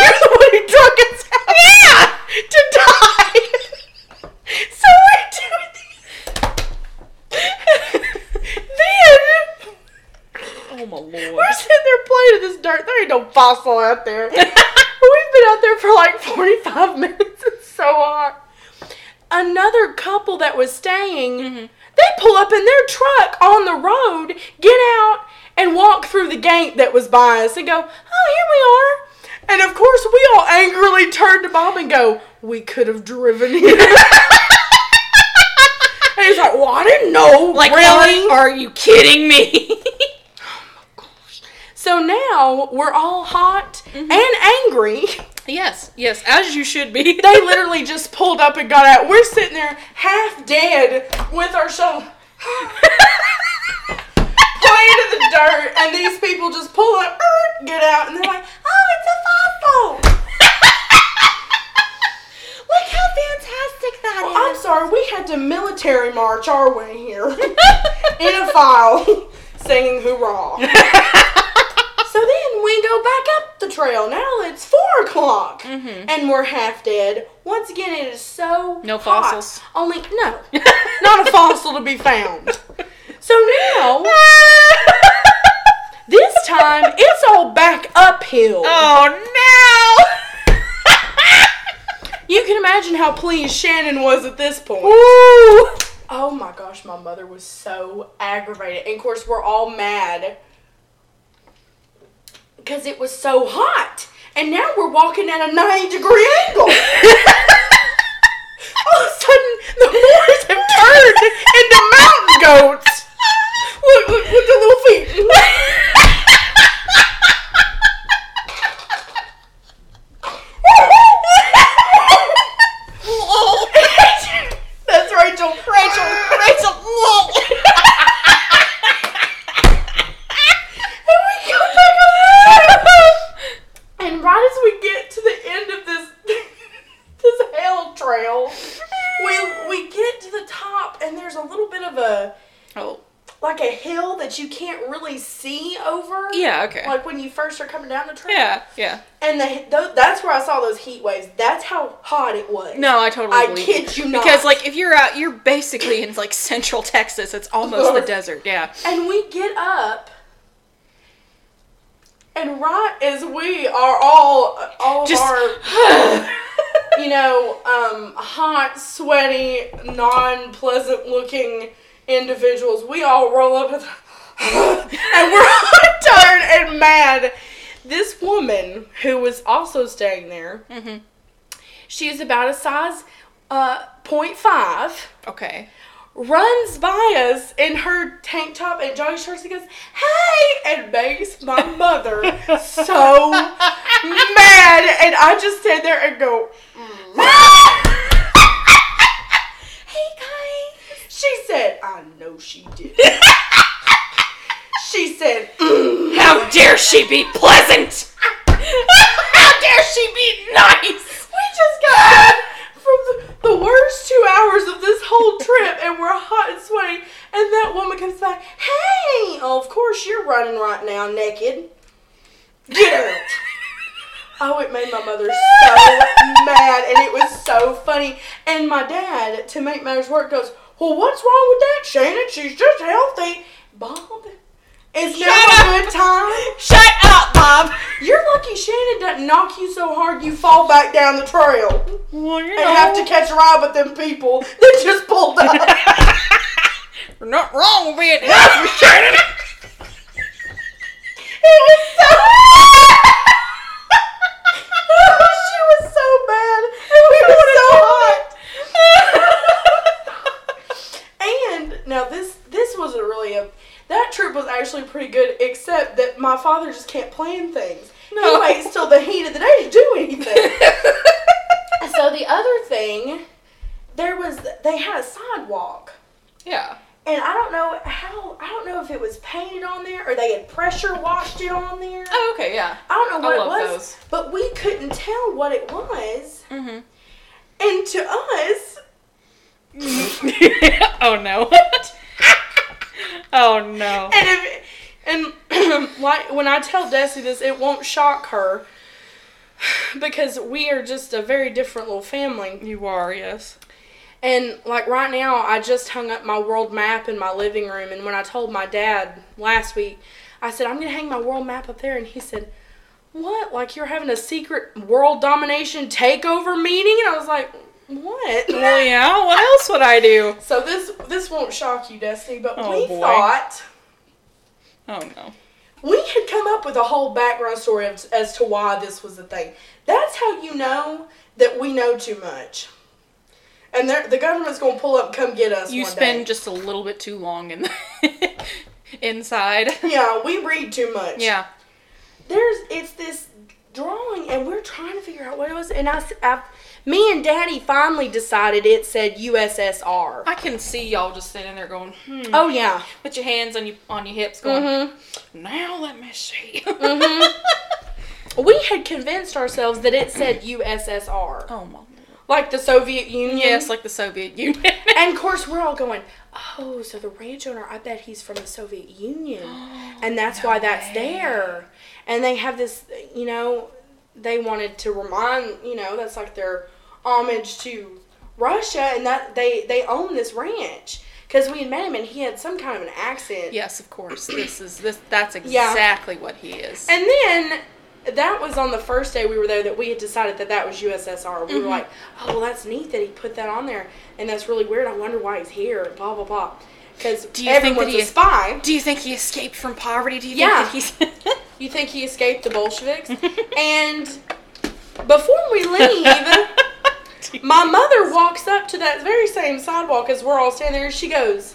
Speaker 2: You're the one who drug us out. Yeah! To die. so we're doing Then,
Speaker 1: oh my lord.
Speaker 2: we're sitting there playing in this dirt. There ain't no fossil out there. We've been out there for like 45 minutes. It's so hot. Another couple that was staying,
Speaker 1: Mm-hmm.
Speaker 2: they pull up in their truck on the road, get out, and walk through the gate that was by us and go, Oh, here we are. And of course, we all angrily turn to Bob and go, We could have driven here. and he's like, Well, I didn't know.
Speaker 1: Like,
Speaker 2: really?
Speaker 1: are, are you kidding me?
Speaker 2: So now we're all hot and angry.
Speaker 1: yes, yes, as you should be.
Speaker 2: They literally just pulled up and got out. We're sitting there half dead with our shovel playing in the dirt, and these people just pull up, er, get out, and they're like, "Oh, it's a fossil."
Speaker 3: Look how fantastic that is.
Speaker 2: Well,
Speaker 1: Oh.
Speaker 2: I'm sorry, we had to military march our way here in a file, singing "Hoorah." So then we go back up the trail. Now it's four o'clock, and we're half dead. Once again, it is so
Speaker 1: Mm-hmm. No
Speaker 2: hot.
Speaker 1: fossils.
Speaker 2: Only no, not a fossil to be found. So now this time it's all back uphill.
Speaker 1: oh no!
Speaker 2: You can imagine how pleased Shannon was at this point.
Speaker 1: Ooh.
Speaker 2: Oh my gosh, my mother was so aggravated. And of course, we're all mad because it was so hot. And now we're walking at a 90 degree angle. all of a sudden, the boys have turned into mountain goats. Look, look, look the little feet. That's Rachel. Rachel. Rachel. and we go back up. And right as we get to the end of this this hell trail, we we get to the top and there's a little bit of a
Speaker 1: Oh,
Speaker 2: like a hill that you can't really see over.
Speaker 1: yeah, okay.
Speaker 2: Like when you first are coming down the trail.
Speaker 1: yeah, yeah.
Speaker 2: And the, tho- that's where I saw those heat waves. That's how hot it was.
Speaker 1: No, I totally
Speaker 2: I
Speaker 1: believe
Speaker 2: kid you not.
Speaker 1: Because like if you're out, you're basically in like central Texas. It's almost the desert. Yeah.
Speaker 2: And we get up, and right as we are all, all
Speaker 1: Just-
Speaker 2: of our, you know, um, hot, sweaty, non pleasant looking, individuals, we all roll up and and we're all tired and mad. This woman who was also staying there, she is about a size uh, 0.5
Speaker 1: Okay.
Speaker 2: runs by us in her tank top and jogging shorts and goes, Hey! And makes my mother so mad. And I just stand there and go, Hey, guys. She said, I know she did. she said, "Mm."
Speaker 1: How dare she be pleasant? How dare she be nice?
Speaker 2: We just got back from the, the worst two hours of this whole trip, and we're hot and sweaty. And that woman comes back, "Hey, oh, of course you're running right now, naked. Get out!" oh, it made my mother so mad, and it was so funny. And my dad, to make matters worse, goes, "Well, what's wrong with that, Shannon? She's just healthy, Bob." It's now a good time.
Speaker 3: Shut up, Bob.
Speaker 2: You're lucky Shannon doesn't knock you so hard you fall back down the trail
Speaker 1: Well, you
Speaker 2: and have to catch a ride with them people that just pulled up.
Speaker 1: you're not wrong with being nice, Miss Shannon.
Speaker 2: It was so She was so mad and we were so hot. and now this this wasn't really a that trip was actually pretty good except that my father just can't plan things.
Speaker 1: No.
Speaker 2: He waits till the heat of the day to do anything. so the other thing there was they had a sidewalk
Speaker 1: yeah.
Speaker 2: and I don't know how I don't know if it was painted on there or they had pressure washed it on there. I
Speaker 1: Oh, okay, yeah.
Speaker 2: don't know
Speaker 1: I
Speaker 2: what
Speaker 1: love
Speaker 2: it was,
Speaker 1: those.
Speaker 2: but we couldn't tell what it was.
Speaker 1: Mhm.
Speaker 2: And to us,
Speaker 1: oh no. oh no.
Speaker 2: and if, and like when I tell Desi this, it won't shock her because we are just a very different little family.
Speaker 1: You are, yes.
Speaker 2: And like right now, I just hung up my world map in my living room. And when I told my dad last week, I said, I'm going to hang my world map up there. And he said, What? Like you're having a secret world domination takeover meeting? And I was like, What?
Speaker 1: Well, yeah. What else would I do?
Speaker 2: So this this won't shock you, Destiny, but
Speaker 1: Oh,
Speaker 2: we
Speaker 1: boy.
Speaker 2: thought
Speaker 1: Oh no.
Speaker 2: we had come up with a whole background story of, as to why this was a thing. That's how you know that we know too much. And they're- the government's going to pull up and come get us.
Speaker 1: You
Speaker 2: one
Speaker 1: spend
Speaker 2: day.
Speaker 1: just a little bit too long in the inside.
Speaker 2: Yeah, we read too much.
Speaker 1: Yeah.
Speaker 2: There's it's this drawing, and we're trying to figure out what it was. And I, s- I- me and Daddy finally decided it said USSR.
Speaker 1: I can see y'all just sitting there going, hmm.
Speaker 2: oh yeah,
Speaker 1: Put your hands on your on your hips, going. Now let me see. Mm-hmm.
Speaker 2: we had convinced ourselves that it said USSR,
Speaker 1: Oh my.
Speaker 2: like the Soviet Union.
Speaker 1: Yes, like the Soviet Union.
Speaker 2: and of course we're all going. Oh, so the ranch owner, I bet he's from the Soviet Union, and that's why that's there. And they have this, you know, they wanted to remind, you know, that's like their homage to Russia, and that they they own this ranch because we had met him and he had some kind of an accent.
Speaker 1: yes, of course. This is this. That's
Speaker 2: Yeah.
Speaker 1: exactly what he is.
Speaker 2: And then that was on the first day we were there that we had decided that that was USSR.
Speaker 1: Mm-hmm.
Speaker 2: We were like, oh, well, that's neat that he put that on there, and that's really weird. I wonder why he's here. Blah blah blah. Because
Speaker 1: Do you think that
Speaker 2: everyone's
Speaker 1: he-
Speaker 2: a spy.
Speaker 1: Do you think he escaped from poverty? Do you
Speaker 2: Yeah.
Speaker 1: think that he's?
Speaker 2: You think he escaped the Bolsheviks? and before we leave, my mother walks up to that very same sidewalk as we're all standing there. She goes,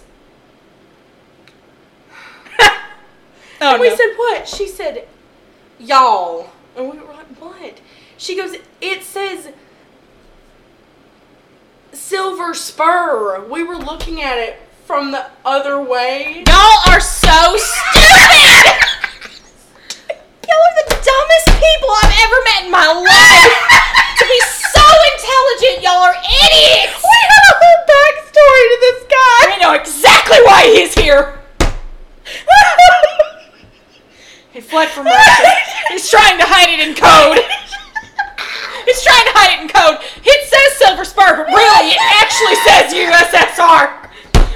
Speaker 1: oh
Speaker 2: and we said, what? She said, y'all. And we were like, what? She goes, it says silver spur. We were looking at it from the other way.
Speaker 1: y'all are so stupid. y'all are the dumbest people I've ever met in my life. to be so intelligent, y'all are idiots. We have a whole backstory to this guy. We know exactly why he's here. he fled from Russia. he's trying to hide it in code. He's trying to hide it in code. It says Silver Spur, but really, it actually says USSR.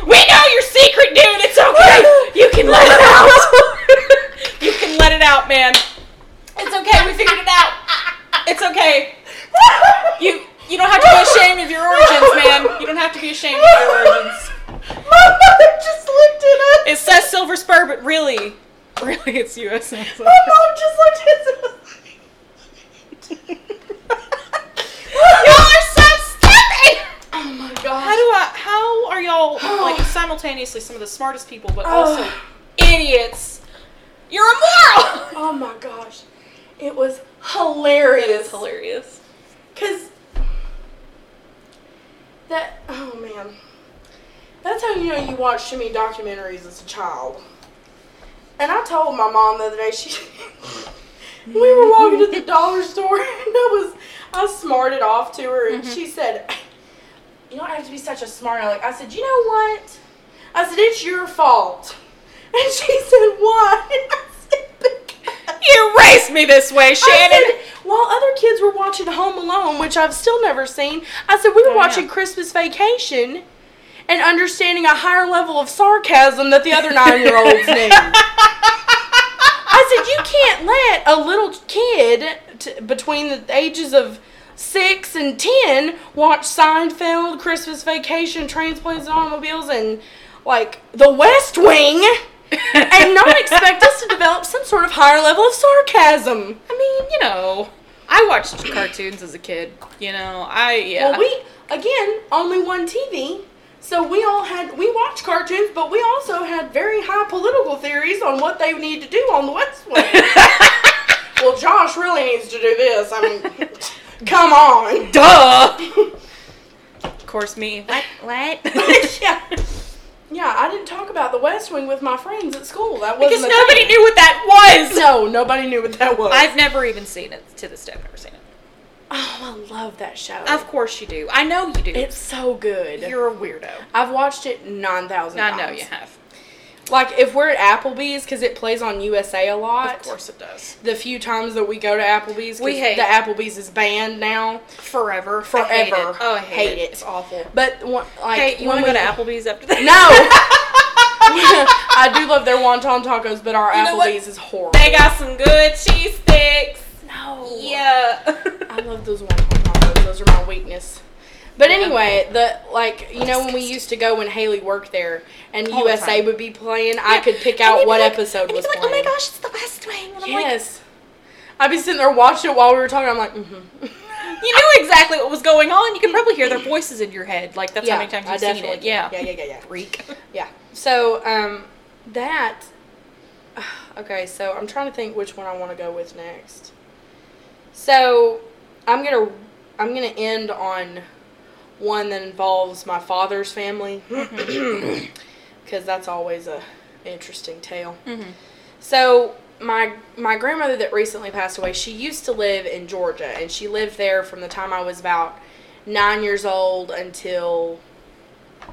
Speaker 1: We know your secret, dude. It's okay. You can let it out. you can let it out, man. It's okay. We figured it out. It's okay. You you don't have to be ashamed of your origins, man. You don't have to be ashamed of your origins.
Speaker 3: My mother just looked at us.
Speaker 1: It says Silver Spur, but really, really it's U.S. Nassau.
Speaker 3: My mom just looked at us. and was like- Y'all are so stupid.
Speaker 2: Oh my
Speaker 1: How
Speaker 2: god.
Speaker 1: do I? How are y'all like simultaneously some of the smartest people, but also
Speaker 2: Oh.
Speaker 1: idiots? You're immoral.
Speaker 2: Oh my gosh. It was hilarious.
Speaker 1: It is hilarious.
Speaker 2: Cause that oh man. That's how you know you watch too many documentaries as a child. And I told my mom the other day she we were walking to the dollar store and I was I smarted off to her and she said You don't have to be such a smart aleck. I said, You know what? I said, It's your fault. And she said, What? And I said, "Because."
Speaker 1: You raised me this way,
Speaker 2: I
Speaker 1: Shannon.
Speaker 2: said, while other kids were watching Home Alone, which I've still never seen, I said we were
Speaker 1: Oh,
Speaker 2: watching
Speaker 1: yeah.
Speaker 2: Christmas Vacation and understanding a higher level of sarcasm that the other nine year olds knew. I said you can't let a little kid t- between the ages of six and ten watch Seinfeld, Christmas Vacation, Trains, Planes, and Automobiles, and like The West Wing. And not expect us to develop some sort of higher level of sarcasm.
Speaker 1: I mean, you know, I watched cartoons as a kid. You know, I yeah.
Speaker 2: Well, we again only one TV, so we all had we watched cartoons, but we also had very high political theories on what they need to do on the West Wing. well, Josh really needs to do this. I mean, come on.
Speaker 1: Duh. Of course, me.
Speaker 3: What?
Speaker 2: yeah, yeah. I didn't talk about the West Wing with my friends at school. That wasn't
Speaker 1: Because
Speaker 2: a
Speaker 1: nobody
Speaker 2: thing.
Speaker 1: knew what that was.
Speaker 2: No, nobody knew what that was.
Speaker 1: I've never even seen it to this day. I've never seen it.
Speaker 2: oh, I love that show.
Speaker 1: Of course you do. I know you do.
Speaker 2: it's so good.
Speaker 1: You're a weirdo.
Speaker 2: I've watched it nine thousand
Speaker 1: I
Speaker 2: times.
Speaker 1: know you have.
Speaker 2: Like if we're at Applebee's because it plays on USA a lot.
Speaker 1: Of course it does.
Speaker 2: the few times that we go to Applebee's. 'cause
Speaker 1: We hate-
Speaker 2: the Applebee's is banned now
Speaker 1: Forever.
Speaker 2: forever.
Speaker 1: I hate it. Oh, I hate, it.
Speaker 2: It's awful. But one, like,
Speaker 1: Hey, you
Speaker 2: when
Speaker 1: want to
Speaker 2: we-
Speaker 1: go to Applebee's after that?
Speaker 2: No. I do love their wonton tacos, but our
Speaker 1: You know what?
Speaker 2: Applebee's is horrible.
Speaker 1: They got some good cheese sticks.
Speaker 2: no.
Speaker 1: Yeah.
Speaker 2: I love those wonton tacos. Those are my weakness. But anyway, the like you know when we used to go when Haley worked there and
Speaker 1: All the
Speaker 2: USA
Speaker 1: time.
Speaker 2: would be playing, I could pick
Speaker 3: And
Speaker 2: out
Speaker 3: you'd
Speaker 2: what
Speaker 3: be like-
Speaker 2: episode
Speaker 3: and you'd
Speaker 2: was
Speaker 3: be like,
Speaker 2: playing.
Speaker 3: Oh my gosh, it's the West Wing. And I'm like,
Speaker 2: Yes. I'd be sitting there watching it while we were talking. I'm like, mm-hmm.
Speaker 1: you knew exactly what was going on. You can probably hear their voices in your head. Like that's how many times
Speaker 2: I
Speaker 1: you've seen
Speaker 2: definitely
Speaker 1: it.
Speaker 2: do.
Speaker 1: Yeah.
Speaker 2: Yeah, yeah, yeah, yeah.
Speaker 1: Freak.
Speaker 2: Yeah. So, um, that. Okay, so I'm trying to think which one I want to go with next. So, I'm gonna I'm gonna end on one that involves my father's family, because that's always a interesting tale. So my my grandmother that recently passed away, she used to live in Georgia, and she lived there from the time I was about nine years old until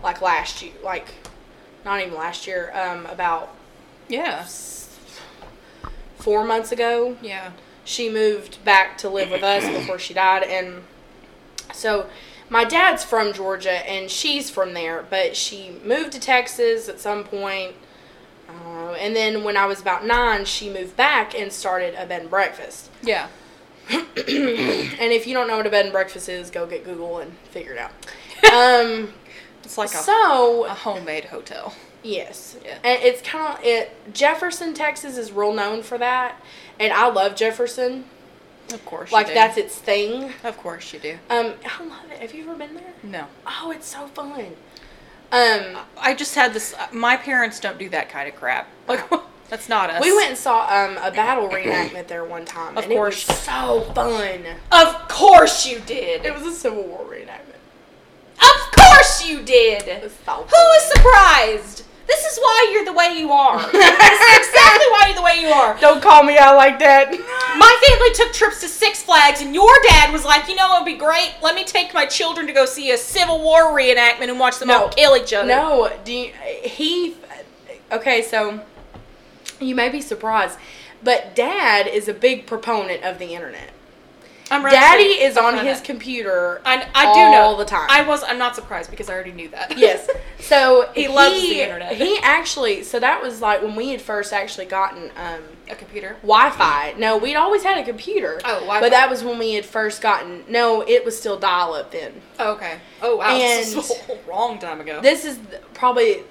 Speaker 2: like last year, like not even last year, um, about
Speaker 1: Yeah.
Speaker 2: four months ago.
Speaker 1: Yeah.
Speaker 2: She moved back to live with us before she died, and so my dad's from Georgia and she's from there, but she moved to Texas at some point. Uh, and then when I was about nine, she moved back and started a bed and breakfast.
Speaker 1: Yeah.
Speaker 2: And if you don't know what a bed and breakfast is, go get Google and figure it out. Um,
Speaker 1: It's like a,
Speaker 2: so
Speaker 1: a homemade hotel.
Speaker 2: Yes.
Speaker 1: Yeah.
Speaker 2: And it's kind of it. Jefferson, Texas, is real known for that, and I love Jefferson.
Speaker 1: Of course.
Speaker 2: Like
Speaker 1: you do.
Speaker 2: that's its thing.
Speaker 1: Of course you do.
Speaker 2: Um, I love it. Have you ever been there?
Speaker 1: No.
Speaker 2: Oh, it's so fun. Um,
Speaker 1: I just had this. uh, My parents don't do that kind of crap. Like that's not us.
Speaker 2: we went and saw um a battle reenactment there one time,
Speaker 1: Of
Speaker 2: and
Speaker 1: course.
Speaker 2: it was so fun.
Speaker 1: Of course you did.
Speaker 2: It was a Civil War reenactment.
Speaker 1: Of course you did.
Speaker 2: It was so
Speaker 1: Who is surprised? This is why you're the way you are. this is exactly why you're the way you are.
Speaker 2: Don't call me out like that.
Speaker 1: My family took trips to Six Flags, and your dad was like, you know, it'd be great. Let me take my children to go see a Civil War reenactment and watch them
Speaker 2: No.
Speaker 1: all kill each other.
Speaker 2: No, do you, he? Okay, so you may be surprised, but Dad is a big proponent of the internet.
Speaker 1: I'm right
Speaker 2: Daddy
Speaker 1: there.
Speaker 2: is on
Speaker 1: Front
Speaker 2: his
Speaker 1: end.
Speaker 2: computer.
Speaker 1: I, I do
Speaker 2: all
Speaker 1: know
Speaker 2: the time.
Speaker 1: I was. I'm not surprised because I already knew that.
Speaker 2: yes. So
Speaker 1: He loves the internet.
Speaker 2: He actually. So that was like when we had first actually gotten um,
Speaker 1: a computer.
Speaker 2: Wi-Fi. No, we'd always had a computer.
Speaker 1: Oh, Wi-Fi.
Speaker 2: But that was when we had first gotten. No, it was still dial-up then.
Speaker 1: Oh, okay. Oh wow. this
Speaker 2: And-
Speaker 1: was a long time ago.
Speaker 2: This is th- probably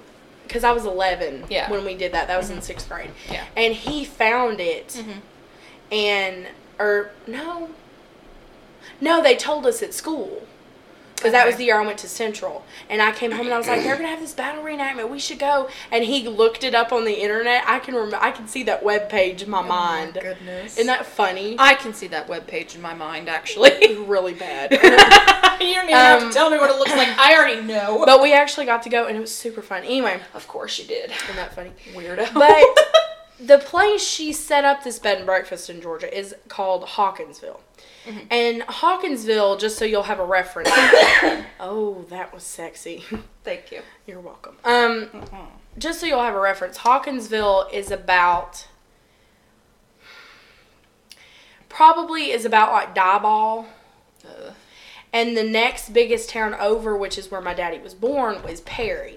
Speaker 2: because I was 11
Speaker 1: Yeah. Mm-hmm.
Speaker 2: when we did that. That was in sixth grade.
Speaker 1: Yeah. Mm-hmm.
Speaker 2: And he found it, and or no, no, they told us at school. Because that was
Speaker 1: Okay.
Speaker 2: the year I went to Central. And I came home and I was like, they're going to have this battle reenactment. We should go. And he looked it up on the internet. I can rem- I can see that webpage in my mind.
Speaker 1: Oh my goodness.
Speaker 2: Isn't that funny?
Speaker 1: I can see that webpage in my mind actually.
Speaker 2: really bad.
Speaker 1: you don't even have
Speaker 2: Um,
Speaker 1: to tell me what it looks like. I already know.
Speaker 2: but we actually got to go and it was super fun. Anyway,
Speaker 1: of course you did.
Speaker 2: isn't that funny?
Speaker 1: Weirdo.
Speaker 2: But the place she set up this bed and breakfast in Georgia is called Hawkinsville. And Hawkinsville, just so you'll have a reference. oh, that was sexy.
Speaker 1: thank you.
Speaker 2: You're welcome. Um, just so you'll have a reference, Hawkinsville is about probably is about like Dieball,
Speaker 1: Uh,
Speaker 2: and the next biggest town over, which is where my daddy was born, was Perry.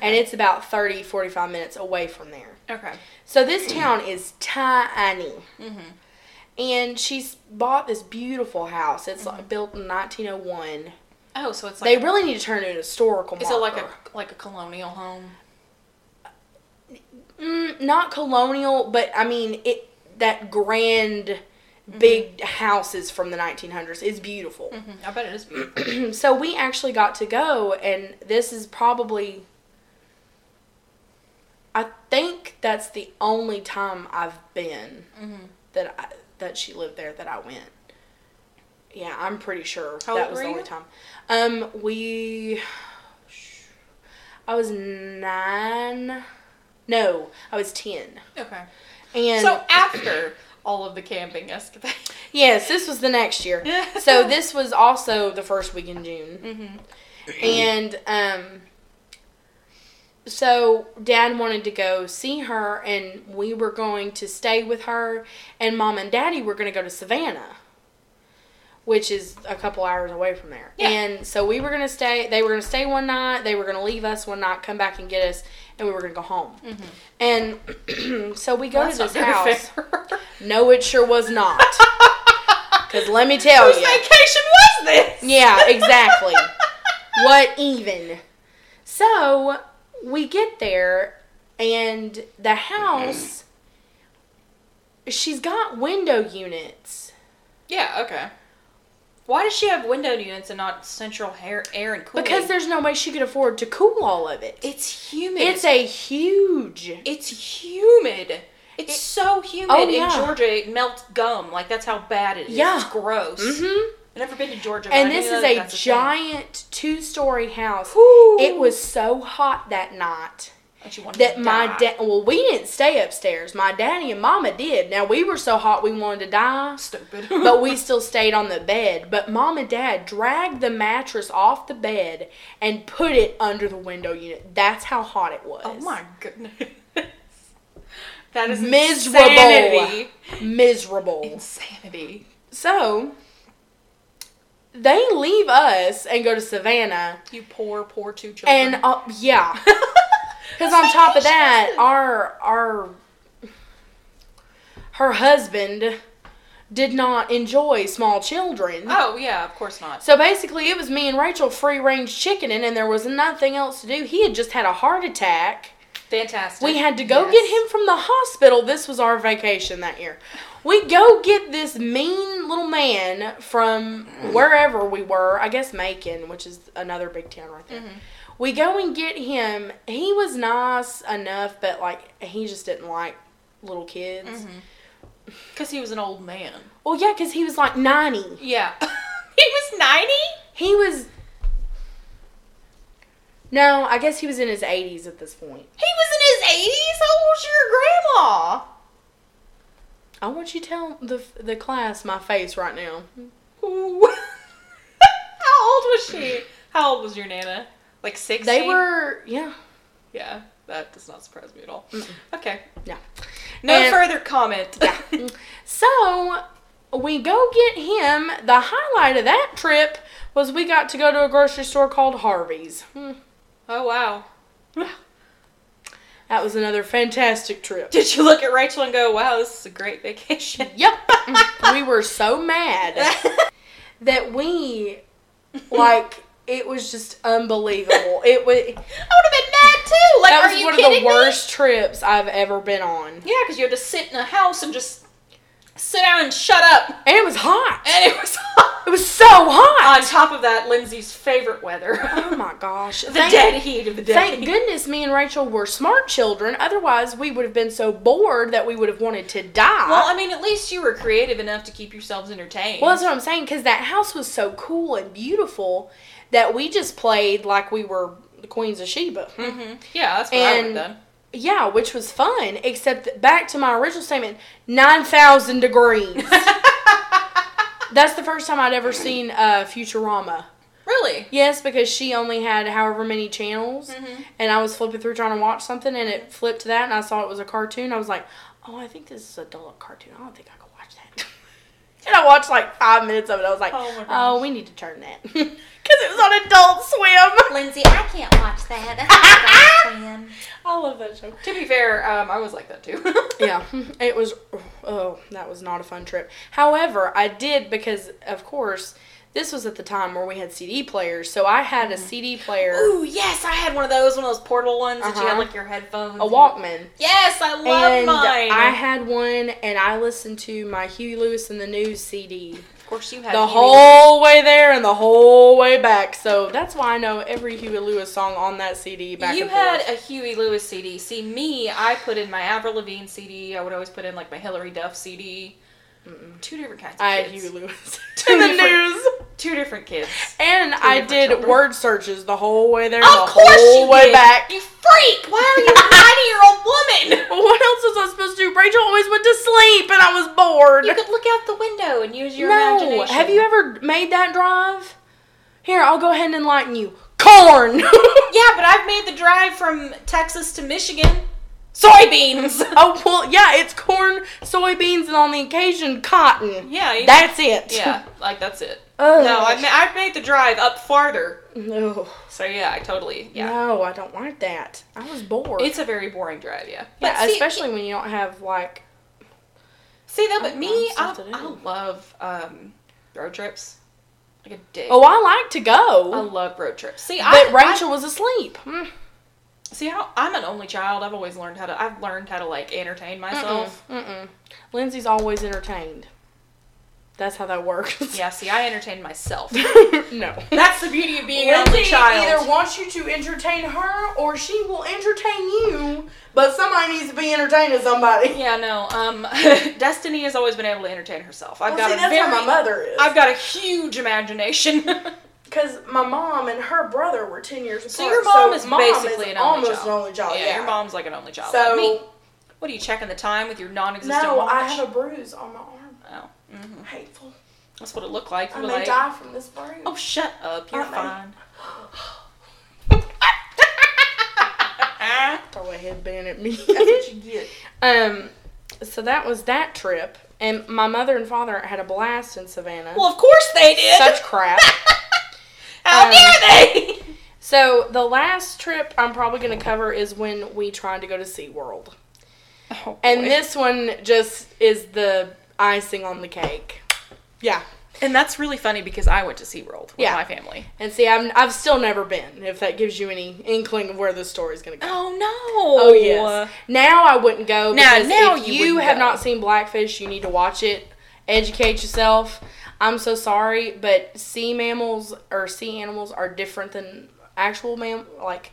Speaker 2: And it's about 30, 45 minutes away from there.
Speaker 1: okay.
Speaker 2: So this town is tiny.
Speaker 1: Mm-hmm.
Speaker 2: And she's bought this beautiful house. It's
Speaker 1: Mm-hmm.
Speaker 2: like built in 1901.
Speaker 1: Oh, so it's like
Speaker 2: They
Speaker 1: a-
Speaker 2: really need to turn it into historical.
Speaker 1: is it like a
Speaker 2: marker.
Speaker 1: like a colonial home?
Speaker 2: mm, not colonial, but I mean it that grand
Speaker 1: Mm-hmm.
Speaker 2: big houses from the 1900s is beautiful.
Speaker 1: I bet it is. beautiful.
Speaker 2: So we actually got to go and this is probably I think that's the only time I've been that I, that she lived there that I went. Yeah, I'm pretty sure
Speaker 1: How
Speaker 2: that
Speaker 1: old
Speaker 2: was
Speaker 1: were
Speaker 2: the only
Speaker 1: you?
Speaker 2: time. Um we I was 9 No, I was 10.
Speaker 1: okay.
Speaker 2: And
Speaker 1: so after all of the camping escapade.
Speaker 2: yes, this was the next year. so this was also the first week in June.
Speaker 1: Mm-hmm.
Speaker 2: And um so dad wanted to go see her and we were going to stay with her and mom and daddy were going to go to Savannah. Which is a couple hours away from there.
Speaker 1: Yeah.
Speaker 2: And so we were gonna stay they were gonna stay one night, they were gonna leave us one night, come back and get us, and we were gonna go home. And so we go
Speaker 1: Mm-hmm. That's
Speaker 2: to this
Speaker 1: not
Speaker 2: house.
Speaker 1: very fair.
Speaker 2: No, it sure was not. Because let me tell
Speaker 1: Whose
Speaker 2: you.
Speaker 1: vacation was this?
Speaker 2: Oh, Yeah, exactly. what even? So we get there, and the house, she's got window units.
Speaker 1: Yeah, okay. Why does she have window units and not central hair, air and cooling?
Speaker 2: Because there's no way she could afford to cool all of it.
Speaker 1: it's humid.
Speaker 2: It's a huge.
Speaker 1: it's humid. It's so humid
Speaker 2: Oh, yeah.
Speaker 1: in Georgia. It melts gum. Like that's how bad it is.
Speaker 2: Yeah.
Speaker 1: It's gross.
Speaker 2: Mhm.
Speaker 1: I've never been to Georgia. but
Speaker 2: And
Speaker 1: Mm-hmm. I
Speaker 2: this
Speaker 1: do know
Speaker 2: is
Speaker 1: that
Speaker 2: a
Speaker 1: that's thing.
Speaker 2: giant two story house.
Speaker 1: Whew.
Speaker 2: It was so hot that night.
Speaker 1: And she wanted
Speaker 2: that
Speaker 1: to
Speaker 2: my
Speaker 1: die.
Speaker 2: dad well we didn't stay upstairs my daddy and mama did now we were so hot we wanted to die
Speaker 1: stupid.
Speaker 2: but we still stayed on the bed but mom and dad dragged the mattress off the bed and put it under the window unit that's how hot it was
Speaker 1: Oh my goodness. that is
Speaker 2: Miserable.
Speaker 1: Insanity.
Speaker 2: miserable
Speaker 1: insanity.
Speaker 2: so they leave us and go to savannah
Speaker 1: You poor, poor two children.
Speaker 2: and uh, yeah Because on top of that, our our her husband did not enjoy small children.
Speaker 1: oh yeah, of course not.
Speaker 2: So basically, it was me and Rachel free range chickening, and there was nothing else to do. He had just had a heart attack.
Speaker 1: Fantastic.
Speaker 2: We had to go
Speaker 1: Yes.
Speaker 2: get him from the hospital. This was our vacation that year. We go get this mean little man from wherever we were, I guess Macon, which is another big town right there. We go and get him. He was nice enough, but like he just didn't like little kids.
Speaker 1: Mm-hmm. because he was an old man.
Speaker 2: Well, yeah, because he was like 90.
Speaker 1: Yeah. he was 90?
Speaker 2: He was. No, I guess he was in his 80s at this point.
Speaker 1: He was in his 80s? How old was your grandma?
Speaker 2: I want you to tell the, the class my face right now.
Speaker 1: Ooh. How old was she? How old was your nana? Like 60?
Speaker 2: They were, yeah.
Speaker 1: Yeah, that does not surprise me at all. Okay.
Speaker 2: Yeah.
Speaker 1: No
Speaker 2: And-
Speaker 1: further comment.
Speaker 2: So we go get him. The highlight of that trip was we got to go to a grocery store called Harvey's. Hmm.
Speaker 1: Oh wow.
Speaker 2: That was another fantastic trip.
Speaker 1: Did you look at Rachel and go, "Wow, this is a great vacation"?
Speaker 2: Yep. we were so mad that we like it was just unbelievable. It was
Speaker 3: I would have been mad too. Like,
Speaker 2: that
Speaker 3: are
Speaker 2: was
Speaker 3: you
Speaker 2: one of
Speaker 3: kidding
Speaker 2: the worst trips I've ever been on.
Speaker 1: Yeah, because you had to sit in a house and just sit down and shut up.
Speaker 2: And it was hot.
Speaker 1: And it was
Speaker 2: It was so hot.
Speaker 1: on top of that Lindsay's favorite weather,
Speaker 2: oh my gosh.
Speaker 1: the dead heat of the day.
Speaker 2: Thank goodness me and Rachel were smart children. Otherwise, we would have been so bored that we would have wanted to die.
Speaker 1: Well, I mean, at least you were creative enough to keep yourselves entertained.
Speaker 2: Well, that's what I'm saying because that house was so cool and beautiful that we just played like we were the Queens of Sheba.
Speaker 1: hmm Yeah, that's what I would have
Speaker 2: And-
Speaker 1: done.
Speaker 2: Yeah, which was fun, except that back to my original statement 9,000 degrees. that's the first time I'd ever seen uh, Futurama.
Speaker 1: Really?
Speaker 2: Yes, because she only had however many channels,
Speaker 1: Mm-hmm.
Speaker 2: and I was flipping through trying to watch something, and it flipped to that, and I saw it was a cartoon. I was like, "Oh, I think this is a adult cartoon. I don't think I can watch that." and I watched like five minutes of it. I was like,
Speaker 1: Oh my
Speaker 2: "Oh,
Speaker 1: gosh.
Speaker 2: we need to turn that," because it was on Adult Swim.
Speaker 3: Lindsay, I can't watch that. That's not my plan.
Speaker 2: I love that show.
Speaker 1: To be fair, um, I was like that too.
Speaker 2: Yeah, it was. Oh, that was not a fun trip. However, I did because, of course, this was at the time where we had CD players, so I had a CD player,
Speaker 1: Mm-hmm. Ooh, yes, I had one of those, one of those portable ones that you had
Speaker 2: Uh-huh.
Speaker 1: like your headphones.
Speaker 2: a
Speaker 1: and-
Speaker 2: Walkman.
Speaker 1: Yes, I love
Speaker 2: and
Speaker 1: mine.
Speaker 2: I had one, and I listened to my Huey Lewis and the News CD
Speaker 1: of course, you had
Speaker 2: the
Speaker 1: Huey.
Speaker 2: whole way there and the whole way back. So that's why I know every Huey Lewis song on that CD back
Speaker 1: you
Speaker 2: and
Speaker 1: had
Speaker 2: forth.
Speaker 1: a Huey Lewis CD. See, me, I put in my Avril Lavigne CD. I would always put in like my Hillary Duff CD. Two different kinds of
Speaker 2: I had
Speaker 1: kids.
Speaker 2: Huey Lewis
Speaker 1: Two
Speaker 2: in the
Speaker 1: different-
Speaker 2: news,
Speaker 1: Two different kids.
Speaker 2: and I
Speaker 1: different
Speaker 2: did
Speaker 1: children.
Speaker 2: word searches the whole way there,
Speaker 1: Of
Speaker 2: and the
Speaker 1: course
Speaker 2: whole
Speaker 1: you
Speaker 2: way
Speaker 1: did.
Speaker 2: back.
Speaker 1: You freak! Why are you a 90 year old woman?
Speaker 2: What else was I supposed to do? Rachel always went to sleep, and I was bored.
Speaker 1: You could look out the window and use your
Speaker 2: no,
Speaker 1: imagination.
Speaker 2: have you ever made that drive? Here, I'll go ahead and enlighten you. Corn.
Speaker 1: Yeah, but I've made the drive from Texas to Michigan. Soybeans.
Speaker 2: Oh well, yeah, it's corn, soybeans, and on the occasion cotton.
Speaker 1: yeah, you-
Speaker 2: That's it.
Speaker 1: yeah, like that's it.
Speaker 2: Oh
Speaker 1: No, I've, ma- I've made the drive up farther.
Speaker 2: no,
Speaker 1: So yeah, I totally yeah.
Speaker 2: no, I don't like that. I was bored.
Speaker 1: It's a very boring drive, yeah.
Speaker 2: yeah,
Speaker 1: But see-
Speaker 2: especially when you don't have like.
Speaker 1: see though, but
Speaker 2: don't
Speaker 1: me,
Speaker 2: know,
Speaker 1: I,
Speaker 2: something
Speaker 1: I
Speaker 2: in.
Speaker 1: love um, road trips. Like a dick.
Speaker 2: Oh, I like to
Speaker 1: I
Speaker 2: go,
Speaker 1: love road trips. See, I,
Speaker 2: but Rachel was asleep. Mm.
Speaker 1: I see how I'm an only child. I've always learned how to. I've learned how to like entertain
Speaker 2: Mm-mm,
Speaker 1: myself.
Speaker 2: mm-mm. Lindsay's always entertained. That's how that works.
Speaker 1: Yeah, see, I entertain myself.
Speaker 2: no.
Speaker 1: That's the beauty of being an only
Speaker 2: Lindsay
Speaker 1: child.
Speaker 2: either wants you to entertain her or she will entertain you, but somebody needs to be entertained as somebody.
Speaker 1: Yeah, no. Um, Destiny has always been able to entertain herself. I've
Speaker 2: Well,
Speaker 1: got
Speaker 2: see,
Speaker 1: a
Speaker 2: that's
Speaker 1: very,
Speaker 2: where my mother is.
Speaker 1: I've got a huge imagination.
Speaker 2: Because my mom and her brother were ten years apart.
Speaker 1: so your mom is
Speaker 2: mom
Speaker 1: basically
Speaker 2: is
Speaker 1: an only
Speaker 2: almost
Speaker 1: child.
Speaker 2: an only child.
Speaker 1: Yeah, your mom's like an only child. like me.
Speaker 2: So
Speaker 1: what are you checking the time with your non-existent
Speaker 2: no,
Speaker 1: watch?
Speaker 2: I have a bruise on my arm.
Speaker 1: Oh, mhm.
Speaker 2: Hateful.
Speaker 1: that's what it looked like.
Speaker 2: I
Speaker 1: You were
Speaker 2: may
Speaker 1: like,
Speaker 2: die from this bruise.
Speaker 1: oh, shut up. You're
Speaker 2: I may-
Speaker 1: fine.
Speaker 2: Throw a headband at me.
Speaker 1: that's what you get.
Speaker 2: um, so that was that trip, and my mother and father had a blast in Savannah.
Speaker 1: Well, of course they did.
Speaker 2: Such crap.
Speaker 1: How
Speaker 2: um,
Speaker 1: dare they?
Speaker 2: So the last trip I'm probably going to cover is when we tried to go to SeaWorld.
Speaker 1: Oh,
Speaker 2: And
Speaker 1: boy.
Speaker 2: this one just is the icing on the cake. Yeah.
Speaker 1: and that's really funny because I went to SeaWorld with
Speaker 2: Yeah.
Speaker 1: my family.
Speaker 2: And see, I'm, I've still never been, if that gives you any inkling of where this story's going to go.
Speaker 1: Oh no!
Speaker 2: Oh, yes. Now I wouldn't go.
Speaker 1: Now-
Speaker 2: Because
Speaker 1: now
Speaker 2: if
Speaker 1: you
Speaker 2: you,
Speaker 1: wouldn't
Speaker 2: have
Speaker 1: go.
Speaker 2: not seen Blackfish, you need to watch it. Educate yourself. I'm so sorry, but sea mammals or sea animals are different than actual mam like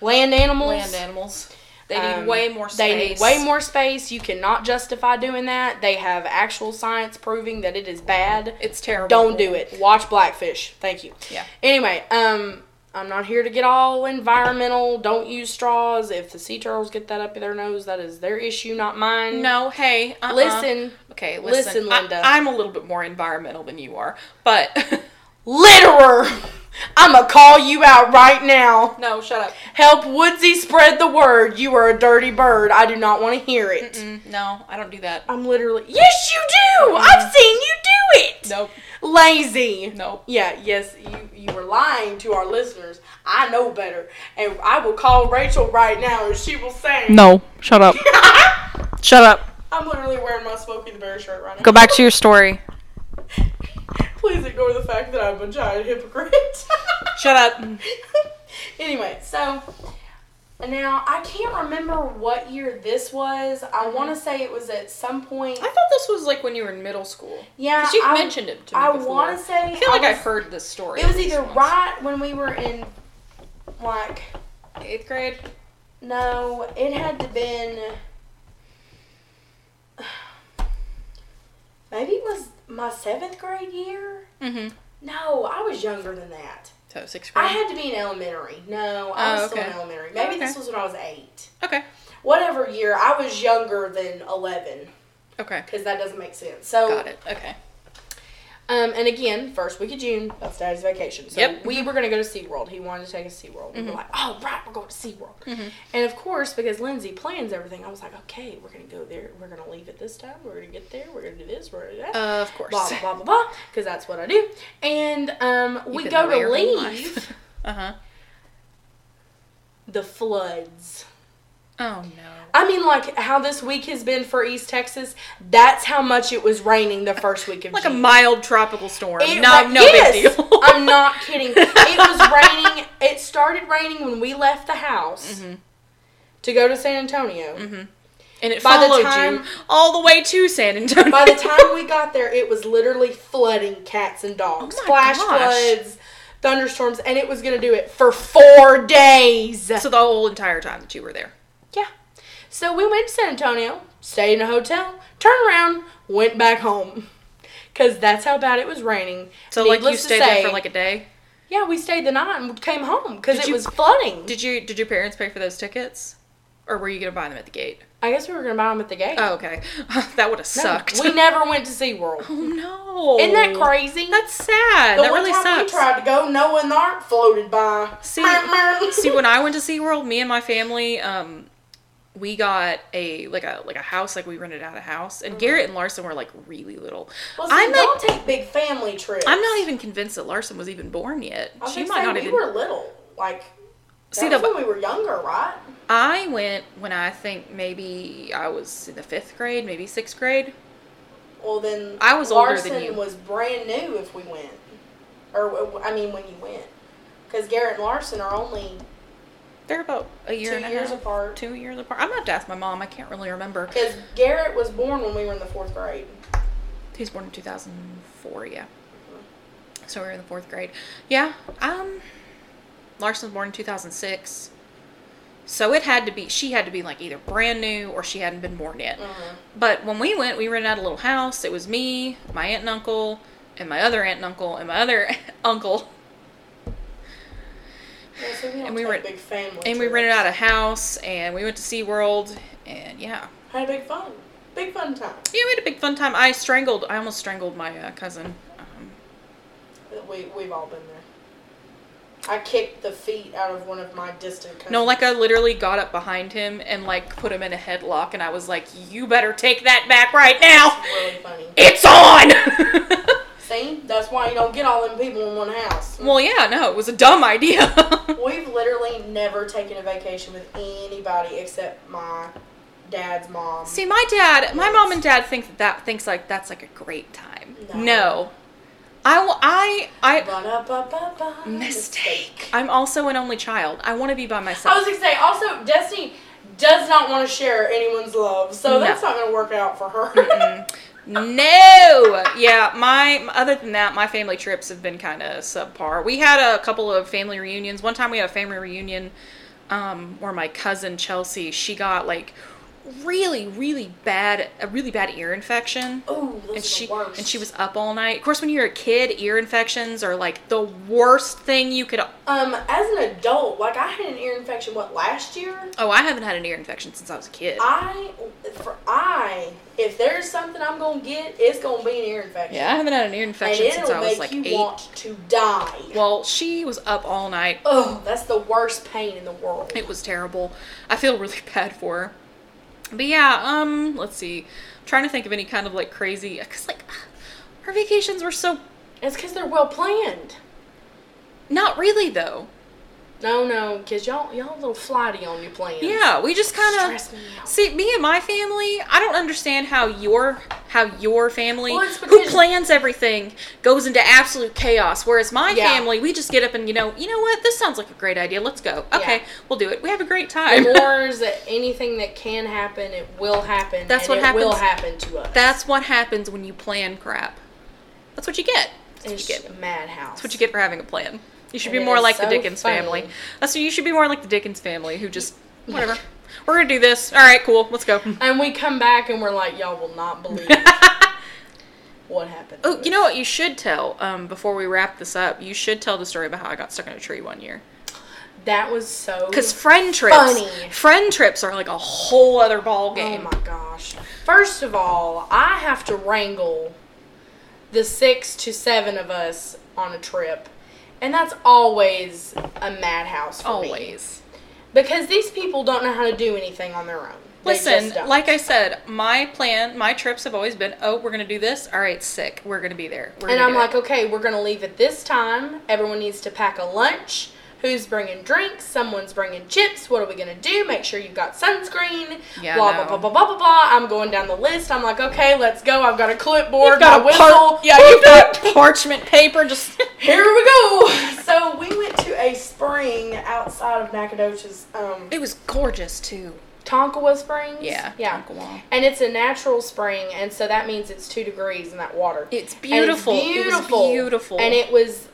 Speaker 2: land animals.
Speaker 1: land animals. They need
Speaker 2: Um,
Speaker 1: way more space.
Speaker 2: They need way more space. You cannot justify doing that. They have actual science proving that it is bad.
Speaker 1: It's terrible.
Speaker 2: Don't do it. Watch Blackfish. Thank you.
Speaker 1: Yeah.
Speaker 2: Anyway, um, I'm not here to get all environmental. Don't use straws. If the sea turtles get that up their nose, that is their issue, not mine.
Speaker 1: No, hey, uh-uh.
Speaker 2: Listen,
Speaker 1: Okay, listen,
Speaker 2: listen, Linda.
Speaker 1: I, am a little bit more environmental than you are, but
Speaker 2: litterer. I'm gonna call you out right now.
Speaker 1: No, shut up.
Speaker 2: Help Woodsy spread the word. You are a dirty bird. I do not want to hear it.
Speaker 1: Mm, no, I don't do that.
Speaker 2: I'm literally. Yes, you do. I've seen you do it.
Speaker 1: Nope.
Speaker 2: Lazy.
Speaker 1: Nope.
Speaker 2: Yeah, yes, you, you were lying to our listeners. I know better. And I will call Rachel right now and she will say.
Speaker 1: No, shut up. shut up.
Speaker 2: I'm literally wearing my Smokey the Bear shirt right now.
Speaker 1: Go back to your story.
Speaker 2: Please ignore the fact that I'm a giant hypocrite.
Speaker 1: Shut up.
Speaker 2: anyway, so now I can't remember what year this was. I want to say it was at some point.
Speaker 1: I thought this was like when you were in middle school.
Speaker 2: Yeah,
Speaker 1: Because you've
Speaker 2: I,
Speaker 1: mentioned it to me
Speaker 2: I
Speaker 1: before.
Speaker 2: want to say.
Speaker 1: I feel like
Speaker 2: was-
Speaker 1: I've heard this story.
Speaker 2: It was
Speaker 1: at least
Speaker 2: either
Speaker 1: once.
Speaker 2: right when we were in, like,
Speaker 1: eighth grade.
Speaker 2: no, it had to been. Maybe it was my seventh grade year.
Speaker 1: Mm-hmm.
Speaker 2: No, I was younger than that.
Speaker 1: So sixth grade.
Speaker 2: I had to be in elementary. No, I was
Speaker 1: Oh,
Speaker 2: still in
Speaker 1: okay.
Speaker 2: elementary. Maybe
Speaker 1: Okay.
Speaker 2: this was when I was eight.
Speaker 1: okay.
Speaker 2: Whatever year, I was younger than eleven
Speaker 1: Okay.
Speaker 2: because that doesn't make sense. So,
Speaker 1: Got it. Okay.
Speaker 2: um, and again, first week of June, that's Daddy's vacation. So
Speaker 1: Yep. Mm-hmm.
Speaker 2: we were gonna go to SeaWorld. He wanted to take us to SeaWorld. We were like, oh right, we're going to SeaWorld. And of course, because Lindsay plans everything, I was like, okay, we're gonna go there. We're gonna leave at this time. We're gonna get there. We're gonna do this. We're gonna do that.
Speaker 1: Uh, of course.
Speaker 2: blah blah blah blah blah. Because that's what I do. And um, we
Speaker 1: Been
Speaker 2: go
Speaker 1: that way
Speaker 2: to
Speaker 1: your whole
Speaker 2: leave.
Speaker 1: life. uh-huh.
Speaker 2: the floods.
Speaker 1: Oh no.
Speaker 2: I mean, like how this week has been for East Texas. That's how much it was raining the first week of
Speaker 1: Like a
Speaker 2: June.
Speaker 1: mild tropical storm.
Speaker 2: It
Speaker 1: no,
Speaker 2: ra-
Speaker 1: no
Speaker 2: Yes!
Speaker 1: big deal.
Speaker 2: I'm not kidding. It was raining. It started raining when we left the house to go to San Antonio.
Speaker 1: and it
Speaker 2: By the
Speaker 1: followed you
Speaker 2: time-
Speaker 1: all the way to San Antonio.
Speaker 2: By the time we got there, it was literally flooding cats and dogs,
Speaker 1: Oh my
Speaker 2: flash
Speaker 1: gosh.
Speaker 2: floods, thunderstorms, and it was going to do it for four days.
Speaker 1: so the whole entire time that you were there.
Speaker 2: Yeah. So we went to San Antonio, stayed in a hotel, turned around, went back home. Because that's how bad it was raining.
Speaker 1: So like you
Speaker 2: Needless to
Speaker 1: stayed
Speaker 2: say-
Speaker 1: there for like a day.
Speaker 2: Yeah, we stayed the night and came home because
Speaker 1: Did
Speaker 2: it
Speaker 1: you-
Speaker 2: was flooding.
Speaker 1: Did you did your parents pay for those tickets, or were you gonna buy them at the gate?
Speaker 2: I guess we were going to buy them at the gate.
Speaker 1: Oh, okay, that would have
Speaker 2: No,
Speaker 1: sucked.
Speaker 2: We never went to SeaWorld.
Speaker 1: oh no!
Speaker 2: Isn't that crazy?
Speaker 1: That's sad.
Speaker 2: the
Speaker 1: that
Speaker 2: one
Speaker 1: really
Speaker 2: time
Speaker 1: sucks.
Speaker 2: we tried to go, no one there floated by.
Speaker 1: See- See, when I went to SeaWorld, me and my family, um, we got a like a like a house, like we rented out a house, and Garrett and Larson were like really little.
Speaker 2: Mm-hmm. well, see,
Speaker 1: I'm
Speaker 2: don't
Speaker 1: not,
Speaker 2: take big family trips.
Speaker 1: I'm not even convinced that Larson was even born yet.
Speaker 2: I was
Speaker 1: She
Speaker 2: gonna
Speaker 1: might
Speaker 2: say,
Speaker 1: not
Speaker 2: we
Speaker 1: even.
Speaker 2: were little. Like, that
Speaker 1: See,
Speaker 2: was
Speaker 1: the-
Speaker 2: when we were younger, right?
Speaker 1: I went when I think maybe I was in the fifth grade, maybe sixth grade.
Speaker 2: Well, then
Speaker 1: I was older than
Speaker 2: Larson
Speaker 1: you.
Speaker 2: was brand new if we went, or w- I mean when you went, because Garrett and Larson are only
Speaker 1: They're about a year
Speaker 2: two
Speaker 1: and a
Speaker 2: years
Speaker 1: half.
Speaker 2: apart.
Speaker 1: Two years apart. I'm gonna have to ask my mom. I can't really remember.
Speaker 2: Because Garrett was born when we were in the fourth grade.
Speaker 1: He was born in 2004, yeah. So we were in the fourth grade. Yeah, um, Larson was born in 2006. So it had to be, she had to be like either brand new or she hadn't been born yet. But when we went, we rented out a little house. It was me, my aunt and uncle, and my other aunt and uncle, and my other uncle.
Speaker 2: Yeah, so we don't
Speaker 1: And we
Speaker 2: take
Speaker 1: were-
Speaker 2: big family.
Speaker 1: And we
Speaker 2: trips.
Speaker 1: rented out a house and we went to SeaWorld. And yeah,
Speaker 2: Had a big fun, big fun time.
Speaker 1: yeah, we had a big fun time. I strangled, I almost strangled my uh, cousin. Um,
Speaker 2: Uh, We we've all been there. I kicked the feet out of one of my distant cousins.
Speaker 1: No, like I literally got up behind him and like put him in a headlock, and I was like, "You better take that back right now.
Speaker 2: really funny.
Speaker 1: It's on."
Speaker 2: See, that's why you don't get all them people in one house.
Speaker 1: well, yeah, no, it was a dumb idea.
Speaker 2: We've literally never taken a vacation with anybody except my dad's mom.
Speaker 1: See, my dad, my mom and dad think that, that thinks like that's like a great time.
Speaker 2: No.
Speaker 1: No, I, wa- I, I,
Speaker 2: Ba-da-ba-ba-ba,
Speaker 1: mistake. I'm also an only child. I want to be by myself.
Speaker 2: I was gonna say also Destiny does not want to share anyone's love, so
Speaker 1: No.
Speaker 2: that's not gonna work out for her.
Speaker 1: No. Yeah, my other than that, my family trips have been kind of subpar. We had a couple of family reunions. One time we had a family reunion um where my cousin Chelsea, she got like really, really bad, a really bad ear infection.
Speaker 3: Oh, those are
Speaker 1: and she
Speaker 3: the worst.
Speaker 1: and she was up all night. Of course, when you're a kid, ear infections are like the worst thing you could.
Speaker 2: Um, as an adult, like I had an ear infection what last year.
Speaker 1: Oh, I haven't had an ear infection since I was a kid.
Speaker 2: I for I if there's something I'm gonna get, it's gonna be an ear infection.
Speaker 1: Yeah, I haven't had an ear
Speaker 2: And
Speaker 1: infection since I
Speaker 2: it'll make
Speaker 1: was like
Speaker 2: you
Speaker 1: eight.
Speaker 2: want to die.
Speaker 1: Well, she was up all night.
Speaker 2: Oh, that's the worst pain in the world.
Speaker 1: It was terrible. I feel really bad for her. But yeah, um, let's see. I'm trying to think of any kind of like crazy, cause like her vacations were so
Speaker 2: It's because they're well planned.
Speaker 1: not really though.
Speaker 2: No, no, because y'all y'all a little flighty on your plans.
Speaker 1: Yeah, we just kind
Speaker 2: Stress me
Speaker 1: of
Speaker 2: out.
Speaker 1: see me and my family. I don't understand how your how your family
Speaker 2: Well, it's
Speaker 1: who
Speaker 2: because-
Speaker 1: plans everything goes into absolute chaos, whereas my
Speaker 2: Yeah.
Speaker 1: family we just get up and you know you know what this sounds like a great idea. Let's go. Okay,
Speaker 2: Yeah.
Speaker 1: we'll do it. We have a great
Speaker 2: The
Speaker 1: time.
Speaker 2: more is that anything that can happen, it will happen.
Speaker 1: That's
Speaker 2: and
Speaker 1: what
Speaker 2: it will
Speaker 1: happens.
Speaker 2: happen to us.
Speaker 1: That's what happens when you plan crap. That's what you get. That's
Speaker 2: it's
Speaker 1: what you get.
Speaker 2: just a madhouse.
Speaker 1: That's what you get for having a plan. You should
Speaker 2: And
Speaker 1: be
Speaker 2: it
Speaker 1: more
Speaker 2: is
Speaker 1: like the
Speaker 2: so
Speaker 1: Dickens family.
Speaker 2: funny.
Speaker 1: That's you should be more like the Dickens family who just whatever. We're gonna do this. All right, cool. Let's go.
Speaker 2: And we come back and we're like, y'all will not believe what happened. to
Speaker 1: oh, you
Speaker 2: us."
Speaker 1: know what? You should tell um, before we wrap this up. You should tell the story about how I got stuck in a tree one year.
Speaker 2: that was so.
Speaker 1: Because friend trips,
Speaker 2: Funny.
Speaker 1: friend trips are like a whole other ball
Speaker 2: Oh
Speaker 1: game.
Speaker 2: my gosh. First of all, I have to wrangle the six to seven of us on a trip. And that's always a madhouse for me.
Speaker 1: Always.
Speaker 2: Because these people don't know how to do anything on their own. They
Speaker 1: Listen,
Speaker 2: just don't.
Speaker 1: like I said, my plan, my trips have always been, oh, we're gonna do this. All right, sick. We're gonna be there. We're
Speaker 2: And
Speaker 1: gonna
Speaker 2: I'm
Speaker 1: do it."
Speaker 2: like, okay, we're going to leave at this time. Everyone needs to pack a lunch. Who's bringing drinks? Someone's bringing chips. What are we going to do? Make sure you've got sunscreen.
Speaker 1: Yeah,
Speaker 2: blah,
Speaker 1: I
Speaker 2: blah,
Speaker 1: know.
Speaker 2: blah, blah, blah, blah, blah. I'm going down the list. I'm like, okay, let's go. I've got a clipboard,
Speaker 1: You've got
Speaker 2: my
Speaker 1: a par-
Speaker 2: whistle.
Speaker 1: yeah, you've got parchment paper. Just
Speaker 2: Here we go. So we went to a spring outside of Nacogdoches, um,
Speaker 1: it was gorgeous too.
Speaker 2: Tonkawa Springs.
Speaker 1: Yeah,
Speaker 2: yeah.
Speaker 1: Tonkawa.
Speaker 2: And it's a natural spring, and so that means it's two degrees in that water.
Speaker 1: It's
Speaker 2: And it's
Speaker 1: beautiful. It was beautiful.
Speaker 2: And it was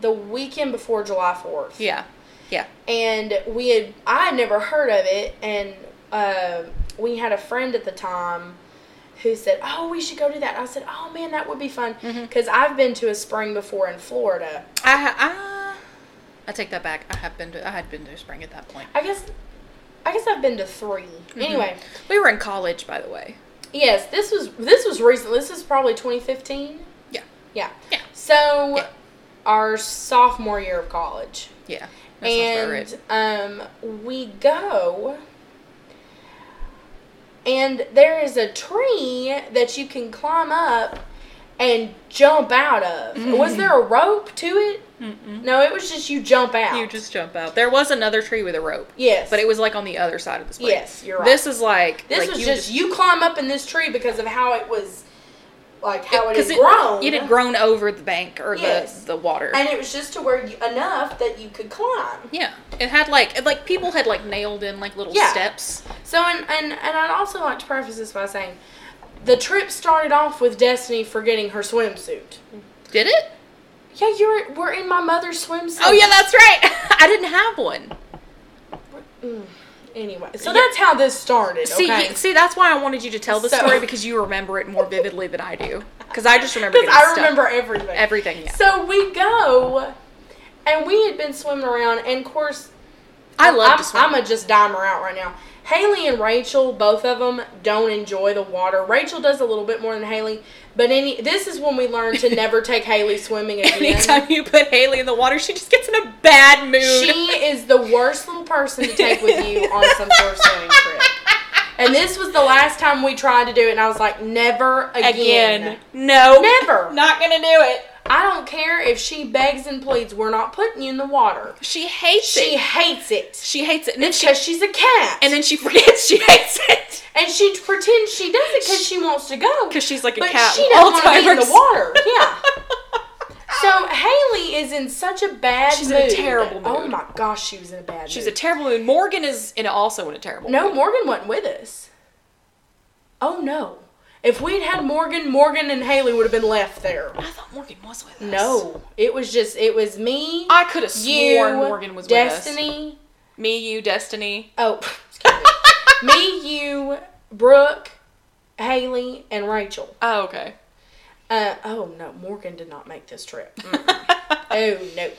Speaker 2: the weekend before July Fourth.
Speaker 1: Yeah, yeah.
Speaker 2: And we had I had never heard of it, and uh, we had a friend at the time. Who said, "Oh, we should go do that?" I said, "Oh man, that would be fun,"
Speaker 1: Mm-hmm.
Speaker 2: because I've been to a spring before in Florida,
Speaker 1: I, ha- I I take that back. I have been to I had been to spring at that point.
Speaker 2: I guess I guess I've been to 3
Speaker 1: Mm-hmm.
Speaker 2: Anyway,
Speaker 1: We were in college, by the way.
Speaker 2: yes, this was this was recent. This is probably 2015.
Speaker 1: Yeah,
Speaker 2: Yeah.
Speaker 1: Yeah.
Speaker 2: So
Speaker 1: Yeah.
Speaker 2: our sophomore year of college.
Speaker 1: yeah. That sounds about
Speaker 2: and
Speaker 1: right.
Speaker 2: um we go and there is a tree that you can climb up and jump out of.
Speaker 1: Mm-hmm.
Speaker 2: Was there a rope to it? No, it was just you jump out.
Speaker 1: you just jump out. There was another tree with a rope,
Speaker 2: Yes.
Speaker 1: but it was like on the other side of the spring.
Speaker 2: Yes, you're right.
Speaker 1: This is like
Speaker 2: This
Speaker 1: like
Speaker 2: was
Speaker 1: you
Speaker 2: just, you climb up in this tree because of how it was, like how it,
Speaker 1: 'cause
Speaker 2: had grown.
Speaker 1: It had grown over the bank or
Speaker 2: Yes.
Speaker 1: the the water.
Speaker 2: and it was just to where you, enough that you could climb.
Speaker 1: yeah, it had like it, like people had like nailed in like little
Speaker 2: Yeah.
Speaker 1: steps.
Speaker 2: So, and and and I'd also like to preface this by saying, the trip started off with Destiny forgetting her swimsuit.
Speaker 1: Did it?
Speaker 2: Yeah, you're we're in my mother's swimsuit.
Speaker 1: Oh yeah, that's right. I didn't have one.
Speaker 2: Mm. Anyway, so
Speaker 1: Yeah.
Speaker 2: that's how this started.
Speaker 1: See,
Speaker 2: okay?
Speaker 1: you- see, that's why I wanted you to tell the
Speaker 2: So-
Speaker 1: story because you remember it more vividly than I do. Because I just remember.
Speaker 2: 'Cause
Speaker 1: getting
Speaker 2: I
Speaker 1: stuck.
Speaker 2: remember everything.
Speaker 1: everything. Yeah,
Speaker 2: So we go, and we had been swimming around, and of course,
Speaker 1: I love
Speaker 2: I'm,
Speaker 1: to swim.
Speaker 2: I'm a just dimer out right now. Haley and Rachel, both of them, don't enjoy the water. Rachel does a little bit more than Haley, but any this is when we learned to never take Haley swimming again.
Speaker 1: Anytime you put Haley in the water, she just gets in a bad mood.
Speaker 2: She is the worst little person to take with you on some sort of swimming trip. And this was the last time we tried to do it, and I was like, never
Speaker 1: again.
Speaker 2: again.
Speaker 1: No,
Speaker 2: Never.
Speaker 1: Not gonna do it.
Speaker 2: I don't care if she begs and pleads, we're not putting you in the water.
Speaker 1: She hates
Speaker 2: She
Speaker 1: it.
Speaker 2: hates it
Speaker 1: She hates it, and then she
Speaker 2: because she's a cat.
Speaker 1: and then she forgets she hates it
Speaker 2: and she pretends she does it because she wants to go.
Speaker 1: because she's like a
Speaker 2: but
Speaker 1: cat.
Speaker 2: she doesn't
Speaker 1: all
Speaker 2: want to be in the
Speaker 1: timers.
Speaker 2: water. Yeah. So Haley is in such a bad
Speaker 1: She's in
Speaker 2: mood.
Speaker 1: a terrible
Speaker 2: Oh
Speaker 1: mood.
Speaker 2: my gosh, she was in a bad
Speaker 1: She's a
Speaker 2: mood.
Speaker 1: terrible mood. Morgan is in a, also in a terrible.
Speaker 2: No, Morgan wasn't with us. Oh no. If we'd had Morgan, Morgan and Haley would have been left there.
Speaker 1: mood. I thought Morgan was with us.
Speaker 2: No. It was just it was me,
Speaker 1: I could have
Speaker 2: you,
Speaker 1: sworn Morgan was with us.
Speaker 2: Destiny.
Speaker 1: Me, you, Destiny.
Speaker 2: Oh, excuse me. Me, you, Brooke, Haley, and Rachel.
Speaker 1: Oh, okay.
Speaker 2: Uh, oh no, Morgan did not make this trip. Mm-mm. oh no,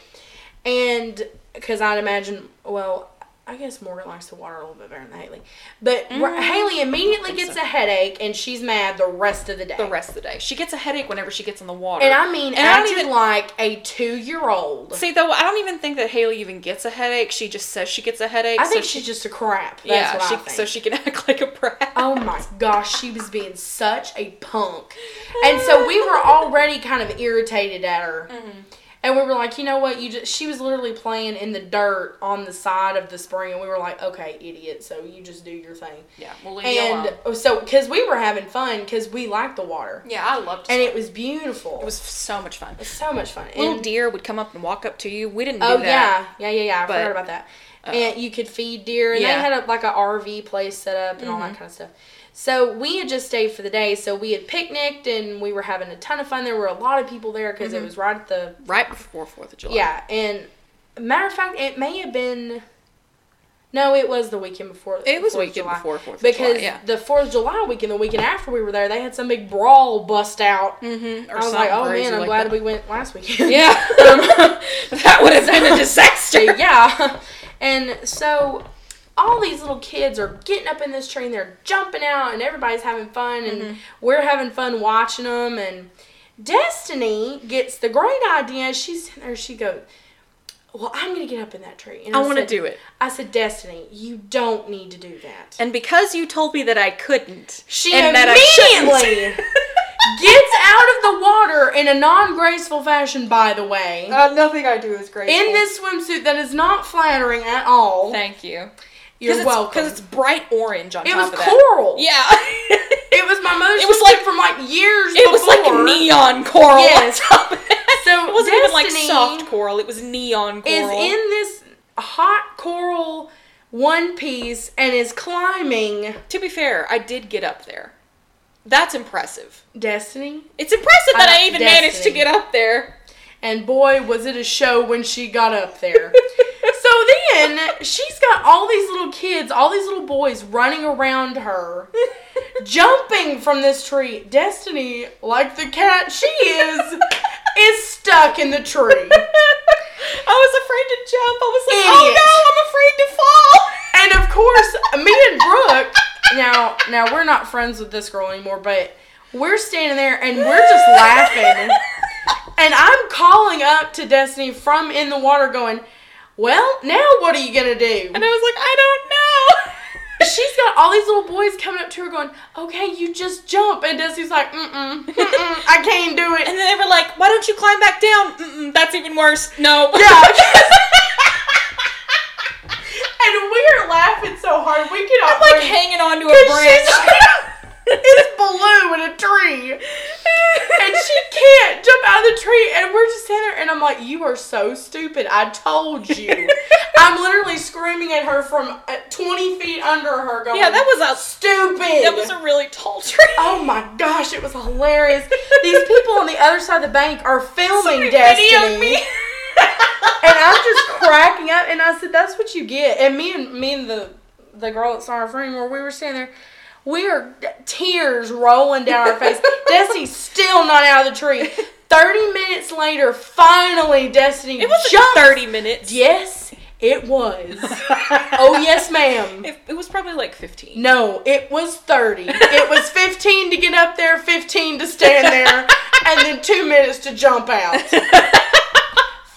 Speaker 2: and because I'd imagine, well, I guess Morgan likes the water a little bit better than Haley, but
Speaker 1: Mm-hmm.
Speaker 2: Ra- Haley immediately gets a headache and she's mad the rest of the day.
Speaker 1: the rest of the day. She gets a headache whenever she gets in the water.
Speaker 2: and I mean,
Speaker 1: And I don't
Speaker 2: acting
Speaker 1: even-
Speaker 2: like a two-year-old.
Speaker 1: See, though, I don't even think that Haley even gets a headache. She just says she gets a headache.
Speaker 2: I think
Speaker 1: so
Speaker 2: she's just a crap. That's
Speaker 1: yeah,
Speaker 2: what
Speaker 1: she,
Speaker 2: I think.
Speaker 1: so she can act like a brat.
Speaker 2: Oh my gosh, she was being such a punk. And so we were already kind of irritated at her.
Speaker 1: Mm-hmm.
Speaker 2: And we were like, you know what? You just she was literally playing in the dirt on the side of the spring and we were like, okay, idiot, so you just do your thing.
Speaker 1: Yeah, we'll leave you
Speaker 2: And
Speaker 1: alone.
Speaker 2: so cuz we were having fun cuz we liked the water.
Speaker 1: Yeah, I loved
Speaker 2: And
Speaker 1: it.
Speaker 2: it was beautiful.
Speaker 1: It was so much fun.
Speaker 2: so much fun.
Speaker 1: Little
Speaker 2: And-
Speaker 1: deer would come up and walk up to you. We didn't do
Speaker 2: Oh
Speaker 1: that.
Speaker 2: yeah, yeah, yeah, yeah. I
Speaker 1: But, uh,
Speaker 2: forgot about that. and you could feed deer, and
Speaker 1: yeah. Mm-hmm.
Speaker 2: they had a, like a RV place set up and all that kind of stuff. So we had just stayed for the day. So we had picnicked, and we were having a ton of fun. There were a lot of people there
Speaker 1: Mm-hmm.
Speaker 2: because it was right at the
Speaker 1: Right before Fourth of July.
Speaker 2: yeah. And matter of fact, it may have been. No, it was the weekend before.
Speaker 1: It
Speaker 2: Fourth
Speaker 1: was
Speaker 2: of
Speaker 1: weekend
Speaker 2: July.
Speaker 1: before Fourth of
Speaker 2: because
Speaker 1: July, yeah.
Speaker 2: the Fourth of July weekend, the weekend after we were there, they had some big brawl bust out.
Speaker 1: Mm-hmm.
Speaker 2: I
Speaker 1: Or
Speaker 2: was
Speaker 1: something
Speaker 2: like, "Oh
Speaker 1: crazy
Speaker 2: man, I'm
Speaker 1: like
Speaker 2: glad
Speaker 1: that.
Speaker 2: we went last weekend."
Speaker 1: Yeah. that would have been a disaster.
Speaker 2: So, yeah. And so all these little kids are getting up in this tree and they're jumping out and everybody's having fun and
Speaker 1: Mm-hmm.
Speaker 2: we're having fun watching them and Destiny gets the great idea. She's sitting there. She goes, "Well, I'm gonna get up in that tree." And
Speaker 1: I want to
Speaker 2: said-
Speaker 1: do it.
Speaker 2: I said, "Destiny, you don't need to do that."
Speaker 1: And because you told me that I couldn't,
Speaker 2: She
Speaker 1: and that I
Speaker 2: immediately
Speaker 1: shouldn't.
Speaker 2: gets out of the water in a non-graceful fashion. By the way,
Speaker 1: Uh, nothing I do is great.
Speaker 2: in this swimsuit that is not flattering at all.
Speaker 1: Thank you.
Speaker 2: You're welcome.
Speaker 1: Because it's bright orange on
Speaker 2: It
Speaker 1: top
Speaker 2: was
Speaker 1: of that.
Speaker 2: coral.
Speaker 1: Yeah.
Speaker 2: It was my mother's.
Speaker 1: It was
Speaker 2: swimsuit
Speaker 1: like-
Speaker 2: from like years.
Speaker 1: It was like
Speaker 2: before.
Speaker 1: neon coral
Speaker 2: Yes.
Speaker 1: on top of it.
Speaker 2: So
Speaker 1: it wasn't even like
Speaker 2: Destiny
Speaker 1: soft coral. It was neon
Speaker 2: Is
Speaker 1: coral.
Speaker 2: in this hot coral one piece and is climbing.
Speaker 1: to be fair, I did get up there. That's impressive.
Speaker 2: Destiny.
Speaker 1: It's impressive that
Speaker 2: Uh,
Speaker 1: I even managed to
Speaker 2: Destiny.
Speaker 1: get up there.
Speaker 2: And boy, was it a show when she got up there. so then she's got all these little kids, all these little boys running around her, jumping from this tree. Destiny, like the cat she is, is stuck in the tree.
Speaker 1: I was afraid to jump. I was like,
Speaker 2: Idiot.
Speaker 1: oh no, I'm
Speaker 2: And of course, me and Brooke. Now, now we're not friends with this girl anymore, but we're standing there and we're just laughing. And I'm calling up to Destiny from in the water, going, "Well, now what are you gonna do?"
Speaker 1: and I was like, I don't know.
Speaker 2: She's got all these little boys coming up to her, going, "Okay, you just jump." And Destiny's like, "Mm mm, mm I can't do it."
Speaker 1: And then they were like, why don't you climb back down? Mm-mm, that's even worse. No.
Speaker 2: and we're laughing so hard we cannot.
Speaker 1: I'm like
Speaker 2: breathe.
Speaker 1: hanging onto a branch.
Speaker 2: She's- it's blue in a tree. And she can't jump out of the tree. And we're just sitting there, and I'm like, You are so stupid. I told you. I'm literally screaming at her from uh, 20 feet under her, going,
Speaker 1: yeah, that was
Speaker 2: stupid.
Speaker 1: a that was a really tall tree.
Speaker 2: Oh my gosh, it was hilarious. These people on the other side of the bank are filming
Speaker 1: Video
Speaker 2: Destiny.
Speaker 1: me.
Speaker 2: And I'm just cracking up and I said, That's what you get. And me and me and the the girl that's on our frame where we were standing there, we are tears rolling down our face. Destiny's still not out of the tree. Thirty minutes later, finally Destiny
Speaker 1: It was
Speaker 2: jumps.
Speaker 1: like 30 minutes.
Speaker 2: Yes, it was. oh yes, ma'am.
Speaker 1: It, it was probably like 15.
Speaker 2: No, it was 30. It was 15 to get up there, 15 to stand there, and then two minutes to jump out.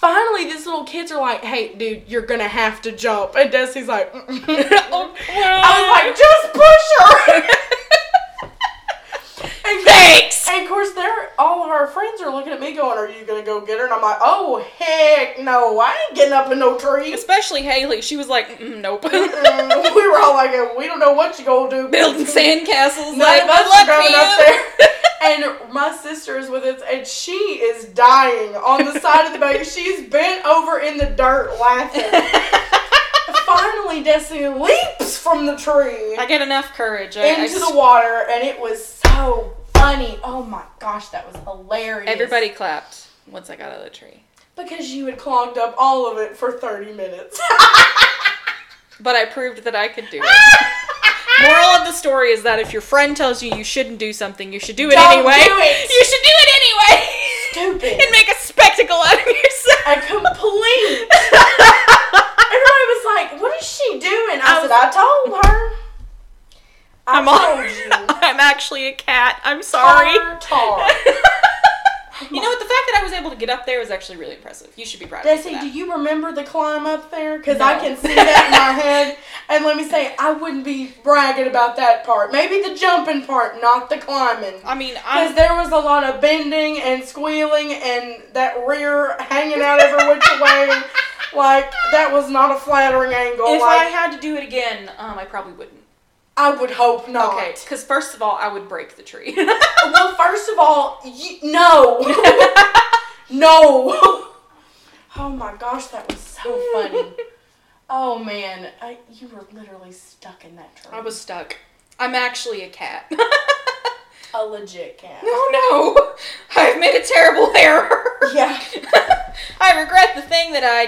Speaker 2: Finally, these little kids are like, hey, dude, you're gonna have to jump. And Destiny's like, "Mm, Mm-mm.
Speaker 1: Oh,
Speaker 2: I was like, just push her. and,
Speaker 1: Thanks.
Speaker 2: And of course, they're, all of our friends are looking at me going, are you gonna go get her? And I'm like, oh, heck no, I ain't getting up in no tree.
Speaker 1: Especially Haley, she was like, Mm-mm, nope.
Speaker 2: Mm-mm. we were all like, we don't know what you gonna do.
Speaker 1: Building sandcastles.
Speaker 2: None
Speaker 1: like,
Speaker 2: of us
Speaker 1: good
Speaker 2: are
Speaker 1: luck
Speaker 2: going
Speaker 1: to
Speaker 2: up
Speaker 1: you.
Speaker 2: there. And my sister is with us, and she is dying on the side of the boat. She's bent over in the dirt laughing. Finally, Destiny leaps from the tree
Speaker 1: I get enough courage. I, I
Speaker 2: into
Speaker 1: just-
Speaker 2: the water, and it was so funny. Oh my gosh, that was hilarious.
Speaker 1: Everybody clapped once I got out of the tree.
Speaker 2: Because you had clogged up all of it for 30 minutes.
Speaker 1: But I proved that I could do it. of the story is that if your friend tells you you shouldn't do something, you should do it
Speaker 2: Don't
Speaker 1: anyway.
Speaker 2: do it.
Speaker 1: You should do it anyway.
Speaker 2: Stupid.
Speaker 1: and make a spectacle out of yourself.
Speaker 2: A complete. Everybody was like, "What is she doing?" I,
Speaker 1: I
Speaker 2: said,
Speaker 1: was-
Speaker 2: "I told her." I
Speaker 1: I'm,
Speaker 2: told
Speaker 1: all,
Speaker 2: you.
Speaker 1: I'm actually a cat. I'm sorry.
Speaker 2: Tar, tar.
Speaker 1: you know what? The fact that I was able to get up there was actually really impressive. You should be proud of me. for
Speaker 2: Desi,
Speaker 1: that.
Speaker 2: do you remember the climb up there? Because I
Speaker 1: No.
Speaker 2: can see that in my head. And let me say, I wouldn't be bragging about that part. Maybe the jumping part, not the climbing.
Speaker 1: I mean,
Speaker 2: Because
Speaker 1: I'm.
Speaker 2: there was a lot of bending and squealing and that rear hanging out every which way. Like, that was not a flattering angle.
Speaker 1: If I
Speaker 2: like,
Speaker 1: had to do it again, um, I probably wouldn't.
Speaker 2: I, would hope not.
Speaker 1: Okay, because first of all, I would break the tree.
Speaker 2: Well, first of all, y no. no. Oh my gosh, that was so funny. Oh man, I, you were literally stuck in that tree.
Speaker 1: I was stuck. I'm actually a cat.
Speaker 2: a legit cat.
Speaker 1: oh no! I've made a terrible error.
Speaker 2: Yeah.
Speaker 1: I regret the thing that I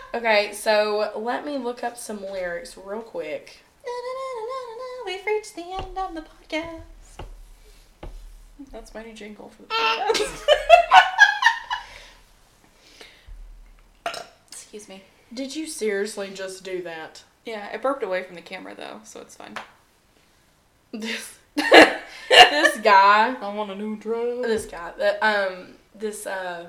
Speaker 1: did.
Speaker 2: Okay, so let me look up some lyrics real quick.
Speaker 1: We've reached the end of the podcast. That's my new jingle for the podcast. Excuse me.
Speaker 2: Did you seriously just do that?
Speaker 1: Yeah, it burped away from the camera though, so it's fine.
Speaker 2: This this
Speaker 1: I
Speaker 2: guy,
Speaker 1: want a new drug.
Speaker 2: this guy, the, um, this uh,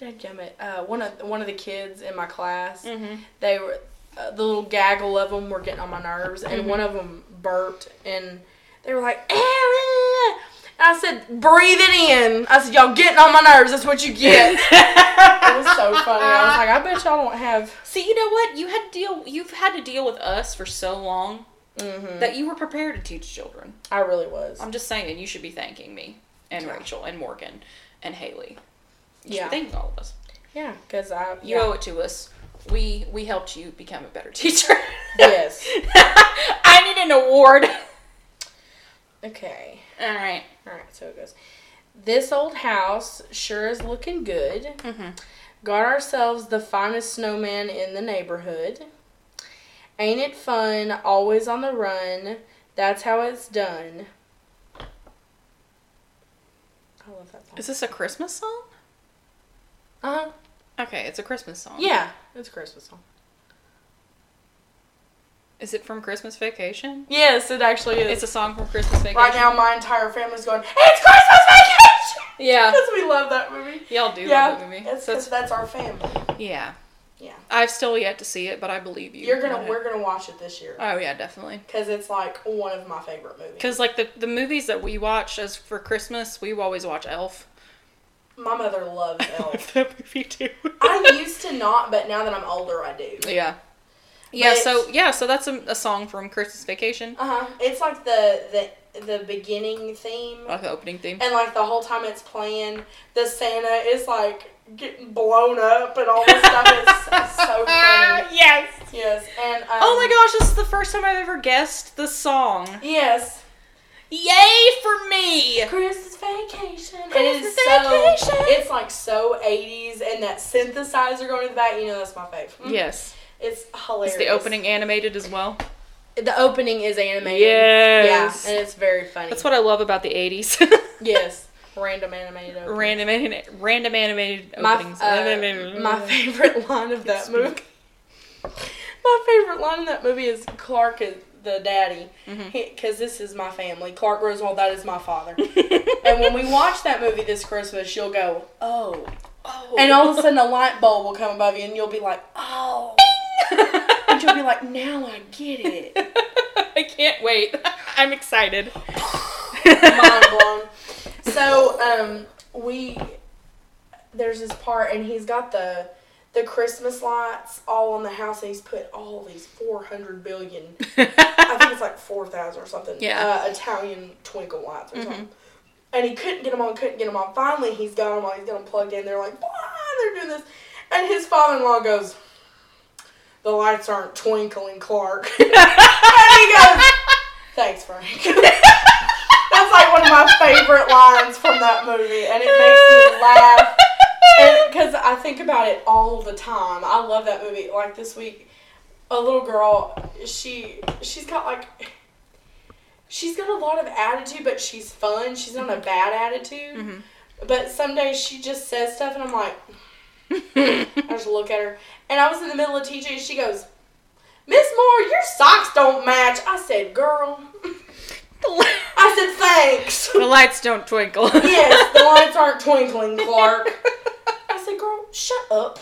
Speaker 2: dadgummit, uh, one of one of the kids in my class.
Speaker 1: Mm-hmm.
Speaker 2: they were uh, the little gaggle of them were getting on my nerves, and
Speaker 1: Mm-hmm.
Speaker 2: one of them burped, and they were like, "Ah!" and I said, "Breathe it in." I said, "Y'all getting on my nerves. That's what you get." it was so funny. I was like, "I bet y'all don't have."
Speaker 1: See, you know what? You had to deal. You've had to deal with us for so long
Speaker 2: Mm-hmm.
Speaker 1: that you were prepared to teach children.
Speaker 2: I really was.
Speaker 1: I'm just saying, you should be thanking me and
Speaker 2: Yeah.
Speaker 1: Rachel and Morgan and Haley. You
Speaker 2: Yeah.
Speaker 1: should be thanking all of us.
Speaker 2: Yeah, because I
Speaker 1: You
Speaker 2: yeah.
Speaker 1: owe it to us. We we helped you become a better teacher.
Speaker 2: Yes.
Speaker 1: I need an award.
Speaker 2: Okay.
Speaker 1: All right.
Speaker 2: All right. So it goes. This old house sure is looking good. Got ourselves the finest snowman in the neighborhood. Ain't it fun? Always on the run. That's how it's done. I love that song.
Speaker 1: Is this a Christmas song?
Speaker 2: Uh huh.
Speaker 1: Okay, it's a Christmas song.
Speaker 2: Yeah, it's a Christmas song.
Speaker 1: Is it from Christmas Vacation?
Speaker 2: Yes, it actually
Speaker 1: It's a song from Christmas Vacation.
Speaker 2: right now, my entire family's going, "It's Christmas vacation!"
Speaker 1: Yeah.
Speaker 2: because we love that movie.
Speaker 1: Y'all do
Speaker 2: yeah,
Speaker 1: love that movie.
Speaker 2: It's,
Speaker 1: So
Speaker 2: that's,
Speaker 1: it's-
Speaker 2: that's our family.
Speaker 1: yeah.
Speaker 2: Yeah.
Speaker 1: I've still yet to see it, but I believe you.
Speaker 2: You're gonna,
Speaker 1: on it.
Speaker 2: we're gonna watch it this year
Speaker 1: Oh yeah, definitely.
Speaker 2: because it's like one of my favorite movies.
Speaker 1: Because like the the movies that we watch as for Christmas, we always watch Elf.
Speaker 2: My mother loves Elf.
Speaker 1: that movie too.
Speaker 2: I used to not, but now that I'm older, I do.
Speaker 1: Yeah. Yeah,
Speaker 2: But-
Speaker 1: so yeah, so that's a, a song from Christmas Vacation,
Speaker 2: Uh huh. It's like the the the beginning theme,
Speaker 1: like the opening theme.
Speaker 2: and like the whole time it's playing, the Santa is like getting blown up and all this stuff. It's, it's so funny.
Speaker 1: yes.
Speaker 2: Yes, and um,
Speaker 1: Oh my gosh, this is the first time I've ever guessed the song.
Speaker 2: Yes,
Speaker 1: Yay for me!
Speaker 2: Christmas vacation. and it is
Speaker 1: Christmas
Speaker 2: so.
Speaker 1: vacation.
Speaker 2: It's like so 80s, and that synthesizer going in the back. You know, that's my favorite.
Speaker 1: Yes.
Speaker 2: it's hilarious.
Speaker 1: Is the opening animated as well?
Speaker 2: The opening is animated.
Speaker 1: Yes.
Speaker 2: Yeah, and it's very funny.
Speaker 1: That's what I love about the 80s.
Speaker 2: Yes, random animated. opening.
Speaker 1: random, ani- random animated
Speaker 2: my,
Speaker 1: openings.
Speaker 2: uh, my favorite line of that
Speaker 1: Speak.
Speaker 2: movie. My favorite line in that movie is Clark is the daddy, because
Speaker 1: Mhm.
Speaker 2: this is my family. Clark Griswold, that is my father. and when we watch that movie this Christmas, you'll go, oh,
Speaker 1: oh.
Speaker 2: and all of a sudden a light bulb will come above you, and you'll be like, oh, and you'll be like, now I get it.
Speaker 1: I can't wait. I'm excited.
Speaker 2: Mind blown. So um, we there's this part, and he's got the the Christmas lights all on the house, and he's put all these four hundred billion. I think it's like four thousand or something.
Speaker 1: Yeah.
Speaker 2: Uh, Italian twinkle lights or something. And he couldn't get them on, couldn't get them on. Finally, he's got them on. He's got them plugged in. They're like, ah, they're doing this. And his father-in-law goes, the lights aren't twinkling, Clark. and he goes, Thanks, Frank. That's like one of my favorite lines from that movie, and it makes me laugh. Because I think about it all the time. I love that movie. Like this week, a little girl. She she's got like she's got a lot of attitude, but she's fun. She's not a bad attitude. But some days she just says stuff, and I'm like, I just look at her. And I was in the middle of teaching, and she goes, "Miss Moore, your socks don't match." I said, "Girl." I said, "Thanks."
Speaker 1: the lights don't twinkle.
Speaker 2: yes, the lights aren't twinkling, Clark. I said, "Girl, shut up."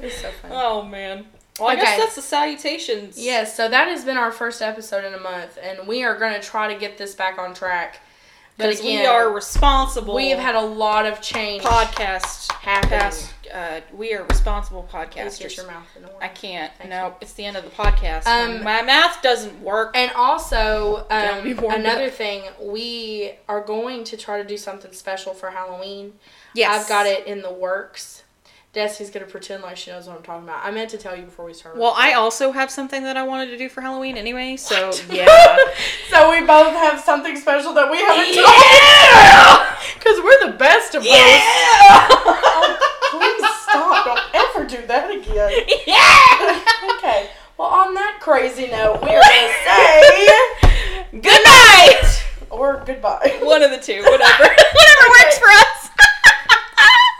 Speaker 2: It's so funny.
Speaker 1: Oh man. Well, I guess
Speaker 2: Okay.
Speaker 1: that's the salutations.
Speaker 2: Yes, so that has been our first episode in a month, and we are going to try to get this back on track. But
Speaker 1: because
Speaker 2: again,
Speaker 1: we are responsible.
Speaker 2: we have had a lot of change
Speaker 1: podcast
Speaker 2: happen.
Speaker 1: past. Uh, we are responsible
Speaker 2: Please get
Speaker 1: podcasters.
Speaker 2: your mouth in order.
Speaker 1: I can't.
Speaker 2: Thank
Speaker 1: no, it's the end of the podcast.
Speaker 2: Um,
Speaker 1: my math doesn't work.
Speaker 2: And also,
Speaker 1: Gotta
Speaker 2: um,
Speaker 1: be warmed
Speaker 2: another thing, we are going to try to do something special for Halloween.
Speaker 1: Yes,
Speaker 2: I've got it in the works. Destiny's going to pretend like she knows what I'm talking about. I meant to tell you before we started.
Speaker 1: Well, I also have something that I wanted to do for Halloween anyway. So yeah.
Speaker 2: so we both have something special that we haven't told because we're the best of both. Oh, Please stop. Don't ever do that again. Okay. Well, on that crazy note, we are going to say
Speaker 1: Good night.
Speaker 2: or goodbye.
Speaker 1: One of the two, whatever.